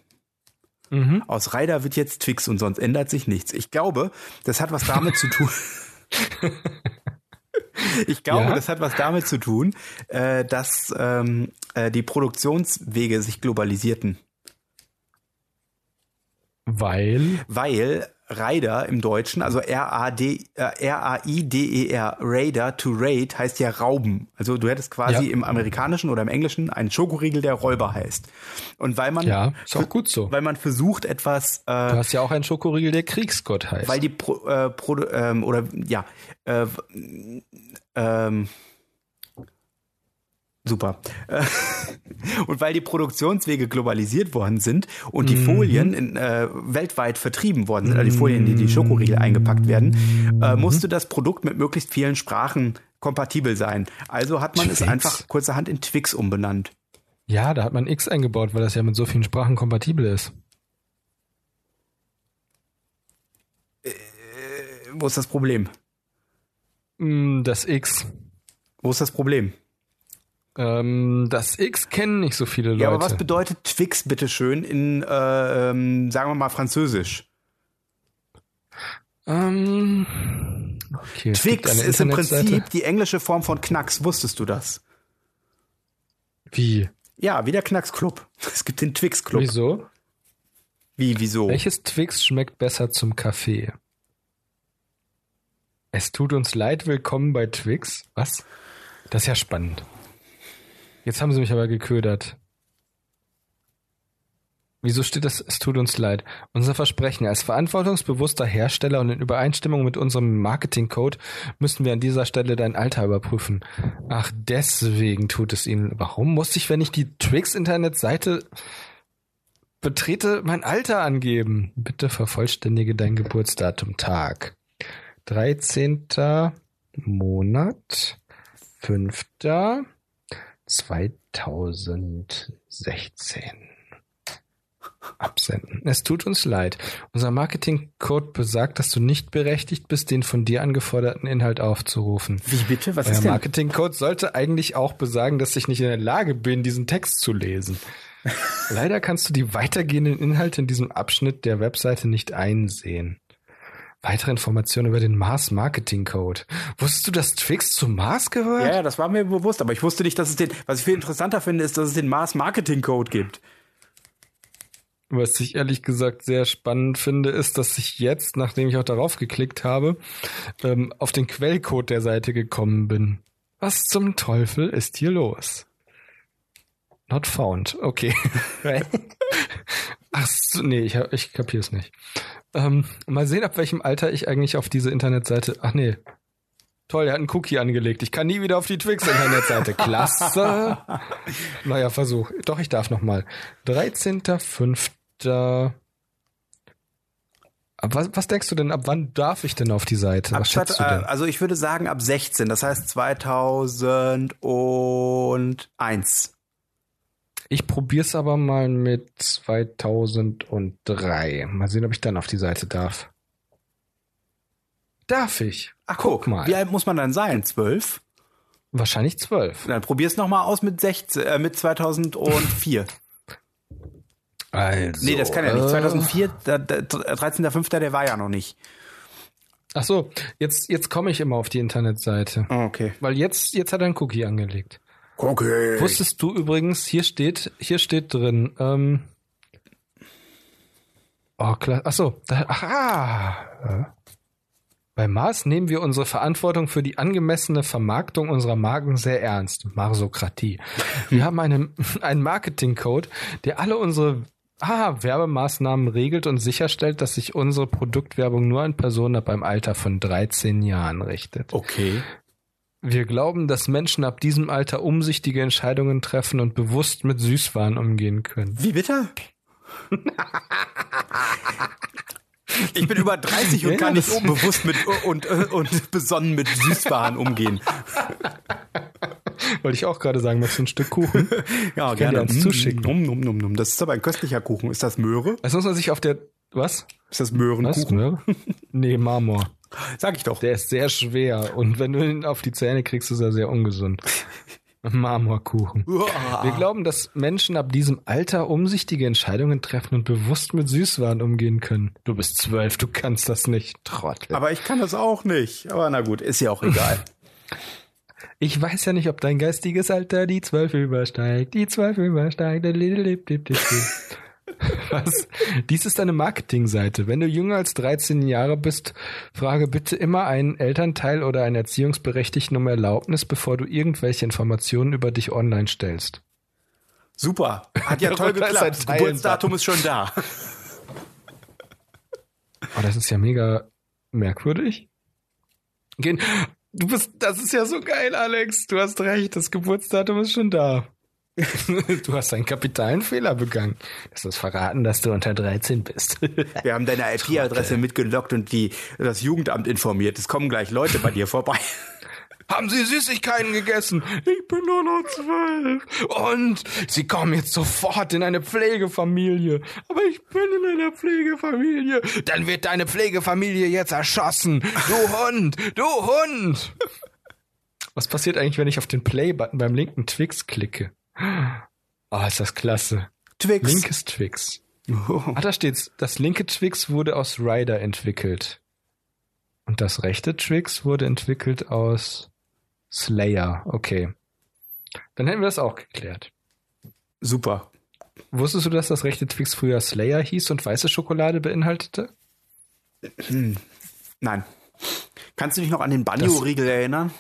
S1: Mhm.
S2: Aus Reider wird jetzt Twix und sonst ändert sich nichts. Ich glaube, das hat was damit zu tun. Ich glaube,
S1: Ja?
S2: das hat was damit zu tun, äh, dass ähm, äh, die Produktionswege sich globalisierten,
S1: Weil.
S2: weil Raider im Deutschen, also R-A-D, äh, R-A-I-D-E-R, E Raider to Raid heißt ja Rauben. Also du hättest quasi
S1: Ja.
S2: im Amerikanischen oder im Englischen einen Schokoriegel, der Räuber heißt. Und weil man,
S1: Ja, ist auch gut so.
S2: weil man versucht, etwas äh,
S1: Du hast ja auch einen Schokoriegel, der Kriegsgott heißt.
S2: Weil die Pro, äh, Produ- ähm, oder ja, äh, w- ähm, super. Äh, und weil die Produktionswege globalisiert worden sind und die Folien in, äh, weltweit vertrieben worden sind, also die Folien, die die Schokoriegel eingepackt werden, äh, musste das Produkt mit möglichst vielen Sprachen kompatibel sein. Also hat man es
S1: Twix.
S2: einfach kurzerhand in Twix umbenannt.
S1: ja, da hat man X eingebaut, weil das ja mit so vielen Sprachen kompatibel ist.
S2: Äh, Wo ist das Problem?
S1: Mm, Das X.
S2: Wo ist das Problem?
S1: Ähm, das X kennen nicht so viele Leute.
S2: Ja, aber was bedeutet Twix bitteschön in, äh, ähm, sagen wir mal, Französisch?
S1: ähm, okay, es gibt
S2: Twix
S1: eine
S2: ist im
S1: Internetseite.
S2: Prinzip die englische Form von Knacks, wusstest du das?
S1: Wie?
S2: Ja, wie der Knacks-Club. Es gibt den Twix-Club.
S1: Wieso?
S2: Wie, wieso?
S1: Welches Twix schmeckt besser zum Kaffee? Es tut uns leid, willkommen bei Twix. Was? Das ist ja spannend. Jetzt haben sie mich aber geködert. Wieso steht das, es tut uns leid? Unser Versprechen als verantwortungsbewusster Hersteller und in Übereinstimmung mit unserem Marketingcode müssen wir an dieser Stelle dein Alter überprüfen. Ach, deswegen tut es ihnen. Warum musste ich, wenn ich die Twix-Internetseite betrete, mein Alter angeben? Bitte vervollständige dein Geburtsdatum, Tag. 13. Monat, 5. 2016 absenden. Es tut uns leid. Unser Marketingcode besagt, dass du nicht berechtigt bist, den von dir angeforderten Inhalt aufzurufen.
S2: Wie bitte? Was
S1: Euer
S2: ist denn?
S1: Marketingcode sollte eigentlich auch besagen, dass ich nicht in der Lage bin, diesen Text zu lesen. Leider kannst du die weitergehenden Inhalte in diesem Abschnitt der Webseite nicht einsehen. Weitere Informationen über den Mars Marketing Code. Wusstest du, dass Twix zu Mars gehört?
S2: Ja, ja, das war mir bewusst, aber ich wusste nicht, dass es den, was ich viel interessanter finde, ist, dass es den Mars Marketing Code gibt.
S1: Was ich ehrlich gesagt sehr spannend finde, ist, dass ich jetzt, nachdem ich auch darauf geklickt habe, ähm, auf den Quellcode der Seite gekommen bin. Was zum Teufel ist hier los? Not found. Okay. Ach so, nee, ich, hab- ich kapiere es nicht. Ähm, mal sehen, ab welchem Alter ich eigentlich auf diese Internetseite. Ach nee. Toll, er hat einen Cookie angelegt. Ich kann nie wieder auf die Twix-Internetseite. Klasse. Neuer Versuch. Doch, ich darf nochmal. 13.05. Ab Was, was denkst du denn, ab wann darf ich denn auf die Seite? Was
S2: Statt,
S1: schätzt
S2: äh,
S1: du denn?
S2: also ich würde sagen ab 16, das heißt 2001.
S1: Ich probier's aber mal mit 2003. Mal sehen, ob ich dann auf die Seite darf. Darf ich?
S2: Ach, guck,
S1: mal.
S2: Wie alt muss man dann sein? 12?
S1: Wahrscheinlich 12.
S2: Dann probier's nochmal aus mit 16, äh, mit 2004.
S1: Also,
S2: Nee, das kann ja nicht.
S1: äh,
S2: 2004, da, da, 13.05., der war ja noch nicht.
S1: Ach so, jetzt, jetzt komme ich immer auf die Internetseite.
S2: Ah, okay.
S1: Weil jetzt, jetzt hat er einen Cookie angelegt.
S2: Okay.
S1: Wusstest du übrigens, hier steht, hier steht drin, ähm, oh, klar, ach so, da, aha. Bei Mars nehmen wir unsere Verantwortung für die angemessene Vermarktung unserer Marken sehr ernst. Marsokratie. Wir haben einen, einen Marketingcode, der alle unsere ah, Werbemaßnahmen regelt und sicherstellt, dass sich unsere Produktwerbung nur an Personen ab einem Alter von 13 Jahren richtet.
S2: Okay.
S1: Wir glauben, dass Menschen ab diesem Alter umsichtige Entscheidungen treffen und bewusst mit Süßwaren umgehen können.
S2: Wie bitte? Ich bin über 30 und
S1: Ja,
S2: kann nicht
S1: das-
S2: unbewusst mit und, und, und besonnen mit Süßwaren umgehen.
S1: Wollte ich auch gerade sagen, möchtest du ein Stück Kuchen?
S2: Ja,
S1: dir
S2: gerne.
S1: eins zuschicken.
S2: Num, num, num, num. Das ist aber ein köstlicher Kuchen. Ist das Möhre?
S1: Das muss man sich auf der. Was?
S2: Ist das Möhrenkuchen?
S1: ne? Nee, Marmor.
S2: Sag ich doch.
S1: Der ist sehr schwer und wenn du ihn auf die Zähne kriegst, ist er sehr ungesund. Marmorkuchen. Wir
S2: Uah.
S1: glauben, dass Menschen ab diesem Alter umsichtige Entscheidungen treffen und bewusst mit Süßwaren umgehen können. Du bist zwölf, du kannst das nicht, Trottel.
S2: Aber ich kann das auch nicht. Aber na gut, ist ja auch egal.
S1: Ich weiß ja nicht, ob dein geistiges Alter die 12 übersteigt. Die 12 übersteigt. Was? Dies ist eine Marketingseite. Wenn du jünger als 13 Jahre bist, frage bitte immer einen Elternteil oder einen Erziehungsberechtigten um Erlaubnis, bevor du irgendwelche Informationen über dich online stellst.
S2: Super. Hat ja toll
S1: Da ist ein
S2: geklappt.
S1: Teilen-
S2: Geburtsdatum ist schon da.
S1: Oh, das ist ja mega merkwürdig. Gen- Du bist, das ist ja so geil, Alex. Du hast recht, das Geburtsdatum ist schon da. Du hast einen kapitalen Fehler begangen. Das ist verraten, dass du unter 13 bist.
S2: Wir haben deine IP-Adresse mitgelockt und die, das Jugendamt informiert. Es kommen gleich Leute bei dir vorbei.
S1: Haben Sie Süßigkeiten gegessen? Ich bin nur noch zwölf. Und Sie kommen jetzt sofort in eine Pflegefamilie. Aber ich bin in einer Pflegefamilie. Dann wird deine Pflegefamilie jetzt erschossen. Du Hund, du Hund. Was passiert eigentlich, wenn ich auf den Play-Button beim linken Twix klicke? Ah, ist das klasse.
S2: Twix.
S1: Linkes Twix.
S2: Oh.
S1: Ah, da steht's. Das linke Twix wurde aus Ryder entwickelt. Und das rechte Twix wurde entwickelt aus Slayer. Okay. Dann hätten wir das auch geklärt.
S2: Super.
S1: Wusstest du, dass das rechte Twix früher Slayer hieß und weiße Schokolade beinhaltete?
S2: Nein. Kannst du dich noch an den Banjo-Riegel erinnern?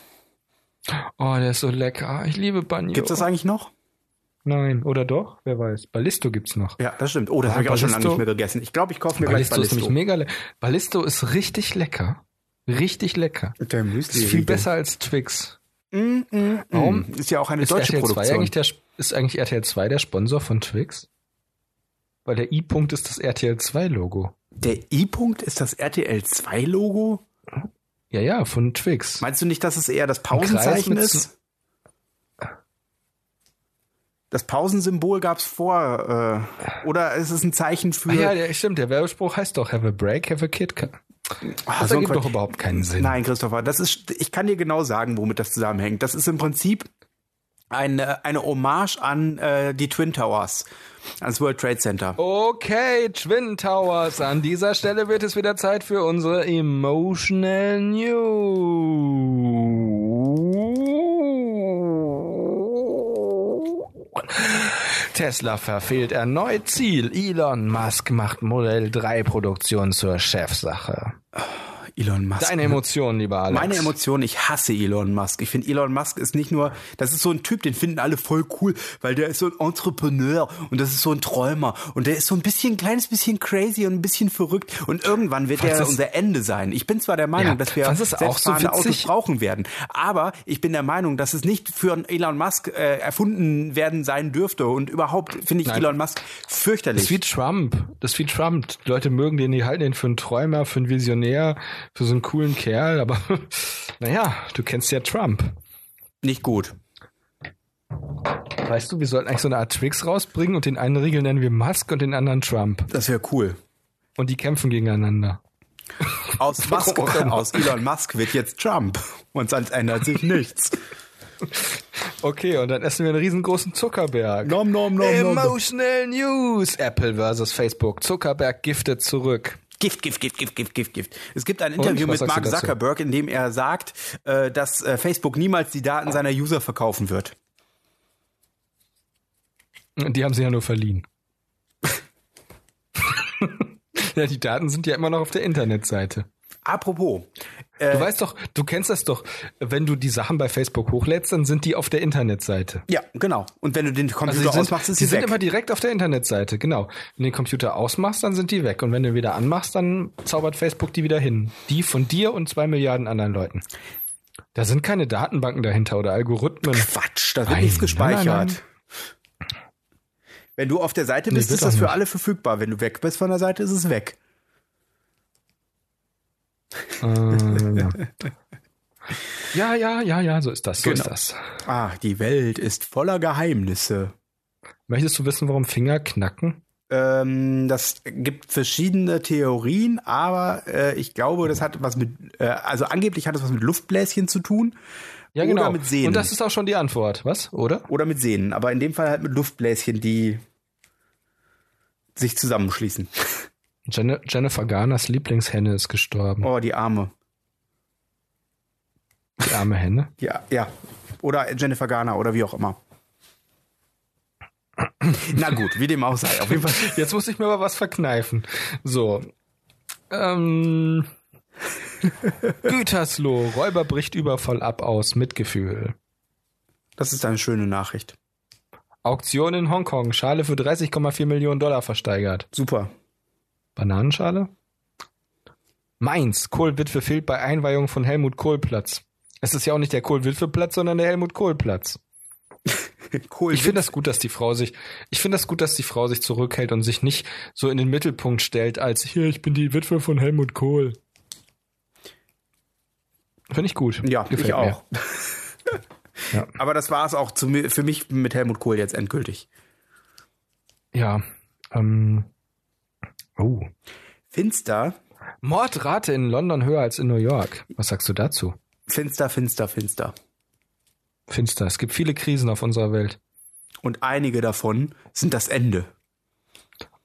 S1: Oh, der ist so lecker. Ich liebe Banjo.
S2: Gibt's das eigentlich noch?
S1: Nein. Oder doch? Wer weiß. Ballisto gibt's noch.
S2: Ja, das stimmt. Oh, das
S1: Ah,
S2: habe ich auch schon lange
S1: Ballisto.
S2: nicht mehr gegessen. Ich glaube, ich kaufe mir
S1: Ballisto,
S2: gleich
S1: ist nämlich
S2: Ballisto.
S1: mega lecker. Ballisto ist richtig lecker. Richtig lecker.
S2: Der Müsli
S1: Ist viel besser als Twix.
S2: Mm, mm,
S1: Warum?
S2: mm. Ist ja auch eine
S1: Ist
S2: deutsche
S1: RTL 2
S2: Produktion.
S1: eigentlich der, Sp- ist eigentlich RTL 2 der Sponsor von Twix? Weil der I-Punkt ist das RTL 2 Logo.
S2: Der I-Punkt ist das RTL 2-Logo?
S1: Ja, ja, von Twix.
S2: Meinst du nicht, dass es eher das
S1: Kreis mit
S2: Pausenzeichen
S1: so-
S2: ist? Das Pausensymbol gab's vor. Äh, oder ist es ein Zeichen für.
S1: Ah, ja, der, stimmt, der Werbespruch heißt doch Have a Break, Have a Kid. Ka-
S2: Ah,
S1: Das
S2: so ein
S1: Also ergibt
S2: Quatsch.
S1: doch überhaupt keinen Sinn.
S2: Nein, Christopher, das ist, ich kann dir genau sagen, womit das zusammenhängt. Das ist im Prinzip äh, eine, eine Hommage an äh, die Twin Towers, ans World Trade Center.
S1: Oh, Okay, Twin Towers, an dieser Stelle wird es wieder Zeit für unsere Emotional News. Tesla verfehlt erneut Ziel. Elon Musk macht Modell 3 Produktion zur Chefsache.
S2: Elon Musk.
S1: Deine Emotionen, lieber Alex.
S2: meine Emotionen, ich hasse Elon Musk. Ich finde, Elon Musk ist nicht nur, das ist so ein Typ, den finden alle voll cool, weil der ist so ein Entrepreneur und das ist so ein Träumer und der ist so ein bisschen, ein kleines bisschen crazy und ein bisschen verrückt und irgendwann wird der
S1: das-
S2: unser Ende sein. Ich bin zwar der Meinung,
S1: Ja,
S2: dass wir
S1: fandst du es auch so
S2: selbstfahrende Autos
S1: witzig?
S2: brauchen werden, aber ich bin der Meinung, dass es nicht für einen Elon Musk äh, erfunden werden sein dürfte und überhaupt finde ich
S1: Nein.
S2: Elon Musk
S1: Das ist wie
S2: fürchterlich.
S1: Trump. Das ist wie Trump. Die Leute mögen den, die halten den für einen Träumer, für einen Visionär, für so einen coolen Kerl. Aber naja, du kennst ja Trump.
S2: Nicht gut.
S1: Weißt du, wir sollten eigentlich so eine Art Twix rausbringen und den einen Riegel nennen wir Musk und den anderen Trump.
S2: Das wäre cool.
S1: Und die kämpfen gegeneinander.
S2: Aus, Musk,
S1: auch immer.
S2: aus Elon Musk wird jetzt Trump und sonst ändert sich nichts.
S1: Okay, und dann essen wir einen riesengroßen Zuckerberg.
S2: Nom, nom, nom, nom, nom.
S1: Emotional News. Apple versus Facebook. Zuckerberg giftet zurück.
S2: Gift, Gift, Gift, Gift, Gift, Gift, Gift. Es gibt ein Interview
S1: was
S2: mit
S1: sagst
S2: Mark
S1: du dazu?
S2: Zuckerberg, in dem er sagt, äh, dass äh, Facebook niemals die Daten seiner User verkaufen wird.
S1: Die haben sie ja nur verliehen. ja, die Daten sind ja immer noch auf der Internetseite.
S2: Apropos, Äh.
S1: Du weißt doch, du kennst das doch. Wenn du die Sachen bei Facebook hochlädst, dann sind die auf der Internetseite.
S2: ja, genau. Und wenn du den Computer
S1: die Also, sind,
S2: ausmachst, ist
S1: die
S2: sie
S1: sind
S2: weg.
S1: immer direkt auf der Internetseite, genau. Wenn du den Computer ausmachst, dann sind die weg. Und wenn du wieder anmachst, dann zaubert Facebook die wieder hin. Die von dir und zwei Milliarden anderen Leuten. Da sind keine Datenbanken dahinter oder Algorithmen.
S2: Quatsch, da wird
S1: Nein,
S2: nichts gespeichert.
S1: nein, nein,
S2: Wenn du auf der Seite bist,
S1: wird
S2: ist das
S1: doch
S2: für
S1: nicht.
S2: alle verfügbar. Wenn du weg bist von der Seite, ist es weg.
S1: äh, ja. ja, ja, ja, ja, so ist das. So ist
S2: Genau.
S1: das.
S2: Ah, die Welt ist voller Geheimnisse.
S1: Möchtest du wissen, warum Finger knacken?
S2: Ähm, das gibt verschiedene Theorien, aber äh, ich glaube, das hat was mit, äh, also angeblich hat das was mit Luftbläschen zu tun
S1: Ja,
S2: Oder
S1: genau.
S2: mit Sehnen.
S1: Und das ist auch schon die Antwort, was? Oder?
S2: oder mit Sehnen, aber in dem Fall halt mit Luftbläschen, die sich zusammenschließen.
S1: Jen Jennifer Garners Lieblingshenne ist gestorben.
S2: Oh, die Arme.
S1: Die arme Henne.
S2: Ja, ja. Oder Jennifer Garner oder wie auch immer. Na gut, wie dem auch sei. Auf jeden Fall.
S1: Jetzt muss ich mir aber was verkneifen. So. Ähm. Gütersloh, Räuber bricht Überfall ab aus Mitgefühl.
S2: Das ist eine schöne Nachricht.
S1: Auktion in Hongkong, Schale für 30,4 Millionen Dollar versteigert.
S2: Super.
S1: Bananenschale? Mainz, Kohlwitwe fehlt bei Einweihung von Helmut Kohl-Platz. Es ist ja auch nicht der Kohl-Witwe-Platz, sondern der Helmut Kohl-Platz.
S2: Cool.
S1: Ich finde das gut, dass die Frau sich, ich finde das gut, dass die Frau sich zurückhält und sich nicht so in den Mittelpunkt stellt als hier, ich bin die Witwe von Helmut Kohl. Finde ich gut.
S2: ja,
S1: Gefällt
S2: ich
S1: mir.
S2: auch.
S1: Ja.
S2: Aber das war es auch zu, mi- für mich mit Helmut Kohl jetzt endgültig.
S1: Ja. Ähm, oh.
S2: Finster,
S1: Mordrate in London höher als in New York. Was sagst du dazu?
S2: finster, finster, finster.
S1: Finster. Es gibt viele Krisen auf unserer Welt.
S2: Und einige davon sind das Ende.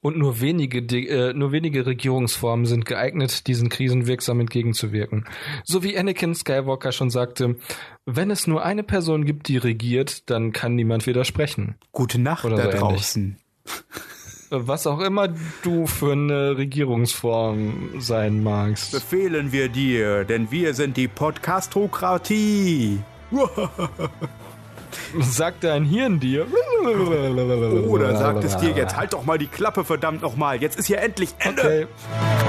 S1: Und nur wenige, die, äh, nur wenige Regierungsformen sind geeignet, diesen Krisen wirksam entgegenzuwirken. So wie Anakin Skywalker schon sagte, wenn es nur eine Person gibt, die regiert, dann kann niemand widersprechen.
S2: Gute Nacht
S1: Oder
S2: da
S1: so ähnlich.
S2: draußen.
S1: Äh, Was auch immer du für eine Regierungsform sein magst.
S2: Befehlen wir dir, denn wir sind die Podcastokratie.
S1: Sagt dein Hirn dir.
S2: Oh, Oder sagt es dir jetzt, halt doch mal die Klappe verdammt nochmal. Jetzt ist hier endlich Ende.
S1: Okay.